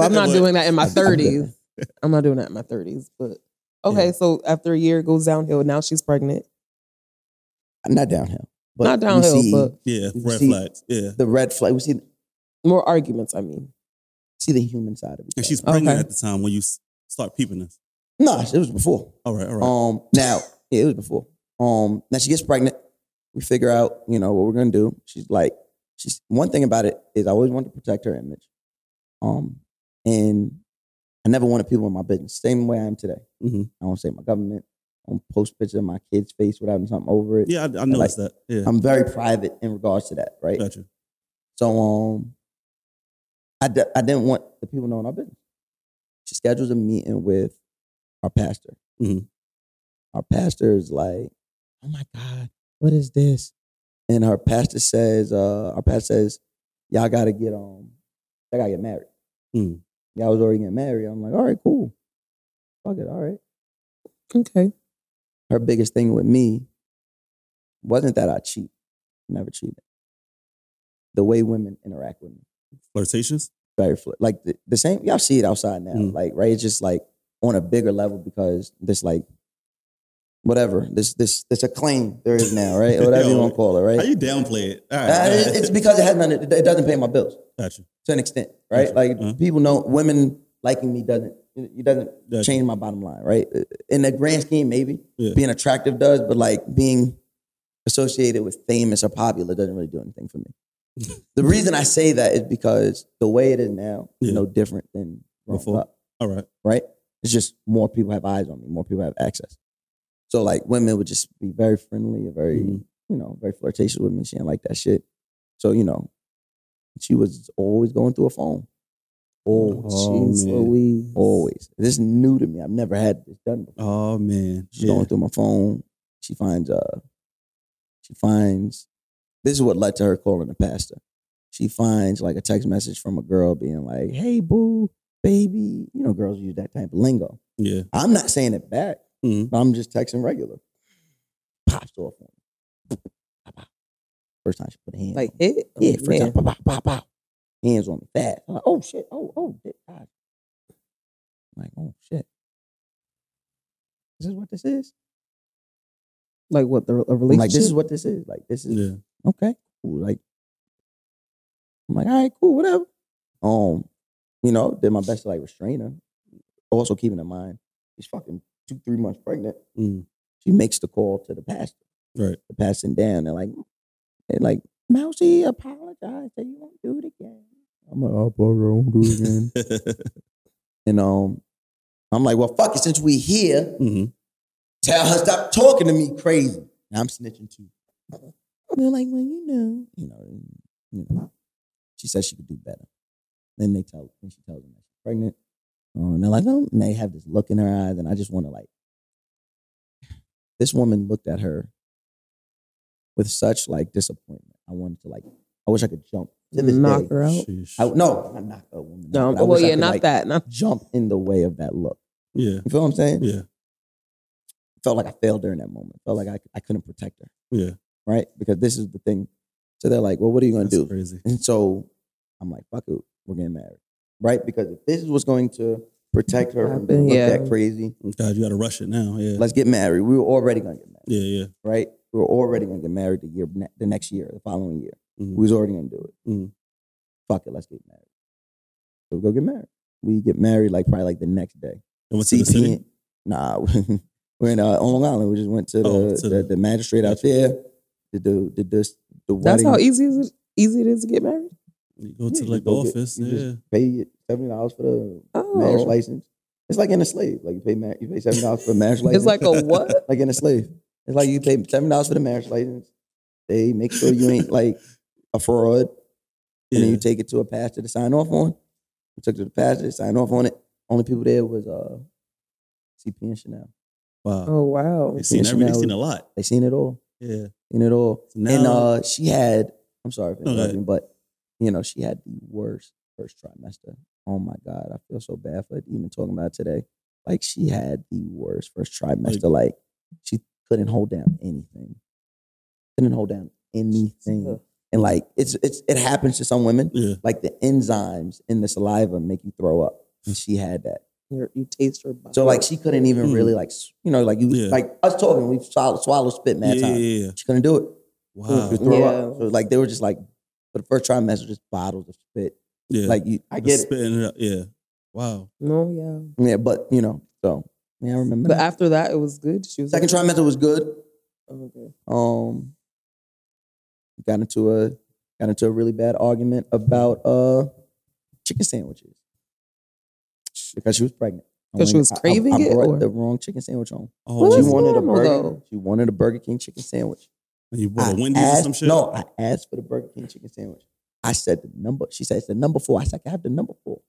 S4: I'm not
S1: But-
S4: doing that in my
S3: I'm- I'm good.
S4: 30s. I'm not doing that in my 30s. But okay,
S1: Yeah.
S4: so after a year it goes downhill. Now she's pregnant.
S3: not downhill, but
S4: not
S3: we
S4: downhill,
S3: see
S4: but
S1: Yeah,
S3: You
S1: red
S3: see-
S1: flags. Yeah,
S3: the red flag. We see
S4: more arguments. I mean,
S3: see the human side of it.
S1: and she's pregnant
S4: Okay.
S1: at the time when you s- start peeping this.
S3: no, it was before.
S1: All right, all right.
S3: Um, now yeah, it was before. Um, now she gets pregnant. We figure out, you know, what we're gonna do. She's like, she's one thing about it is I always wanted to protect her image. Um, and I never wanted people in my business. Same way I am today.
S4: Mm-hmm.
S1: Mhm.
S3: I don't say my government. I don't post pictures of my kid's face without something over it.
S1: yeah, I, I noticed that. Yeah,
S3: I'm very private in regards to that, right?
S1: gotcha.
S3: So um, I d- I didn't want the people knowing our business. She schedules a meeting with our pastor. Mm-hmm.
S1: Mhm.
S3: Our pastor is like, "Oh my God, what is this?" And her pastor says, uh, "Our pastor says, y'all got to get um, y'all got to get married." Mm-hmm.
S1: Mm.
S3: Y'all was already getting married. I'm like, "All right, cool, fuck it, all right."
S4: okay,
S3: Her biggest thing with me wasn't that I cheat, never cheated. The way women interact with me.
S1: Flirtatious.
S3: very fl- like the, the same y'all see it outside now
S1: Mm.
S3: like right it's just like on a bigger level because this like whatever this this this acclaim there is now right whatever you
S1: Yo,
S3: want to call it right
S1: How you downplay it? All right,
S3: Uh, it- it's because it has none it it doesn't pay my bills
S1: gotcha.
S3: to an extent right
S1: Gotcha.
S3: like
S1: Mhm.
S3: people know women liking me doesn't it doesn't
S1: Gotcha.
S3: change my bottom line right Uh, in the grand scheme maybe
S1: Yeah.
S3: being attractive does but like being associated with famous or popular doesn't really do anything for me the reason i say that is because the way it is now
S1: Yeah.
S3: is no different than growing
S1: Before.
S3: up,
S1: All right.
S3: right it's just more people have eyes on me more people have access so like women would just be very friendly and very
S1: Mhm.
S3: you know very flirtatious with me she didn't like that shit so you know she was always going through a phone always
S1: Oh,
S4: jeez,
S1: man.
S4: Louise.
S3: always this is new to me i've never had this done before
S1: Oh man.
S3: She's going through my phone. She finds uh she finds this is what led to her calling the pastor. She finds like a text message from a girl being like, Hey boo, baby. You know, girls use that type of lingo.
S1: Yeah.
S3: I'm not saying it back.
S1: Mhm.
S3: I'm just texting regular. Pops off on me. First time she put a hand.
S4: like
S3: on me.
S4: hit.
S3: yeah, first time. Pow, pow, pow, pow. hands on me fast. I'm like, oh shit, oh, oh, shit, God. I'm like, oh shit. Is this what this is?
S4: Like what the a
S3: I'm
S4: relationship?
S3: like, this is what this is. Like, this is
S1: Yeah.
S3: okay, cool. Like, I'm like, all right, cool, whatever. Um, you know, did my best to like restrain her. Also keeping in mind, she's fucking two, three months pregnant.
S1: Mm.
S3: She makes the call to the pastor.
S1: Right.
S3: The passing down. They're like, they're like, Mousy, apologize. Say you won't do it again. I'm like, "Oh, I apologize, I won't do it again. and um, I'm like, well, fuck it. Since we here,
S1: hmm
S3: Tell her stop talking to me crazy. And I'm snitching too. They're like, well, you know, you know, and, you know. She says she could do better. Then they tell, then she tells them that she's pregnant. Um, and they're like, oh, and they have this look in her eyes, and I just want to like. This woman looked at her with such like disappointment. I wanted to like, I wish I could jump to this
S4: knock
S3: day.
S4: her out.
S3: I, no, not knock a woman.
S4: No,
S3: out, but I
S4: well,
S3: wish I
S4: yeah,
S3: could,
S4: not
S3: like,
S4: that. Not
S3: Jump in the way of that look.
S1: Yeah.
S3: You feel what I'm saying?
S1: Yeah.
S3: felt like I failed during that moment. Felt like I, I couldn't protect her,
S1: Yeah.
S3: right? Because this is the thing. So they're like, well, what are you going
S1: That's
S3: to do?
S1: crazy.
S3: And so I'm like, fuck it, we're getting married, right? Because if this is what's going to protect her from being looked
S4: Yeah.
S3: at crazy,
S1: God, you got to rush it now. Yeah.
S3: let's get married. We were already going to get married,
S1: yeah. Yeah.
S3: right? We were already going to get married the year, ne- the next year, the following year.
S1: Mhm.
S3: We was already going to do it.
S1: Mhm.
S3: Fuck it, let's get married. So we go get married. We get married like probably like the next day.
S1: And what's in the city?
S3: Nah, we're in uh, on Long Island. We just went to the
S1: Oh, to
S3: the,
S1: the-
S3: the magistrate out there. Did the did this the
S4: that's
S3: wedding?
S4: how easy is it, easy it is to get married.
S1: You go
S3: Yeah,
S1: to
S3: you
S1: like the
S3: go get-
S1: office.
S3: you
S1: yeah.
S3: just pay seventy dollars for the marriage
S4: Oh,
S3: license. It's like in a slave. Like you pay ma- you pay seventy dollars for the marriage license.
S4: it's like a what?
S3: like in a slave. It's like you pay seven dollars for the marriage license. They make sure you ain't like a fraud, and then
S1: yeah.
S3: you take it to a pastor to sign off on. We took it to the pastor to sign off on it. Only people there was uh, CP and Chanel.
S1: wow.
S4: Oh wow.
S1: They've seen everything. They've
S3: nationality.
S1: seen a lot.
S3: They seen it all.
S1: Yeah.
S3: in it all.
S1: So now-
S3: and uh, she had, I'm sorry for
S1: No, go ahead.
S3: interrupting, but you know, she had the worst first trimester. Oh my God, I feel so bad for even talking about it today. Like she had the worst first trimester. Like, she couldn't hold down anything. Couldn't hold down anything.
S4: Ugh.
S3: And like it's it's it happens to some women.
S1: Yeah.
S3: Like the enzymes in the saliva make you throw up. And she had that.
S4: Your- You taste her body.
S3: So like she couldn't even
S1: Hmm.
S3: really like s- you know, like you
S1: Yeah.
S3: like us talking, we've swallowed, swallowed spit
S1: Yeah.
S3: mad
S1: Yeah.
S3: time.
S1: yeah.
S3: She couldn't do it
S1: Wow.
S3: to throw
S4: Yeah.
S3: up. So like they were just like for the first trimester, just bottles of spit.
S1: Yeah.
S3: Like you, I
S1: Just
S3: get it.
S1: spitting it out. Yeah. Wow.
S4: no, yeah.
S3: Yeah, but you know, so yeah, I remember.
S4: But
S3: that.
S4: after that, it was good. She was
S3: Mm-hmm. Second trimester was good.
S4: Oh, okay.
S3: Um, got into a got into a really bad argument about uh chicken sandwiches because she was pregnant. I
S4: 'Cause she
S3: went-
S4: was
S3: I- I-
S4: craving
S3: I,
S4: it,
S3: brought
S4: or-
S3: the wrong chicken sandwich home.
S1: Oh,
S4: Well,
S3: she
S4: that's
S1: you,
S3: wanted
S4: normal,
S3: a burger.
S4: though.
S3: She wanted a Burger King chicken sandwich.
S1: you bought a
S3: I
S1: Wendy's or some
S3: asked-
S1: shit?
S3: No, I asked for the Burger King chicken sandwich. I said the number. She said it's the number four. I said I can have the number four.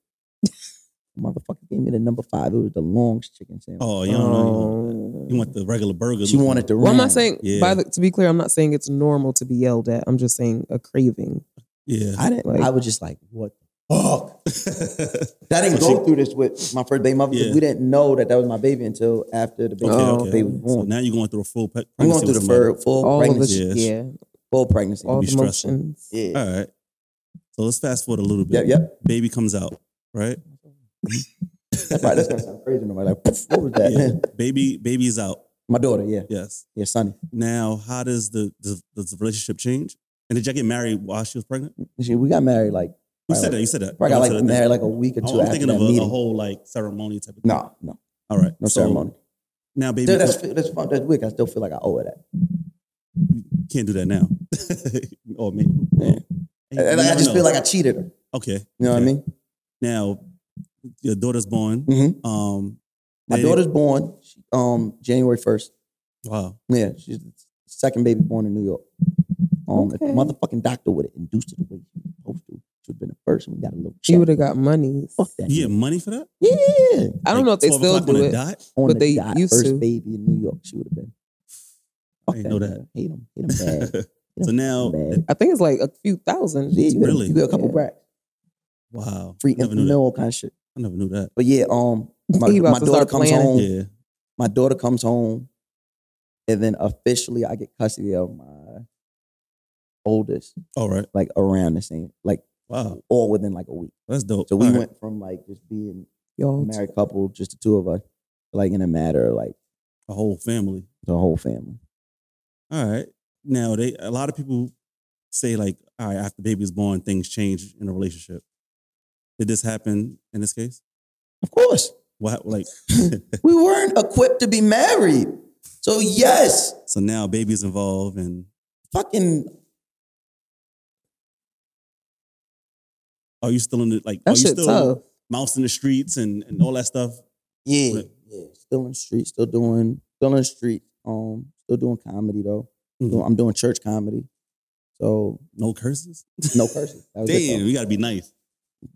S3: Motherfucker gave me the number five. It was the long chicken sandwich.
S1: Oh, you don't know.
S4: Oh.
S1: You want the regular burger.
S3: she
S1: looking-
S3: wanted the.
S4: Well, I'm
S3: round.
S4: not saying.
S1: Yeah.
S4: By the, to be clear, I'm not saying it's normal to be yelled at. I'm just saying a craving.
S1: Yeah.
S3: I didn't.
S4: like-
S3: I was just like, what? the Fuck. I didn't
S1: So
S3: go through this with my first baby mother. 'cause
S1: Yeah.
S3: We didn't know that that was my baby until after the baby,
S1: Okay,
S4: Oh,
S1: okay.
S3: baby was
S1: So
S3: born.
S1: now you're going through a full pe-
S3: I'm going
S1: pregnancy
S3: through the
S1: with somebody.
S3: fir- full
S4: All of the
S3: pregnancy.
S4: sh-
S1: Oh, Yes.
S4: yeah,
S3: Full pregnancy.
S4: all
S1: be
S4: the
S1: stressful.
S4: emotions.
S3: yeah.
S1: All right. So let's fast forward a little bit.
S3: Yep. Yep.
S1: Baby comes out, right?
S3: That's right. That's gonna sound crazy. Nobody like, "Poof, what was that?
S1: yeah. Baby, baby's out.
S3: My daughter. Yeah.
S1: Yes.
S3: Yeah. Sonny.
S1: Now, how does the does, does the relationship change? And did y'all get married while she was pregnant? You
S3: She, we got married like.
S1: said
S3: Probably
S1: that. You said that.
S3: Probably
S1: Oh,
S3: got
S1: I
S3: like
S1: said that.
S3: married like a week or
S1: Oh,
S3: two
S1: I'm
S3: after
S1: thinking
S3: that
S1: of a,
S3: meeting.
S1: a whole like ceremony type of thing.
S3: no, no,
S1: All right.
S3: no
S1: So
S3: ceremony.
S1: Now, baby,
S3: Dude, that's that's fun. That's weird. I still feel like I owe her that.
S1: you can't do that now. oh, man.
S3: Yeah. And, and I just feel like I cheated her. You
S1: Okay. You
S3: know what I mean?
S1: Now, your daughter's born.
S3: Mhm.
S1: Um,
S3: My
S1: they-
S3: daughter's born she- um January first.
S1: Wow.
S3: Yeah, she's the second baby born in New York. Um, if the
S4: Okay.
S3: motherfucking doctor would have induced her the way she was supposed to, she would have been the first. and We got a little
S4: She
S3: check.
S4: would have got money.
S3: Fuck that.
S1: You get money for that?
S3: Yeah,
S4: I
S1: Like,
S4: don't know if they
S1: 12
S4: still
S1: o'clock on
S4: do
S1: the
S4: it.
S1: dot?
S3: on
S4: But
S3: the
S4: they
S3: dot,
S4: used
S3: first
S4: to.
S3: baby in New York, she would have been. Fuck
S1: didn't know that.
S3: nigga. Hate him. Hate him bad.
S1: So now-
S3: bad.
S4: I think it's like a few thousand.
S3: Yeah, you get a-
S1: Really?
S3: you get a couple
S4: Yeah.
S3: racks.
S1: Wow.
S3: free
S1: I never knew
S3: infant
S1: that.
S3: meal kind of shit.
S1: I never knew that.
S3: But yeah, um, my,
S4: He about
S3: my
S4: to
S3: daughter
S4: start
S3: comes
S4: planning.
S3: home.
S1: Yeah.
S3: My daughter comes home, and then officially I get custody of my oldest,
S1: All right.
S3: like around the same, like
S1: Wow,
S3: all within like a week.
S1: that's dope.
S3: So we
S1: All right.
S3: went from like just being a
S4: Y'all,
S3: married couple, just the two of us, like in a matter of like
S1: a whole family.
S3: the whole family.
S1: All right. Now they a lot of people say like, all right, after baby's born, things change in a relationship. Did this happen in this case?
S3: Of course.
S1: What like
S3: We weren't equipped to be married. So yes,
S1: so now baby's involved and
S3: fucking
S1: are you still in the like
S4: that
S1: are you
S4: shit
S1: still
S4: tough.
S1: mouse in the streets and, and all that stuff?
S3: yeah,
S1: Right.
S3: yeah. Still in the street, still doing, still in the street. Um, still doing comedy though.
S1: Mm-hmm.
S3: Doing- I'm doing church comedy, so
S1: No curses?
S3: no cursing. That was it,
S1: Damn,
S3: though.
S1: you gotta be nice.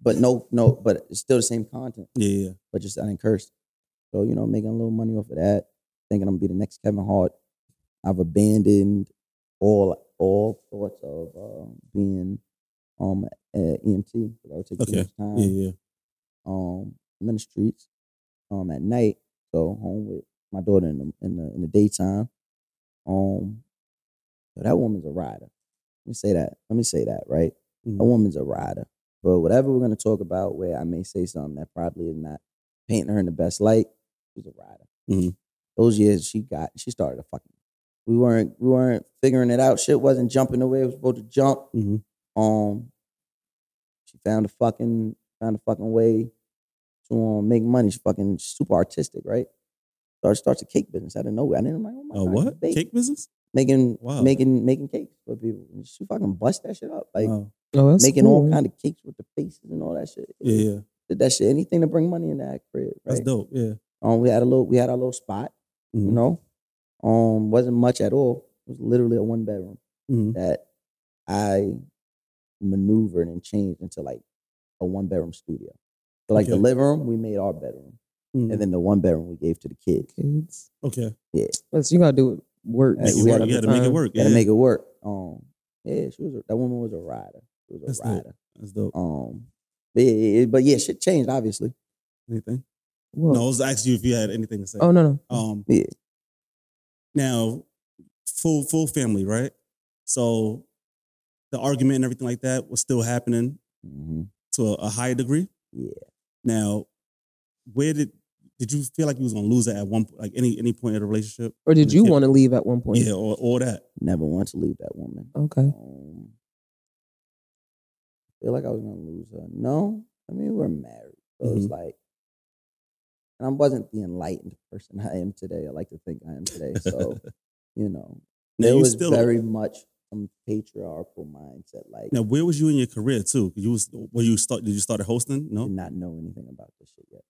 S3: but no, no, but it's still the same content,
S1: Yeah, yeah.
S3: but just I didn't curse. So you know, making a little money off of that, thinking I'm gonna be the next Kevin Hart. I've abandoned all all thoughts of um, being um an EMT. 'cause That would take
S1: Okay.
S3: too much time.
S1: Yeah, yeah.
S3: um I'm in the streets um at night. So home with my daughter in the in the, in the daytime. Um but that woman's a rider. Let me say that. Let me say that, right?
S1: Mhm.
S3: A woman's a rider. But whatever we're gonna talk about where I may say something that probably is not painting her in the best light, she's a rider.
S1: Mhm.
S3: Those years she got she started a fucking we weren't we weren't figuring it out. Shit wasn't jumping the way it was supposed to jump.
S1: Mhm.
S3: Um she found a fucking found a fucking way to um, make money. She's fucking super artistic, right? Starts starts a cake business out of nowhere. I didn't like, oh my
S1: Uh,
S3: God,
S1: what?
S3: bake-
S1: Cake business?
S3: Making
S1: Wow.
S3: making making cakes for people. And She fucking bust that shit up, like
S1: Wow.
S4: Oh, that's
S3: making all
S4: cool.
S3: kind of cakes with the faces and all that shit.
S1: Yeah, yeah.
S3: Did that shit. Anything to bring money in that crib,
S1: That's
S3: right?
S1: dope. Yeah.
S3: Um, we had a little we had our little spot, you
S1: Mhm.
S3: know. Um, wasn't much at all. It was literally a one bedroom
S1: Mhm.
S3: that I maneuvered and changed into like a one bedroom studio. So like the
S1: Okay.
S3: living room, we made our bedroom.
S1: Mhm.
S3: and then the one bedroom we gave to the kids.
S4: kids.
S1: Okay.
S4: Listen, you gotta do work.
S3: Like,
S1: Make it
S3: we
S1: work.
S3: had a
S1: You gotta make it
S4: time.
S1: work.
S3: Got to
S1: yeah.
S3: make it work. Um, yeah, she was a, that woman was a rider. She was a
S1: That's dope.
S3: rider.
S1: That's dope.
S3: Um, but yeah, yeah, yeah, but yeah, shit changed obviously.
S1: Anything?
S4: Whoa.
S1: No, I was asking you if you had anything to say.
S4: oh no, no.
S1: Um,
S3: Yeah.
S1: Now, full full family, right? So, the argument and everything like that was still happening
S3: hmm
S1: to a, a high degree.
S3: Yeah.
S1: Now, where did did you feel like you was gonna lose it at one like any any point of the relationship?
S4: Or did
S1: the
S4: you
S1: kid-
S4: want to leave at one point?
S1: Yeah, or or that.
S3: Never want to leave that woman.
S4: Okay.
S1: Mm-hmm.
S3: Um, feel like I was gonna lose her. No, I mean we're married, so it's
S1: Mhm.
S3: like, and I wasn't the enlightened person I am today. I like to think I am today. So, you know,
S1: Now,
S3: there
S1: you
S3: was
S1: still,
S3: very much some patriarchal mindset, like
S1: Now, where was you in your career too? You was were you start did you start hosting? No,
S3: did not know anything about this shit yet.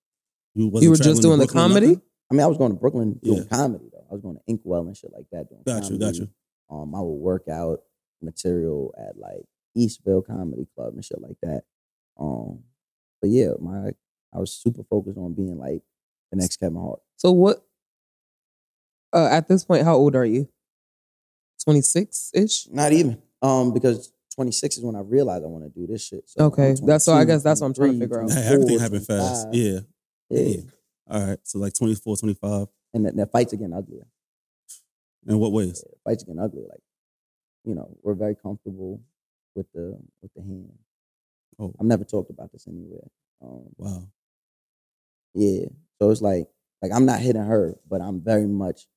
S1: you
S4: Mm.
S1: wasn't
S4: You were just
S1: traveling
S4: doing
S1: to
S4: the
S1: Brooklyn or
S4: comedy?
S1: nothing?
S3: I mean, I was going to Brooklyn doing
S1: Yeah.
S3: comedy though. I was going to Inkwell and shit like that doing
S1: Got you,
S3: comedy.
S1: got you.
S3: Um, I would work out material at like Eastville Comedy Club and shit like that. Um, but yeah, my I was super focused on being like the next Kevin Hart.
S4: So what? Uh, at this point, how old are you? Twenty six ish.
S3: Not even um because 26 is when I realized I want to do this shit. So
S4: Okay,
S3: I'm
S4: that's- so I
S3: 22,
S4: guess that's what I'm trying
S3: 23,
S4: to figure out.
S1: Hey,
S3: 24,
S1: everything happened fast.
S3: 25.
S1: Yeah.
S3: yeah.
S1: Yeah. All right. So like 24, 25.
S3: And that, that fight's getting uglier.
S1: In what ways?
S3: Yeah, fights getting ugly. Like, you know, we're very comfortable with the with the hand.
S1: Oh.
S3: I've never talked about this anywhere. Um,
S1: Wow.
S3: yeah, so it's like like I'm not hitting her, but I'm very much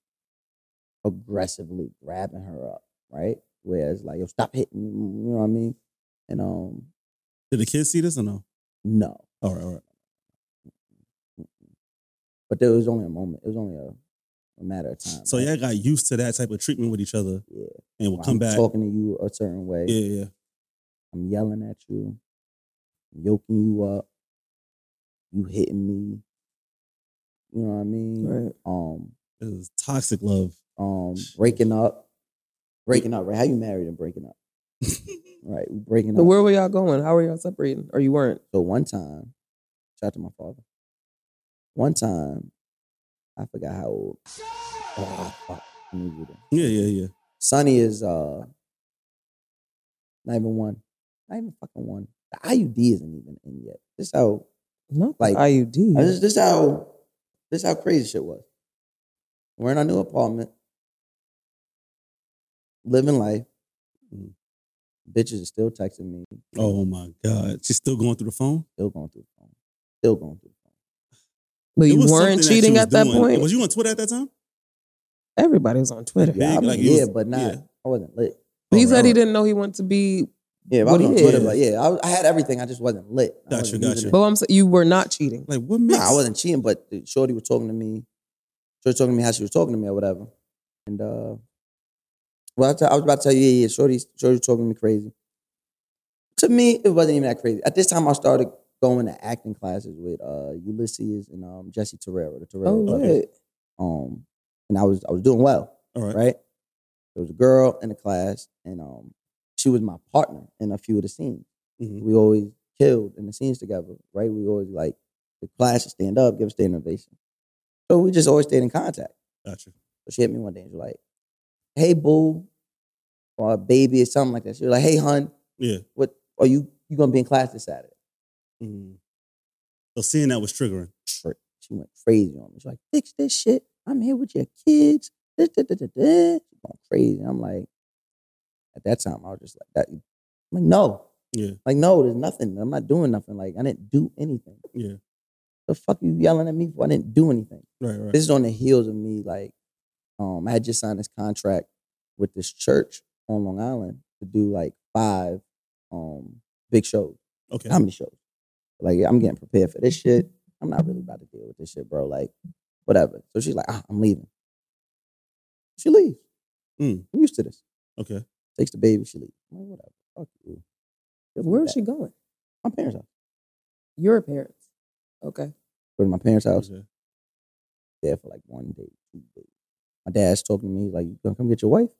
S3: aggressively grabbing her up, right? Whereas like, yo, stop hitting me, you know what I mean? And um,
S1: Did the kids see this or no?
S3: no,
S1: All right, all right.
S3: but there was only a moment. It was only a, a matter of time.
S1: So
S3: right?
S1: y'all got used to that type of treatment with each other
S3: yeah,
S1: and will
S3: Well,
S1: come
S3: I'm
S1: back.
S3: talking to you a certain way.
S1: Yeah, yeah.
S3: I'm yelling at you, yoking you up, you hitting me. You know what I mean?
S4: Right.
S3: Um,
S1: This is toxic love.
S3: um, breaking up, breaking up. Right? How you married and breaking up? right, we breaking
S4: So
S3: up.
S4: where were y'all going? How were y'all separating? Or you weren't?
S3: So one time, shout out to my father. One time, I forgot how old. Oh, fuck. Let me do that.
S1: Yeah, yeah, yeah.
S3: Sonny is uh not even one, not even fucking one. The IUD isn't even in yet. This how
S4: Not
S3: Like,
S4: like IUD.
S3: Uh, This, this how this how crazy shit was. We're in our new apartment, living life. Mm.
S1: Mhm.
S3: Bitches are still texting me.
S1: Oh my God. She's still going through the phone?
S3: Still going through the phone. Still going through the phone.
S4: But
S1: It
S4: you
S1: was
S4: weren't
S1: something she
S4: cheating
S1: was
S4: at that
S1: doing.
S4: point.
S1: Was you on Twitter at that time?
S4: Everybody was on Twitter.
S1: Big,
S3: Yeah, I mean,
S1: like, you
S3: yeah
S1: was-
S3: but not.
S1: yeah.
S3: I wasn't lit.
S4: he said he
S1: Alright,
S4: didn't know he wanted to be.
S3: Yeah, but I
S4: What
S3: was on
S4: is?
S3: Twitter, but yeah, I, was- I had everything. I just wasn't lit. I
S1: Gotcha,
S3: wasn't
S1: gotcha.
S3: using it.
S4: But I'm saying you were not cheating.
S1: Like, what makes?
S3: Nah, I wasn't cheating, but the Shorty was talking to me. She was talking to me how she was talking to me or whatever. And uh well, I t- I was about to tell you, yeah, yeah, Shorty, Shorty was talking to me crazy. To me, it wasn't even that crazy. At this time, I started going to acting classes with uh Ulysses and um Jesse Terrero, the Terrero.
S4: Oh,
S3: brothers.
S4: lit.
S3: Um, and I was I was doing well,
S1: All right.
S3: right? There was a girl in the class, and um, she was my partner in a few of the scenes
S1: Mhm.
S3: we always killed in the scenes together, right? We always like the class would stand up, give us standing ovation. So we just always stayed in contact.
S1: Gotcha.
S3: So she hit me one day and she was like, "Hey boo," or "baby" or something like that. She was like, "Hey hun,
S1: Yeah.
S3: what are you you gonna be in class this Saturday?"
S1: Mhm. So seeing that was triggering.
S3: Trick. She went crazy on me. She's like, "Fix this shit. I'm here with your kids." Da, da, da, da, da. She going crazy. I'm like, at that time, I was just like, that, I'm like, no,
S1: Yeah.
S3: like no, there's nothing. I'm not doing nothing. Like I didn't do anything.
S1: Yeah.
S3: the fuck you yelling at me for? I didn't do anything.
S1: Right. Right.
S3: This is on the heels of me, like, um, I had just signed this contract with this church on Long Island to do like five um big shows,
S1: okay.
S3: comedy shows. Like, I'm getting prepared for this shit. I'm not really about to deal with this shit, bro. Like, whatever. So she's like, ah, I'm leaving. She leaves.
S4: Hmm.
S1: Mm.
S3: I'm used to this.
S1: okay.
S3: Takes the baby, she leaves. I'm like, whatever. Fuck you. She'll be
S4: Where was
S3: back.
S4: she going?
S3: My parents' house.
S4: Your parents. Okay.
S3: Go to my parents' house.
S1: okay.
S4: Hmm.
S3: there for like one day, two days. My dad's talking to me, he's like, You gonna come get your wife?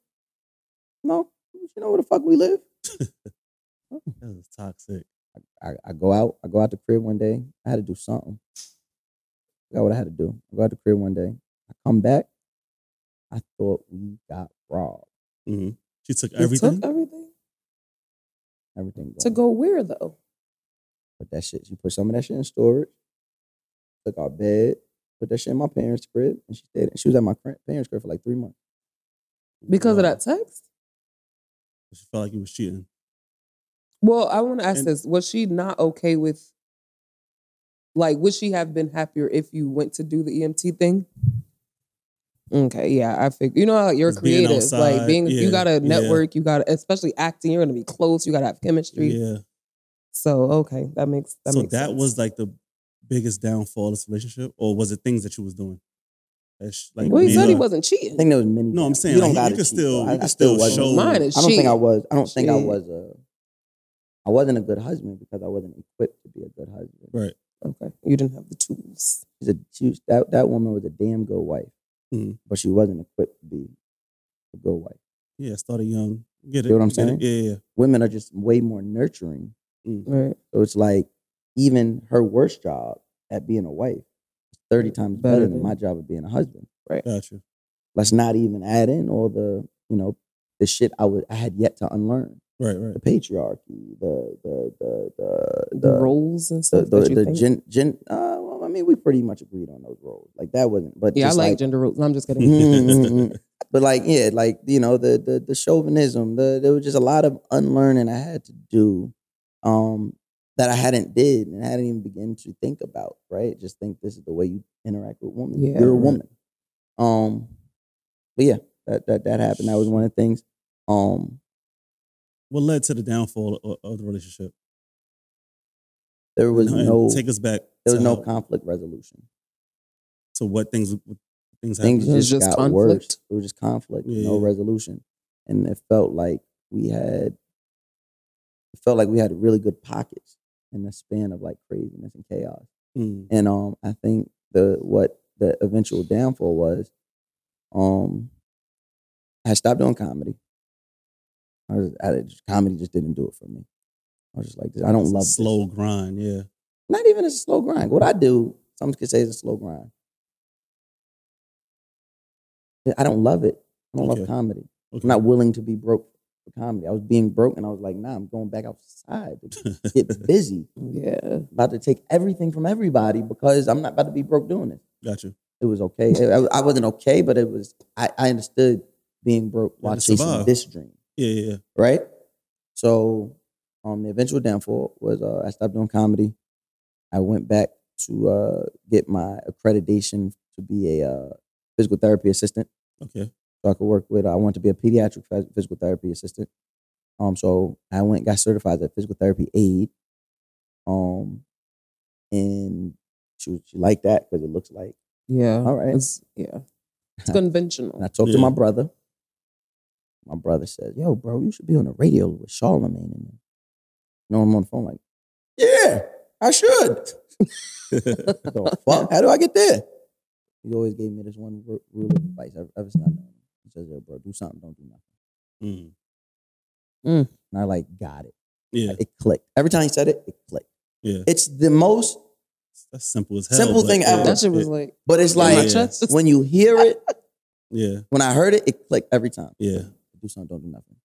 S3: No, you know where the fuck we live?
S1: That was toxic.
S3: I, I go out, I go out the crib one day. I had to do something. Forgot what I had to do. I go out the crib one day. I come back. I thought we got robbed.
S1: hmm She took
S4: You
S1: everything.
S4: took everything?
S3: Everything gone.
S4: To go where though?
S3: Put that shit. She put some of that shit in storage. Took our bed. Put that shit in my parents' crib, and she stayed. She was at my cr- parents' crib for like three months.
S4: Because
S1: Wow.
S4: of that text?
S1: She felt like you was cheating.
S4: Well, I want to ask
S1: And-
S4: this. Was she not okay with like would she have been happier if you went to do the EMT thing? Okay, yeah, I figured. You know, how you're
S1: Just being
S4: creative. like
S1: outside,
S4: being,
S1: yeah,
S4: you got to
S1: yeah.
S4: network. You got to, especially acting. You're gonna be close. You got to have chemistry.
S1: Yeah.
S4: So okay, that makes that
S1: so
S4: makes
S1: that
S4: sense.
S1: was like the biggest downfall of this relationship, or was it things that you was doing? That sh- like
S4: well, he
S1: made
S4: said he
S1: her-
S4: wasn't
S3: I
S4: cheating.
S3: think there was many.
S1: No, I'm
S3: times.
S1: saying,
S3: you
S1: like,
S3: don't
S1: you
S3: got
S1: could still- you
S3: I,
S1: could
S3: I
S1: still
S3: wasn't.
S1: show-
S4: Mine is
S3: I don't think I
S4: cheating.
S3: was. I don't think I
S4: Shit.
S3: was a. I wasn't a good husband because I wasn't equipped to be a good husband.
S1: Right.
S4: Okay, you didn't have the tools.
S3: She's a, she was, that that woman was a damn good wife,
S4: Mm-hmm.
S1: Mhm.
S3: but she wasn't equipped to be a good wife.
S1: Yeah. Started young. Get it.
S3: Feel what I'm
S1: get
S3: saying?
S1: it, Yeah. Yeah.
S3: Women are just way more nurturing,
S4: Right.
S3: so it's like even her worst job at being a wife is thirty times better,
S4: Better
S3: than
S4: than-
S3: my job at being a husband.
S1: yeah. Gotcha.
S3: Let's not even add in all the you know the shit I was I had yet to unlearn.
S1: Right. Right.
S3: the patriarchy, the the the the
S4: The, roles and
S3: the,
S4: stuff.
S3: the,
S4: that you
S3: the
S4: think.
S3: gen gen. Uh, well, I mean, we pretty much agreed on those roles. Like that wasn't, but
S4: yeah, I
S3: just
S4: like, gender roles. No, I'm just
S1: Mm-hmm.
S4: kidding.
S3: Mm, mm, mm. but like yeah, like you know the the the chauvinism. The there was just a lot of unlearning I had to do, um, that I hadn't did and hadn't even begin to think about. Right, just think this is the way you interact with women.
S4: Yeah,
S3: You're a
S4: right.
S3: woman. Um, but yeah, that that that happened. That was one of the things. Um,
S1: What led to the downfall of, of the relationship?
S3: there was
S1: And
S3: no
S1: Take us back.
S3: there was
S1: to
S3: no
S1: how-
S3: conflict resolution.
S1: to what things what things
S3: things
S1: happened.
S4: It was
S3: just,
S4: just
S3: got worse.
S4: conflict.
S3: It was just conflict, no
S1: Yeah.
S3: resolution, and it felt like we had, it felt like we had really good pockets in the span of like craziness and chaos.
S1: Mm,
S3: And um, I think the what the eventual downfall was, um, I stopped doing comedy. I was, I just, comedy just didn't do it for me. I was just like, I don't
S1: it's a
S3: love this
S1: slow grind. Yeah.
S3: not even it's a slow grind. What I do, some could say it's a slow grind. Yeah, I don't love it. I don't
S1: Okay.
S3: love comedy.
S1: Okay.
S3: I'm not willing to be broke for comedy. I was being broke and I was like, nah, I'm going back outside to get busy.
S4: Yeah.
S3: about to take everything from everybody because I'm not about to be broke doing it.
S1: Got you.
S3: It was okay. I, I wasn't okay, but it was I, I understood being broke
S1: Yeah,
S3: while
S1: to
S3: chasing
S1: survive.
S3: this dream.
S1: Yeah. Yeah. yeah.
S3: Right? So um, the eventual downfall was uh, I stopped doing comedy. I went back to uh, get my accreditation to be a uh, physical therapy assistant.
S1: Okay.
S3: So I could work with. I wanted to be a pediatric phys- physical therapy assistant. Um, so I went got certified as a physical therapy aide. Um, and she was- she liked that because it looks like.
S4: Yeah.
S3: All right.
S4: It's, yeah. It's conventional.
S3: And I talked to
S1: Yeah.
S3: my brother. My brother said, "Yo, bro, you should be on the radio with Charlamagne." And you know, I'm on the phone like, "Yeah, I should." the fuck? How do I get there? He always gave me this one ru- rule of advice ever, ever since I know him. He says, "Yo, bro, do something, don't do nothing."
S1: Mm.
S3: And I like got it.
S1: Yeah,
S3: It clicked. Every time he said it, it clicked.
S1: yeah.
S3: It's the most,
S1: That's simple as hell.
S3: Simple
S1: but
S3: thing
S1: yeah,
S3: ever.
S4: that shit was
S1: yeah,
S4: like,
S3: but it's
S1: Yeah.
S4: in my
S3: like
S1: Yeah.
S4: chest.
S3: when you hear it,
S1: Yeah,
S3: when I heard it, it clicked every time.
S1: yeah.
S3: Do something, don't do nothing.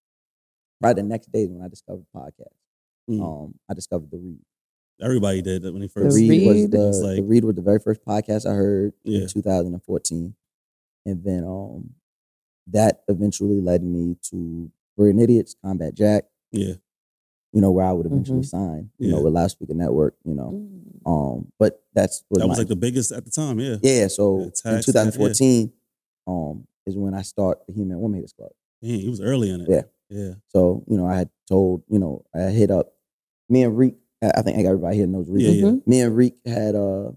S3: Right the next day is when I discovered the podcast.
S1: Mm.
S3: Um, I discovered the read.
S1: Everybody did that when he
S3: The
S1: first.
S3: read, was
S4: Read?
S3: the,
S1: It's like-
S3: the read was the very first podcast I heard
S1: Yeah.
S3: in 2014, and then um, that eventually led me to Brilliant Idiots, Combat Jack.
S1: Yeah,
S3: You know where I would eventually
S4: Mhm.
S3: sign. You know
S1: Mm-hmm. Yeah.
S3: with Loudspeaker Network. You know,
S4: mm,
S3: um, but that's what
S1: that was
S3: my-
S1: like the biggest at the time. Yeah,
S3: yeah. So
S1: It's
S3: in
S1: hard to have- yeah.
S3: 2014, um, is when I start the Human Woman Haters Club.
S1: Dang, he was early in it.
S3: Yeah.
S1: yeah.
S3: So you know I had told you know I hit up me and Reek. I I think everybody here knows Reek.
S1: Yeah,
S4: Mm-hmm.
S1: yeah.
S3: me and Reek had uh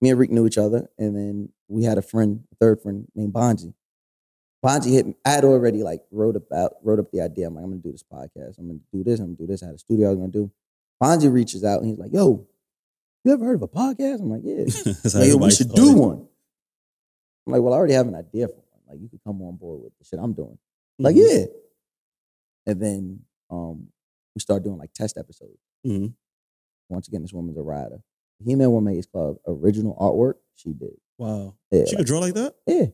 S3: me and Reek knew each other, and then we had a friend, a third friend named Bonji. Bonji hit me. I had already like wrote about wrote up the idea. I'm like, I'm gonna do this podcast. I'm gonna do this. I'm gonna do this. I had a studio I was gonna do. Bonji reaches out and he's like, Yo, you ever heard of a podcast? I'm like, Yeah.
S1: That's how
S3: Like, yo, we
S1: everybody
S3: should do
S1: started.
S3: one. I'm like, well, I already have an idea for one. Like, you could come on board with the shit I'm doing. Like,
S1: Mhm.
S3: yeah. And then um, we start doing like test episodes.
S1: Mhm.
S3: Once again, this woman's a rider. He Man Woman Hates Club original artwork she did.
S1: Wow,
S3: Yeah,
S1: she
S3: like-
S1: could draw like that.
S3: yeah.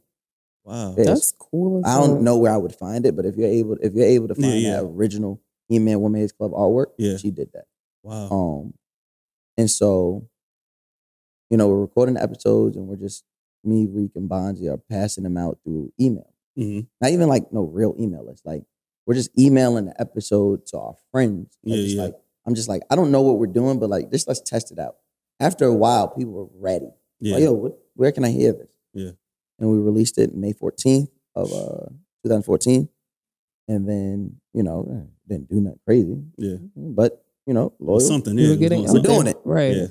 S1: Wow.
S3: Yeah.
S4: that's cool. as
S3: I don't
S4: hell.
S3: know where I would find it, but if you're able, if you're able to
S1: Yeah,
S3: find
S1: yeah.
S3: that original He Man Woman Hates Club artwork,
S1: Yeah.
S3: she did that.
S1: Wow.
S3: Um, and so, you know, we're recording the episodes, and we're just me, Reek, and Bonzi are passing them out through email.
S1: Mhm.
S3: not even like no real email list. Like we're just emailing the episode to our friends. Like,
S1: Yeah,
S3: just
S1: yeah.
S3: like I'm just like, I don't know what we're doing, but like just let's test it out. After a while, people were ready.
S1: Yeah.
S3: Like, yo, what, where can I hear this?
S1: Yeah.
S3: And we released it May 14th of uh 2014. And then, you know, eh, didn't do nothing crazy.
S1: Yeah.
S3: But, you know, loyal.
S1: something.
S4: You
S1: Yeah,
S4: were
S1: it was
S4: getting
S1: doing
S3: We're
S4: out
S1: something.
S3: doing
S4: there.
S3: it.
S4: Right.
S1: Yeah.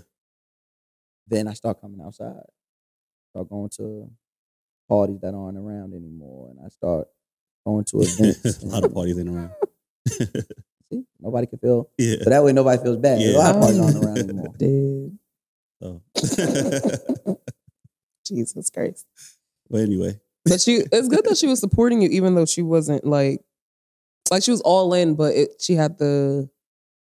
S3: Then I start coming outside. Start going to parties that aren't around anymore. And I start going to events.
S1: a lot of parties in the room.
S3: See, nobody can feel.
S1: yeah.
S3: So that way, nobody feels bad. There's A lot of parties
S4: Yeah.
S3: on around anymore.
S4: Dude,
S1: So.
S4: Jesus Christ.
S1: but anyway,
S4: But she, it's good that she was supporting you, even though she wasn't like, like she was all in, but it, she had the,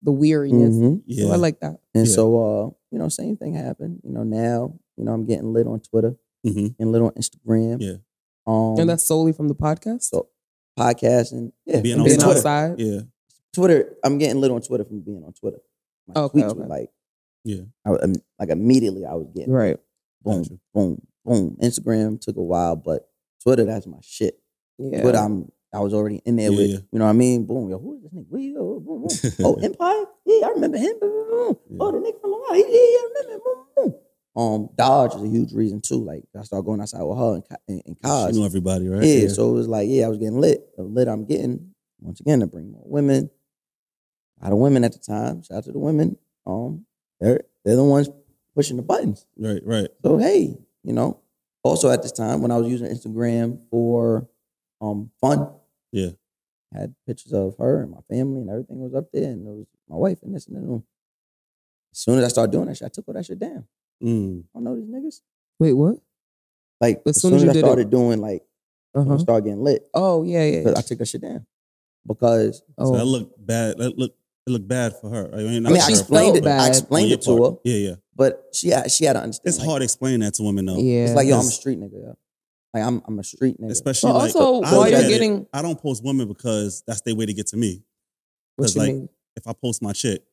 S4: the weariness.
S3: Mhm.
S1: Mm-hmm. yeah.
S4: So I like that.
S3: And
S1: Yeah.
S3: so, uh, you know, same thing happened. You know, now, you know, I'm getting lit on Twitter
S1: Mhm.
S3: and lit on Instagram.
S1: Yeah.
S3: Um,
S4: and that's solely from the podcast.
S3: so podcasting. Yeah,
S1: Being
S3: and
S1: on
S4: being
S1: Twitter.
S4: outside.
S1: Yeah.
S3: Twitter. I'm getting lit on Twitter from being on Twitter. My
S4: Okay,
S3: tweets were
S4: okay.
S3: like,
S1: Yeah.
S3: I, I'm, like immediately I was getting
S4: Right.
S3: boom,
S1: Gotcha.
S3: boom, boom. Instagram took a while, but Twitter, that's my shit.
S4: Yeah.
S3: But I'm I was already in there
S1: Yeah,
S3: with
S1: yeah.
S3: you know what I mean. Boom, yo, who is this nigga? Where you go? Boom, boom. oh, Empire. Yeah, I remember him. Boom, boom, boom. Oh, the nigga from Long Island. Yeah, yeah, I remember. him. Boom, boom. boom. Um, Dodge is a huge reason too. Like I started going outside with her and Ka- and, and Cos.
S1: She knew everybody, right?
S3: Yeah, so it was like, yeah, I was getting lit. The lit I'm getting, once again, to bring more women. A lot of women at the time. Shout out to the women. Um, they're they're the ones pushing the buttons.
S1: Right, right.
S3: So hey, you know. Also at this time when I was using Instagram for um fun.
S1: Yeah.
S3: Had pictures of her and my family and everything was up there and it was my wife and this and that. As soon as I started doing that shit, I took all that shit down.
S1: Mm.
S3: I don't know these niggas.
S4: Wait, what?
S3: Like
S4: As
S3: as
S4: soon
S3: soon as,
S4: as you
S3: I
S4: did it-
S3: started doing like
S4: Uh
S3: I
S4: huh.
S3: started getting lit,
S4: Oh yeah, yeah.
S3: because I took that shit down. Because
S1: So
S4: oh,
S1: that looked bad. That looked it looked bad for her. I mean,
S3: I mean,
S1: not
S3: I
S1: her
S4: she
S3: explained
S4: felt
S3: it. I
S4: bad
S3: explained
S1: on
S3: it
S1: your
S3: to her,
S1: part. Yeah, yeah.
S3: but she had, she had to understand.
S1: It's
S3: like,
S1: hard explaining that to women though.
S4: yeah.
S3: It's like yo, I'm a
S1: It's-
S3: street nigga. Yo. Like I'm I'm a street nigga.
S1: Especially
S4: But
S1: like,
S4: also,
S1: I
S4: while
S1: look
S4: you're
S1: at it,
S4: getting,
S1: I don't post women because that's their way to get to me.
S4: what
S1: 'cause,
S4: you
S1: like,
S4: mean?
S1: If I post my chick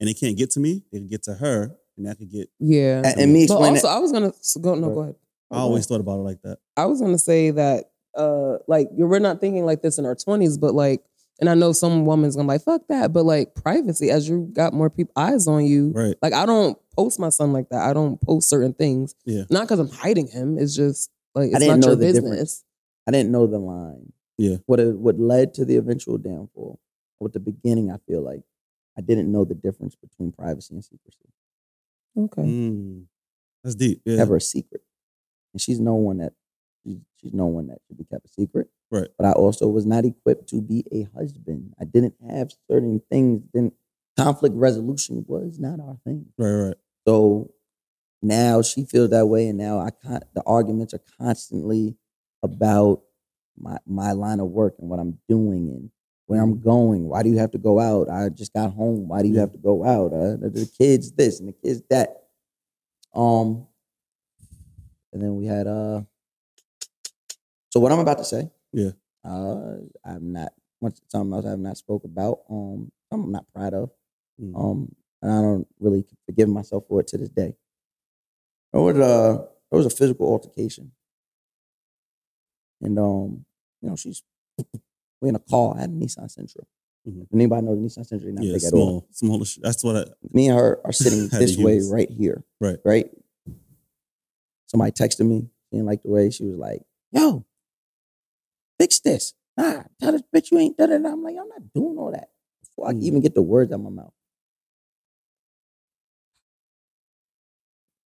S1: and they can't get to me, they can get to her, and that could get.
S4: Yeah.
S3: and, and me
S4: But
S3: explaining.
S4: also, I was gonna so go. No,
S3: Right.
S4: go ahead.
S3: Oh,
S1: I always thought about it like that.
S4: I was gonna say that, uh, like, you're, we're not thinking like this in our 20s, but like And I know some woman's gonna be like, fuck that. But like privacy, as you got more people eyes on
S3: Mm,
S4: you,
S1: Right.
S4: like I don't post my son like that. I don't post certain things.
S1: Yeah.
S4: Not because I'm hiding him. It's just like it's
S3: didn't know
S4: not your
S3: the
S4: business.
S3: difference. I didn't know the line.
S1: Yeah.
S3: What it, what led to the eventual downfall. With the beginning, I feel like I didn't know the difference between privacy and secrecy.
S4: Okay.
S1: Mm. That's deep. Yeah.
S3: Have her a secret, and she's no one that she- she's no one that should be kept a secret.
S1: Right.
S3: But I also was not equipped to be a husband. I didn't have certain things. Then conflict resolution was not our thing.
S1: Right, right.
S3: So now she feels that way, and now I con- the arguments are constantly about my my line of work and what I'm doing and where I'm going. Why do you have to go out? I just got home. Why do you
S1: Mm-hmm. Yeah.
S3: have to go out? Uh, the, the kids this and the kids that. Um, and then we had uh. So what I'm about to say,
S1: Yeah.
S3: uh, I'm not much something else I've not spoke about. Um, something I'm not proud of.
S1: Mm.
S3: Um, and I don't really forgive myself for it to this day. There was a there was a physical altercation, and um, you know, she's we in a car. I had a Nissan Sentra.
S1: Mhm.
S3: If anybody knows the Nissan Sentra, they're not
S1: yeah,
S3: big at all.
S1: small, small. as- That's what I.
S3: Me and her are sitting
S1: Had to
S3: this way
S1: use.
S3: right here.
S1: Right.
S3: right. Somebody texted me, she didn't like the way she was like, "Yo, fix this." Nah, tell this bitch you ain't done it. I'm like, I'm not doing all that before I can
S1: Mm.
S3: even get the words out my mouth.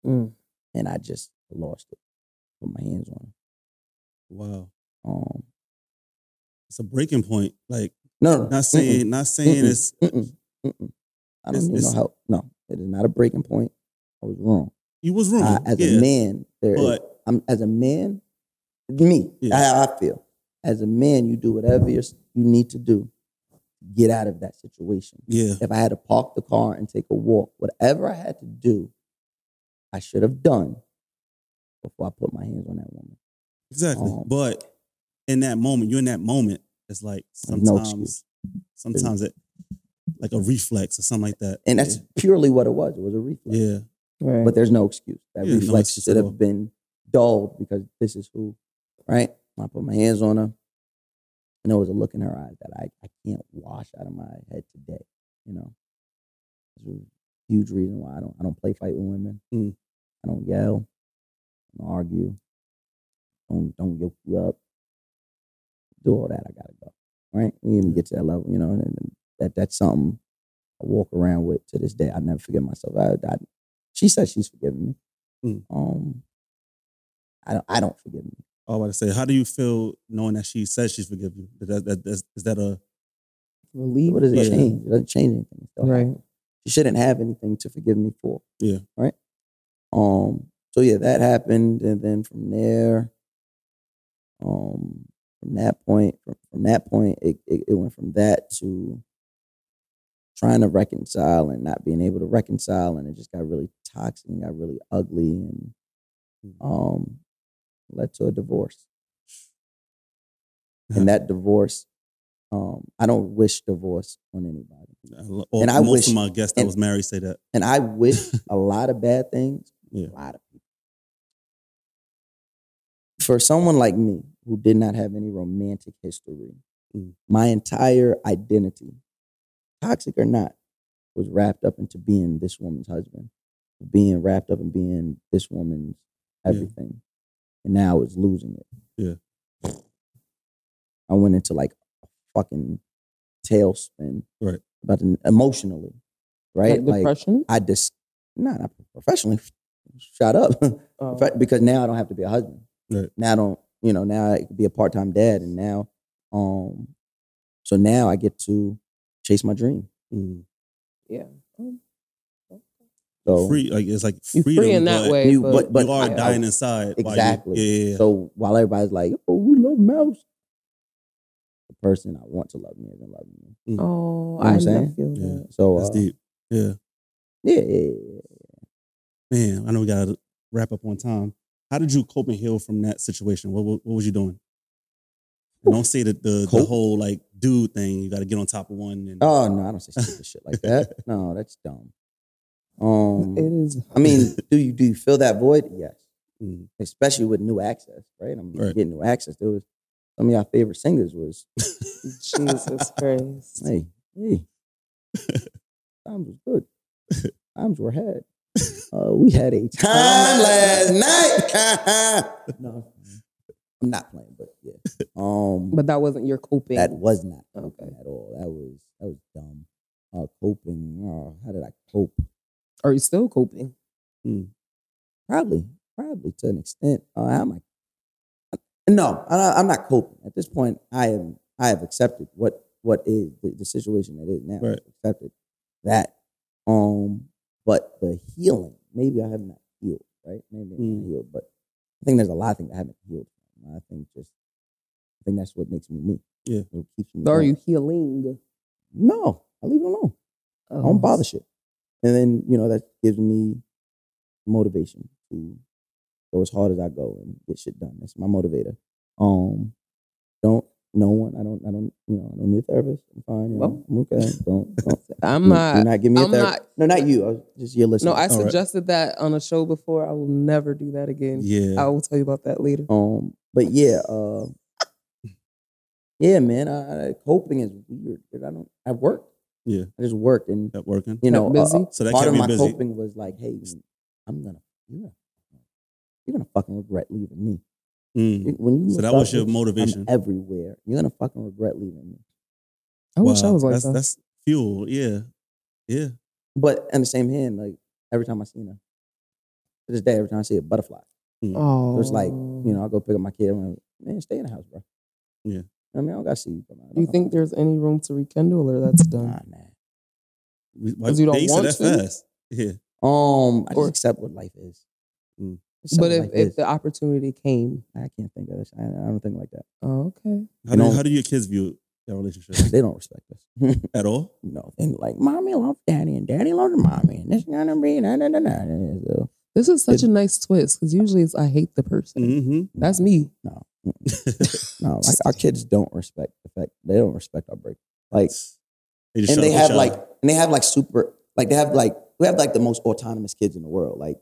S4: Mm.
S3: and I just lost it. Put my hands on
S1: Wow,
S3: her. Um,
S1: it's a breaking point. Like
S3: no, no, no,
S1: not
S3: Uh, mm-mm,
S1: saying, not saying
S3: mm-mm,
S1: it's.
S3: mm-mm, mm-mm. I don't
S1: It's-
S3: need no
S1: it's-
S3: help. No, it is not a breaking point. I was wrong.
S1: You was wrong.
S3: I, Uh, as
S1: Hmm. yeah,
S3: a man, there is-
S1: but-
S3: I'm as a man. Me,
S1: Yeah.
S3: how I feel. As a man, you do whatever you're, you need to do. to Get out of that situation.
S1: yeah,
S3: If I had to park the car and take a walk, whatever I had to do, I should have done before I put my hands on that woman.
S1: exactly.
S3: um,
S1: but in that moment, you're in that moment. It's like
S3: There's no
S1: sometimes,
S3: excuse.
S1: sometimes it, like a reflex or something like that.
S3: And that's purely what it was. It was a reflex.
S1: yeah,
S4: Right.
S3: but there's no excuse. That
S1: Yeah, no
S3: reflex
S1: excuse
S3: should
S1: at all.
S3: have been dulled because this is who, right? I put my hands on her, and there was a look in her eyes that I, I can't wash out of my head today. You know, this is a huge reason why I don't I don't play fight with women.
S1: Mm.
S3: I don't yell, I don't argue, don't don't yoke you up, do all that. I gotta go. Right? We didn't even get to that level. You know, and, and that that's something. I walk around with to this day. I never forget myself. I, I she said she's forgiven me.
S1: Mm.
S3: Um, I don't. I don't forgive me.
S1: I was about to say, how do you feel knowing that she says she's forgive you? Is that, that, that's, is that a
S4: relief.
S3: What does it
S1: Yeah.
S3: change? It doesn't change anything. It still
S4: Right.
S3: happened. She shouldn't have anything to forgive me for.
S1: Yeah.
S3: Right. Um. So yeah, that happened, and then from there, um, from that point, from, from that point, it, it it went from that to trying to reconcile and not being able to reconcile, and it just got really toxic and got really ugly, and um, led to a divorce. and that divorce um i don't wish divorce on anybody
S1: I lo- all,
S3: And I
S1: most
S3: wish-
S1: of my guests that
S3: and-
S1: was married say that.
S3: and i wish a lot of bad things
S1: Yeah.
S3: a lot of people for someone like me who did not have any romantic history
S1: Mm.
S3: my entire identity toxic or not was wrapped up into being this woman's husband being wrapped up in being this woman's
S1: Yeah.
S3: everything and now it's losing it
S1: Yeah.
S3: i went into like a fucking tailspin
S1: Right.
S3: about the, emotionally right
S4: Like depression.
S3: I dis not not professionally shot up
S4: Oh.
S3: Profe- because now I don't have to be a husband.
S1: Right.
S3: Now I don't you know now I could be a part time dad and now um so now I get to chase my dream.
S1: Mm.
S4: yeah.
S3: So
S1: Free, like it's like
S4: You
S1: freedom.
S4: free in that
S1: but
S4: way.
S3: you-
S4: but,
S3: but- but-
S1: you are
S4: Yeah.
S1: dying inside. while you-
S3: Exactly.
S1: yeah, yeah, yeah.
S3: so while everybody's like oh we love mouse, the person I want to love me isn't loving me.
S4: oh,
S3: You know what
S4: I
S3: I'm saying?
S4: feel
S1: Yeah.
S4: that.
S3: So
S1: That's
S3: uh,
S1: deep. Yeah.
S3: yeah, yeah, yeah.
S1: Man, I know we got to wrap up on time. How did you cope and heal from that situation? What, what, what was you doing? And don't say that the, the
S3: Cope?
S1: whole like dude thing, you got to get on top of one. And,
S3: Oh no, I don't say stupid shit like that. No, that's dumb. Um,
S4: It is.
S3: I mean, do you do you fill that void? Yes.
S1: Mm,
S3: especially with new access, right? I'm
S1: Right.
S3: getting new access. There was Some of y'all favorite singers was
S4: Jesus Christ.
S3: Hey, hey. Times was good. Times were had. Uh, we had a time last night. no, I'm not playing, but yeah. Um,
S4: But that wasn't your coping.
S3: that was not coping
S4: Okay.
S3: at all. That was that was dumb. Uh, coping. Uh, how did I cope?
S4: Are you still coping?
S3: Probably, probably to an extent. Uh, I'm like, no, I, I'm not coping at this point. I am. I have accepted what what is the, the situation that is now.
S1: Right.
S3: I've accepted that. Um, but the healing, maybe I have not healed. Right? Maybe I'm
S1: Mm.
S3: not healed, but I think there's a lot of things I haven't healed. from. I think just, I think that's what makes me me.
S1: Yeah.
S3: It keeps me.
S4: Are
S3: going.
S4: you healing?
S3: No, I leave it alone.
S4: Oh,
S3: I don't bother shit. And then, you know, that gives me motivation to go as hard as I go and get shit done. That's my motivator. Um, don't no one. I don't. I don't. You know. I don't need a therapist. I'm fine. You know, I'm okay. Don't. don't
S4: I'm
S3: You're
S4: not.
S3: not giving me a
S4: I'm
S3: therapist.
S4: not-
S3: No, not you. I was just your listener.
S4: No, I
S1: All right.
S4: suggested that on a show before. I will never do that again.
S1: Yeah.
S4: I will tell you about that later.
S3: Um, but yeah, uh, yeah, man. I, I, coping is weird. 'cause I don't. I work.
S1: Yeah.
S3: I just work, and
S1: Kept working.
S3: you know,
S4: Kept busy?
S3: uh,
S1: So that
S3: part
S1: kept
S3: of
S1: me
S3: my
S1: busy.
S3: coping was like, hey, I'm gonna, you're gonna, you're gonna fucking regret leaving me.
S1: Mm.
S3: You- When you
S1: So
S3: look
S1: that was
S3: up,
S1: your
S3: I'm
S1: motivation.
S3: everywhere. You're gonna fucking regret leaving me.
S4: I wish I
S1: Wow,
S4: was like
S1: that's,
S4: that.
S1: That's fuel. Yeah. Yeah.
S3: But on the same hand, like every time I see her, to this day, every time I see a butterfly,
S4: Oh,
S3: so it's like, you know, I go pick up my kid. I'm like, man, stay in the house, bro.
S1: Yeah.
S3: I mean, I don't gotta see you. Come on.
S4: Do you think there's any room to rekindle, or that's
S3: Nah,
S4: done?
S3: man.
S1: We- why-
S4: 'Cause you don't
S1: they said
S4: want
S1: that
S4: to?
S1: fast. Yeah.
S3: Um, I
S4: Or-
S3: just accept what life is.
S1: Mm.
S3: Accept
S4: but
S3: what
S4: if,
S3: life
S4: if
S3: is.
S4: the opportunity came,
S3: I can't think of this. I, I don't think like that.
S4: oh, okay.
S1: How do,
S3: know-
S1: how do your kids view that relationship
S3: They don't respect us.
S1: at all?
S3: No, and like mommy loves daddy and daddy loves mommy and this gonna be na na na na. na. So,
S4: This is such a nice twist because usually it's I hate the person.
S1: Mm-hmm.
S4: That's me.
S3: No, mm-mm. no, like our kids don't respect the fact they don't respect our break. Like,
S1: They just shut
S3: and they
S1: up
S3: have
S1: shut
S3: like,
S1: up.
S3: and they have like super, like they have like we have like the most autonomous kids in the world. Like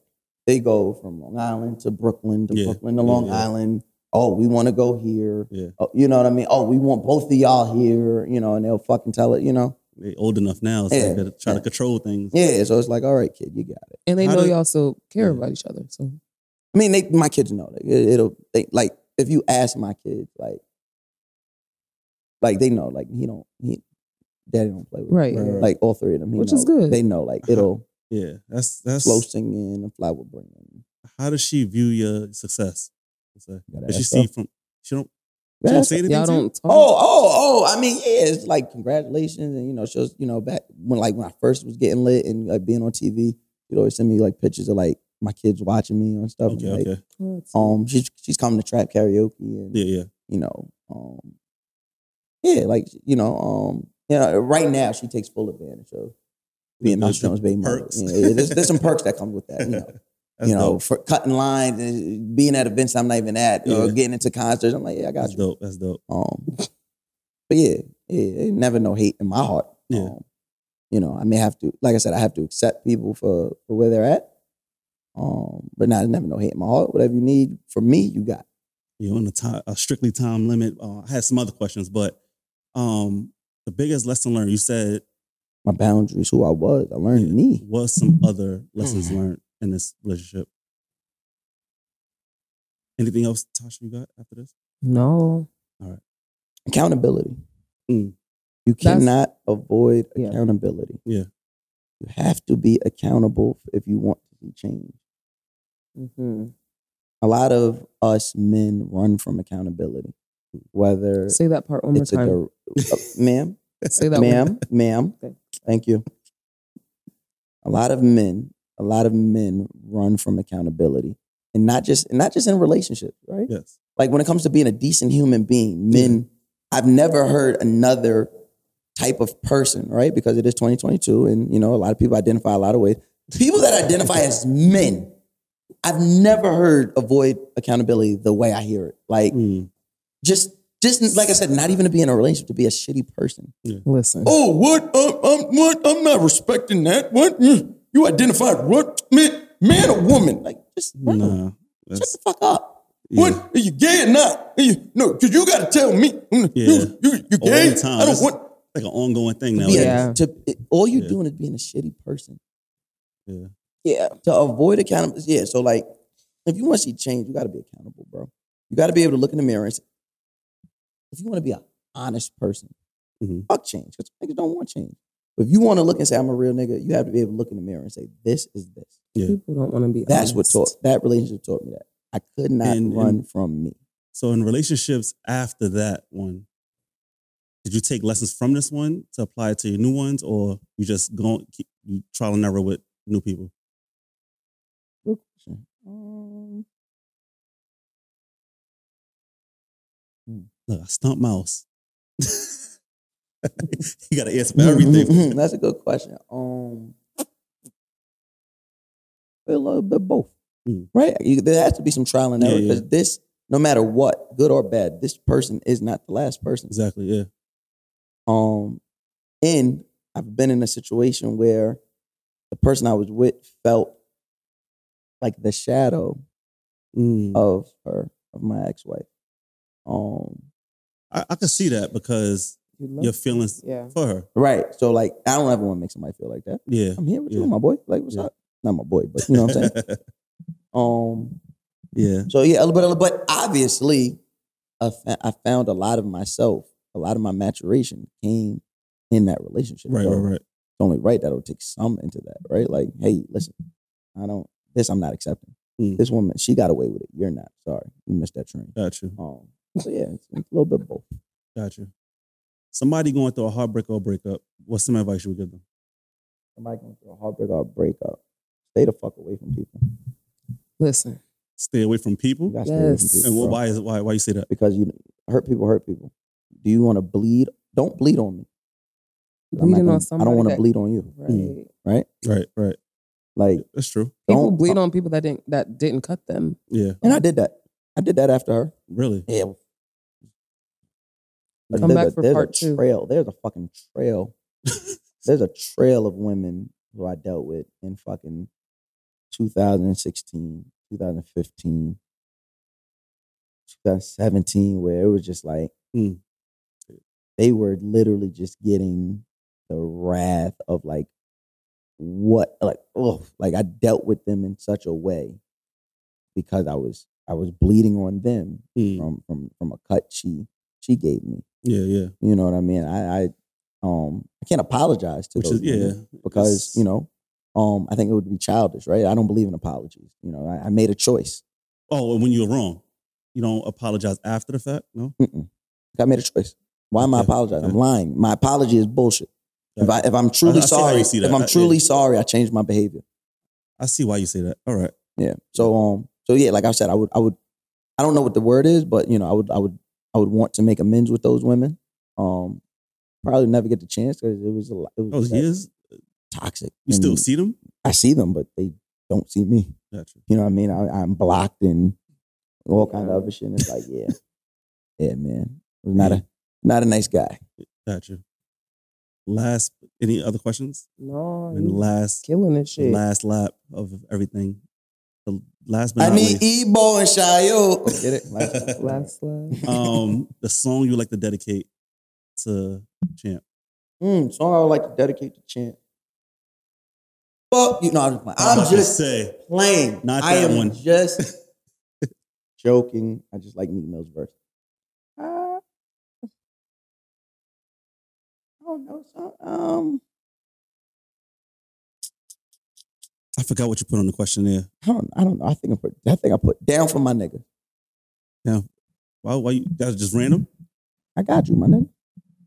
S3: they go from Long Island to Brooklyn to
S1: Yeah.
S3: Brooklyn to
S1: Yeah,
S3: Long
S1: yeah.
S3: Island. Oh, we want to go here.
S1: Yeah.
S3: Oh, you know what I mean? Oh, we want both of y'all here. You know, and they'll fucking tell it. You know?
S1: they old enough now, so
S3: Yeah,
S1: they gotta try to
S3: yeah.
S1: control things.
S3: Yeah. So it's like, all right, kid, you got it.
S4: And they
S1: How
S4: know
S1: do-
S4: y'all still care
S1: Yeah.
S4: about each other. So
S3: I mean, they, my kids know. Like, it, it'll they, like if you ask my kids, like, like they know. Like he don't, he, daddy don't play with
S4: Right.
S3: him.
S1: Right, right.
S3: Like all three of them, he
S4: Which
S3: know.
S4: is good.
S3: They know. Like it'll
S1: Yeah, that's that's.
S3: slow singing, the flower bringing.
S1: How does she view your success? Let's say.
S3: You gotta
S1: Does she
S3: ask
S1: see
S3: her.
S1: from? She don't.
S3: You
S1: She
S3: gotta
S1: don't
S3: ask
S1: say
S3: her.
S1: anything.
S4: y'all
S1: to you?
S4: don't talk.
S3: Oh, oh, oh! I mean, yeah, it's like congratulations, and you know, she'll, you know, back when like when I first was getting lit and like being on TV, you'd always send me like pictures of like my kids watching me and stuff.
S1: Okay,
S3: and, like,
S1: okay.
S4: Oh, that's-
S3: Um, she's she's coming to trap karaoke and
S1: Yeah, yeah.
S3: you know, um, yeah, like you know, um, you know, right now she takes full advantage of being
S1: The-
S3: my
S1: the
S3: strongest baby mother.
S1: perks.
S3: You know, yeah, there's, there's some perks that comes with that, you know,
S1: That's
S3: you know,
S1: dope.
S3: for cutting lines and uh, being at events I'm not even at, or
S1: Yeah.
S3: getting into concerts. I'm like, yeah, I got
S1: that's
S3: you.
S1: dope. That's dope.
S3: Um, but yeah, yeah, ain't never no hate in my heart.
S1: Yeah.
S3: Um, you know, I may have to, like I said, I have to accept people for, for where they're at. Um, but not never no hate in my heart. Whatever you need from me, you got.
S1: You're on the time, a strictly time limit. Uh, I had some other questions, but um, the biggest lesson learned. You said
S3: My boundaries, who I was, I learned me. Mm-hmm.
S1: was some other lessons learned in this relationship. Anything else, Tasha? You got after this?
S4: no.
S3: accountability.
S1: Mm.
S3: You
S4: That's-
S3: cannot avoid
S4: Yeah.
S3: accountability.
S1: Yeah.
S3: You have to be accountable if you want to see change.
S4: Mm-hmm.
S3: A lot of us men run from accountability, whether
S4: Say that part one more
S3: it's a,
S4: time.
S3: dir- uh, ma'am,
S4: Say that one.
S3: ma'am, ma'am.
S4: Okay.
S3: Thank you. A lot of men, a lot of men run from accountability, and not just and not just in relationships, right?
S1: Yes.
S3: like when it comes to being a decent human being, men, I've never heard another type of person, right? Because it is 2022 and you know, a lot of people identify a lot of ways. People that identify as men, I've never heard avoid accountability the way I hear it. Like
S1: Mm.
S3: just just like I said, not even to be in a relationship, to be a shitty person.
S4: Listen.
S3: Oh, what? Um, um, what? I'm not respecting that. What? Mm, You identified what? Man, man or woman? Like, just, bro,
S1: Nah.
S3: shut
S1: That's
S3: the fuck up.
S1: Yeah.
S5: What? Are you gay or not? Are you, no, because you got to tell me. Mm,
S1: Yeah.
S5: You, you, you
S1: All
S5: gay?
S1: the time.
S5: I don't
S1: That's-
S5: want.
S1: Like an ongoing thing now.
S3: Yeah.
S4: Yeah.
S3: To, it- all you're
S1: Yeah.
S3: doing is being a shitty person.
S1: Yeah.
S3: Yeah. To avoid accountability. Yeah. So like, if you want to see change, you got to be accountable, bro. You got to be able to look in the mirror and say, if you want to be an honest person,
S1: Mhm.
S3: fuck change. Because niggas don't want change. But if you want to look and say, I'm a real nigga, you have to be able to look in the mirror and say, this is this.
S1: Yeah.
S4: People don't want to be.
S3: That's what
S4: honest.
S3: taught, that relationship taught me that. I could not
S1: And-
S3: run
S1: and-
S3: from me.
S1: So in relationships after that one, did you take lessons from this one to apply it to your new ones, or you just go keep, you trial and error with new people?
S3: Good question. Um,
S1: Look, I stumped mouse. you got to answer for everything.
S3: Mm-hmm, That's a good question. Um, a little bit both,
S1: Mm.
S3: right? You, there has to be some trial and
S1: Yeah,
S3: error
S1: yeah.
S3: because this, no matter what, good or bad, this person is not the last person.
S1: exactly. Yeah.
S3: Um, and I've been in a situation where the person I was with felt like the shadow
S1: Mm.
S3: of her, of my ex-wife. Um,
S1: I, I could see that because
S4: You love-
S1: your feelings
S4: Yeah.
S1: for her.
S3: right. So like, I don't ever want to make somebody feel like that.
S1: Yeah.
S3: I'm here with
S1: Yeah.
S3: you, my boy. Like, what's
S1: Yeah.
S3: up? Not my boy, but you know what I'm saying. um.
S1: yeah.
S3: So yeah, but but obviously, I, fa- I found a lot of myself, a lot of my maturation came in that relationship.
S1: Right.
S3: So
S1: Right. Right.
S3: It's only right that I would take some into that, right? Like, hey, listen, I don't. This I'm not accepting.
S1: Mm.
S3: This woman, she got away with it. You're not. Sorry, you missed that train.
S1: Got you.
S3: Um. So yeah, it's a little bit of both.
S1: Got you. Somebody going through a heartbreak or breakup. What's some advice you would give them?
S3: Somebody going through a heartbreak or a breakup. Stay the fuck away from people.
S4: Listen.
S1: Stay away from
S3: You
S1: people.
S3: gotta stay away from
S4: Yes.
S3: people.
S1: And
S3: bro.
S1: wh- why is why why you say that?
S3: because you hurt people hurt people. Do you want to bleed? Don't bleed on me. I'm not
S4: Bleeding
S3: gonna-
S4: on somebody.
S3: I don't want to
S4: that-
S3: bleed on you.
S4: Right.
S1: Mm.
S3: Right?
S1: Right. Right.
S3: Like
S1: That's true.
S4: People
S3: don't-
S4: bleed on people that didn't that didn't cut them.
S1: Yeah.
S3: And I did that. I did that after her.
S1: Really.
S3: Yeah. Like,
S4: Come
S3: there's
S4: back
S3: a,
S4: for
S3: there's
S4: part
S3: a
S4: two.
S3: trail. There's a fucking trail. there's a trail of women who I dealt with in fucking 2016, 2015, 2017, where it was just like
S4: Hmm.
S1: Mm.
S3: they were literally just getting the wrath of like what like oh like I dealt with them in such a way because I was I was bleeding on them
S1: Mm.
S3: from from from a cut she she gave me.
S1: Yeah, yeah.
S3: You know what I mean? I I um I can't apologize to
S1: Which
S3: those
S1: is yeah,
S3: women because
S1: It's-
S3: you know um I think it would be childish, right? I don't believe in apologies. You know, I, I made a choice.
S1: Oh, and when you were wrong, you don't apologize after the fact. No,
S3: Mm-mm. I made a choice. Why am I
S1: Okay,
S3: apologizing? I'm
S1: okay.
S3: lying. My apology is bullshit. If I if I'm
S1: I
S3: truly
S1: see how
S3: sorry,
S1: you see that.
S3: if I'm
S1: I-
S3: truly
S1: yeah.
S3: sorry, I changed my behavior.
S1: I see why you say that. All right,
S3: Yeah. So um so yeah, like I said, I would I would I don't know what the word is, but you know, I would I would I would want to make amends with those women. Um probably never get the chance because it was a lot it was
S1: those
S3: that
S1: years
S3: toxic.
S1: Oh, you still
S3: And
S1: see them.
S3: I see them, but they don't see me.
S1: Gotcha.
S3: You know what I mean? I, I'm blocked and all kind of other shit. And it's like, yeah. yeah, man. Was not a not a nice guy.
S1: Gotcha. Last, any other questions?
S4: No.
S3: Oh,
S1: And
S4: you
S1: last,
S4: killing this shit.
S1: last lap of everything. The last but
S3: I
S1: not
S3: need
S1: least,
S3: Ebo and Shayo. Oh, Get it? Last-
S4: Last love.
S1: um, the song you would like to dedicate to Champ.
S3: Mm, song I would like to dedicate to Chant. Fuck you. No, I'm just playing. I'm
S1: about to
S3: just
S1: say
S3: playing.
S1: Not
S3: I
S1: that
S3: am
S1: one.
S3: just joking. I just like Meek Mill's verse. Uh, I don't know. Some, um,
S1: I forgot what you put on the questionnaire.
S3: I don't. I don't know. I think I put. I think I put down for my nigga.
S1: Why? Why you? That was just random.
S3: I got you, my nigga.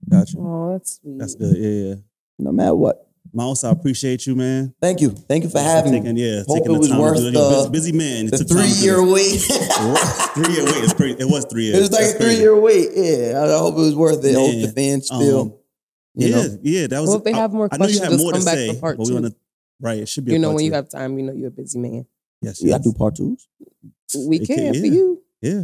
S1: Gotcha.
S4: Oh, that's sweet.
S1: That's good. Yeah, yeah.
S3: No matter what.
S1: Mouse, I appreciate you, man.
S3: Thank you. Thank you for having
S1: taking,
S3: me.
S1: Yeah,
S3: Hope
S1: taking
S3: it
S1: the
S3: was
S1: time.
S3: worth
S1: to do that. You're a
S3: the-
S1: busy- busy man. It
S3: The
S1: took time to
S3: three
S1: do
S3: year
S1: this.
S3: wait.
S1: What? three year wait. It's crazy. It was three years.
S3: It was like
S1: That's
S3: a
S1: crazy.
S3: three year wait. Yeah. I I hope it was worth it. I Hope the
S1: Man,
S3: fans feel.
S1: um,
S3: you
S1: Yeah,
S3: know?
S1: yeah. That was.
S4: well, if they
S1: I-
S4: have more
S1: I know you
S4: questions,
S1: have
S4: just
S1: more
S4: come
S1: to
S4: back
S1: say,
S4: for part
S1: but we
S4: two.
S1: want to. Right. It should be.
S4: you
S1: a
S4: know,
S1: part
S4: when you
S1: two.
S4: have time, you know you're a busy man.
S1: Yes.
S3: Yeah, I
S1: yes.
S3: do part twos.
S4: We
S1: It
S4: can
S1: can-
S4: for
S1: yeah.
S4: you.
S1: Yeah.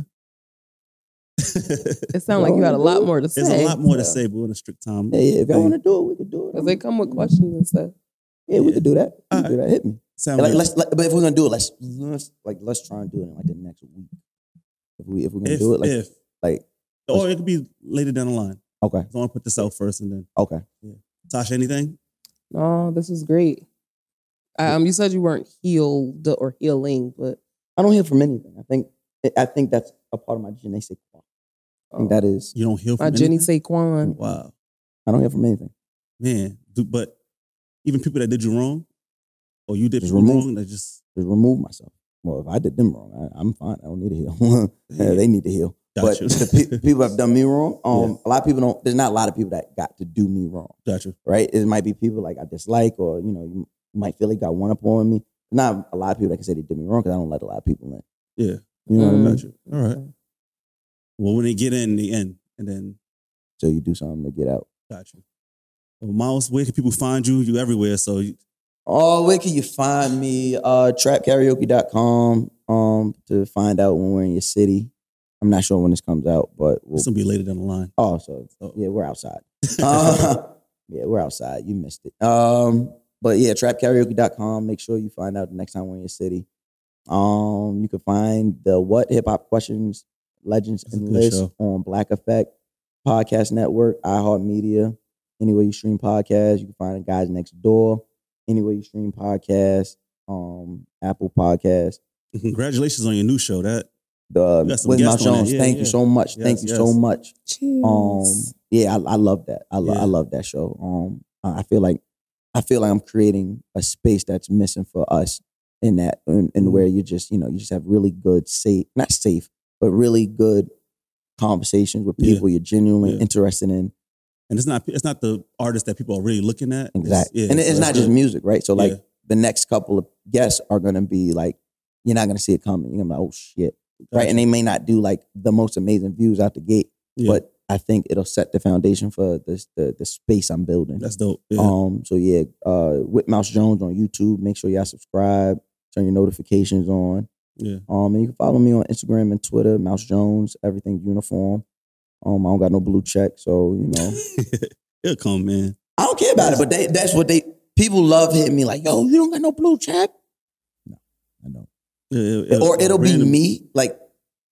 S4: It sounds like you had a lot more to say.
S1: There's a lot more to say, but we're in a strict time.
S3: Yeah, yeah. If y'all
S1: Thing.
S3: want to do it, we could do it.
S4: Because they come with questions and stuff.
S3: Yeah, we
S1: Yeah.
S3: could do that. We could
S1: Alright.
S3: do that. Hit me.
S1: Sound
S3: Like,
S1: good.
S3: let's, like, but if we're gonna do it, let's, let's like let's try and do it in like the next week. If we if we're gonna
S1: If,
S3: do it, like
S1: if.
S3: like
S1: Or it could be later down the line.
S3: okay,
S1: So I want to put this out first and then.
S3: okay.
S1: Tasha, anything?
S4: No, this is great. Um, you said you weren't healed or healing, but
S3: I don't heal from anything. I think I think that's a part of my genetic. I
S4: Oh.
S3: think that is.
S1: You don't heal from
S4: my Jenny
S1: anything?
S4: Saquon.
S1: Wow.
S3: I don't heal from anything.
S1: Man. Do- But even people that did you wrong or you did
S3: Just
S1: people
S3: remove.
S1: wrong, they just.
S3: Just remove myself. Well, if I did them wrong, I, I'm fine. I don't need to heal. Yeah, they need to heal.
S1: Got
S3: but
S1: you.
S3: the pe- people have done me wrong. Um,
S1: Yeah.
S3: a lot of people don't. There's not a lot of people that got to do me wrong.
S1: Got you.
S3: right? It might be people like I dislike, or you know, you might feel like got one up on me. Not a lot of people that can say they did me wrong because I don't let a lot of people in.
S1: Yeah.
S3: You know what I
S1: Got
S3: mean?
S1: you. All right. Well, when they get in, they end. And then,
S3: So you do something to get out.
S1: got you. Well, Miles, where can people find you? You everywhere. So you,
S3: Oh, where can you find me? Uh, trapkaraoke.com um, to find out when we're in your city. I'm not sure when this comes out, but we'll.
S1: it's going to be later down the line.
S3: Oh, so
S1: Oh.
S3: yeah, we're outside. Uh, yeah, we're outside. You missed it. Um, but yeah, trapkaraoke.com. Make sure you find out the next time we're in your city. Um, you can find the What Hip Hop Questions Legends
S1: That's a
S3: and
S1: good
S3: Lists
S1: show.
S3: on Black Effect Podcast Network, iHeartMedia, anywhere you stream podcasts. You can find it guys next door, anywhere you stream podcasts, um, Apple Podcasts.
S1: And Congratulations on your new show. That
S3: The
S1: You got some
S3: with my
S1: guests on
S3: Jones,
S1: there. Yeah,
S3: thank
S1: yeah.
S3: you so much. thank
S1: Yes,
S3: you so
S1: yes.
S3: much.
S4: Cheers.
S3: Um, yeah, I, I love that. I, lo-
S1: Yeah.
S3: I love that show. Um, I I feel like I feel like I'm creating a space that's missing for us in that in, in
S1: Mhm.
S3: where you just you know you just have really good safe not safe but really good conversations with
S1: Yeah.
S3: people you're genuinely
S1: Yeah.
S3: interested in.
S1: and it's not it's not the artist that people are really looking at. It's-
S3: Exactly,
S1: yeah, so
S3: and it's
S1: that's
S3: not just
S1: good.
S3: music, right? So like
S1: Yeah.
S3: the next couple of guests are gonna be like you're not gonna see it coming. You're gonna be like, oh shit, right?
S1: Gotcha.
S3: And they may not do like the most amazing views out the gate,
S1: Yeah,
S3: but I think it'll set the foundation for this the the space I'm building.
S1: that's dope. Yeah.
S3: Um, so yeah, uh Whip Mouse Jones on YouTube. Make sure y'all subscribe, turn your notifications on.
S1: yeah.
S3: Um, and you can follow me on Instagram and Twitter, Mouse Jones, everything uniform. Um, I don't got no blue check, so you know.
S1: It'll come, man.
S3: I don't care about it, but they that's what they people love hitting me like, yo, you don't got no blue check. No, I don't.
S1: It- it- it'll-
S3: or it'll be
S1: random-
S3: me, like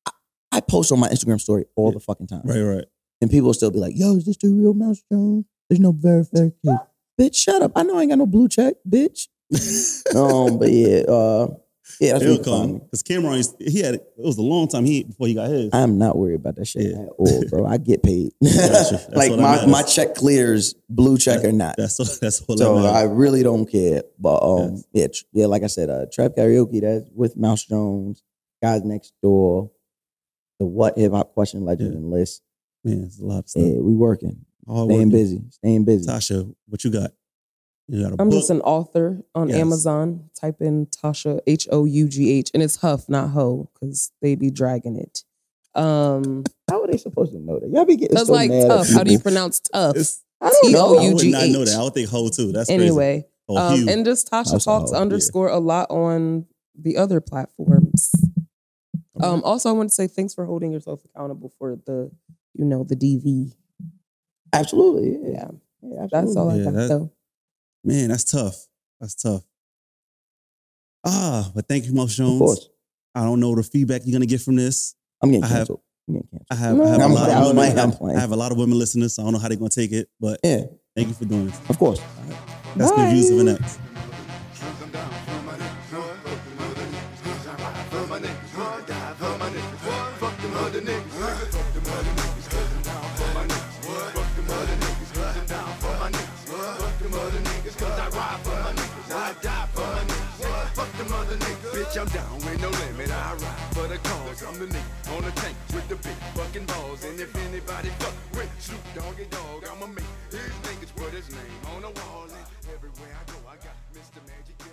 S3: I, I post on my Instagram story all the fucking time.
S1: Right, right.
S3: And people will still be like, yo, is this the real Mouse Jones? There's no verification. bitch, shut up. I know I ain't got no blue check, bitch. um, but yeah, uh, yeah, that's
S1: It'll
S3: what come.
S1: come because Cameron used- he had it was a long time he before he got his.
S3: I'm not worried about that shit
S1: Yeah.
S3: at all, bro. I get paid.
S1: Gotcha. That's
S3: like
S1: what I
S3: my,
S1: meant.
S3: my check clears, blue check or not.
S1: that's all. That's all.
S3: so
S1: that
S3: I
S1: matters.
S3: really don't care. But um,
S1: Yes.
S3: yeah, tr- yeah, like I said, uh, trap karaoke that's with Mouse Jones, guys next door, the what hip hop question legend
S1: Yeah.
S3: and list.
S1: man, it's a lot of stuff.
S3: Yeah, we working,
S1: Hard
S3: staying
S1: working.
S3: busy, staying busy.
S1: Tasha, what you got? You got a
S4: I'm
S1: book.
S4: just an author on
S1: Yes.
S4: Amazon. Type in Tasha H O U G H, and it's Huff, not Ho, because they be dragging it. Um,
S3: How are they supposed to know that? Y'all be getting
S4: it's
S3: so
S4: like
S3: mad at
S4: tough. How do you
S3: people.
S4: pronounce tough?
S1: It's-
S3: I don't know.
S1: I would not
S4: UGH.
S1: know that. I would think whole too. That's crazy.
S4: Anyway,
S1: Oh,
S4: um,
S1: Hugh.
S4: and just
S3: Also
S4: Tasha talks
S3: Ho, yeah.
S4: underscore a lot on the other platforms. Um, also, I want to say thanks for holding yourself accountable for the, you know, the DV.
S3: Absolutely. Yeah.
S4: Yeah,
S3: yeah
S4: that's all
S1: Yeah,
S4: I got
S1: that-
S4: though.
S1: man, that's tough. That's tough. Ah, but thank you, Mouse
S3: Of
S1: Jones.
S3: course.
S1: I don't know the feedback you're gonna get from this.
S3: I'm getting
S1: I have-
S3: canceled. I'm getting canceled.
S1: I have, I have
S3: I'm
S1: a lot
S3: playing.
S1: of
S3: I'm
S1: women,
S3: playing. I'm playing.
S1: I have a lot of women listeners, so I don't know how they're gonna take it. But
S3: Yeah,
S1: thank you for doing this.
S3: of course.
S1: That's good views of an X.
S6: Bitch, I'm down with no limit. I ride for the cause. I'm the nigga on the tank with the big fucking balls. And if anybody fuck with Snoop Doggy Dog, I'ma make his niggas put his name on the wall. And everywhere I go, I got Mr. Magic.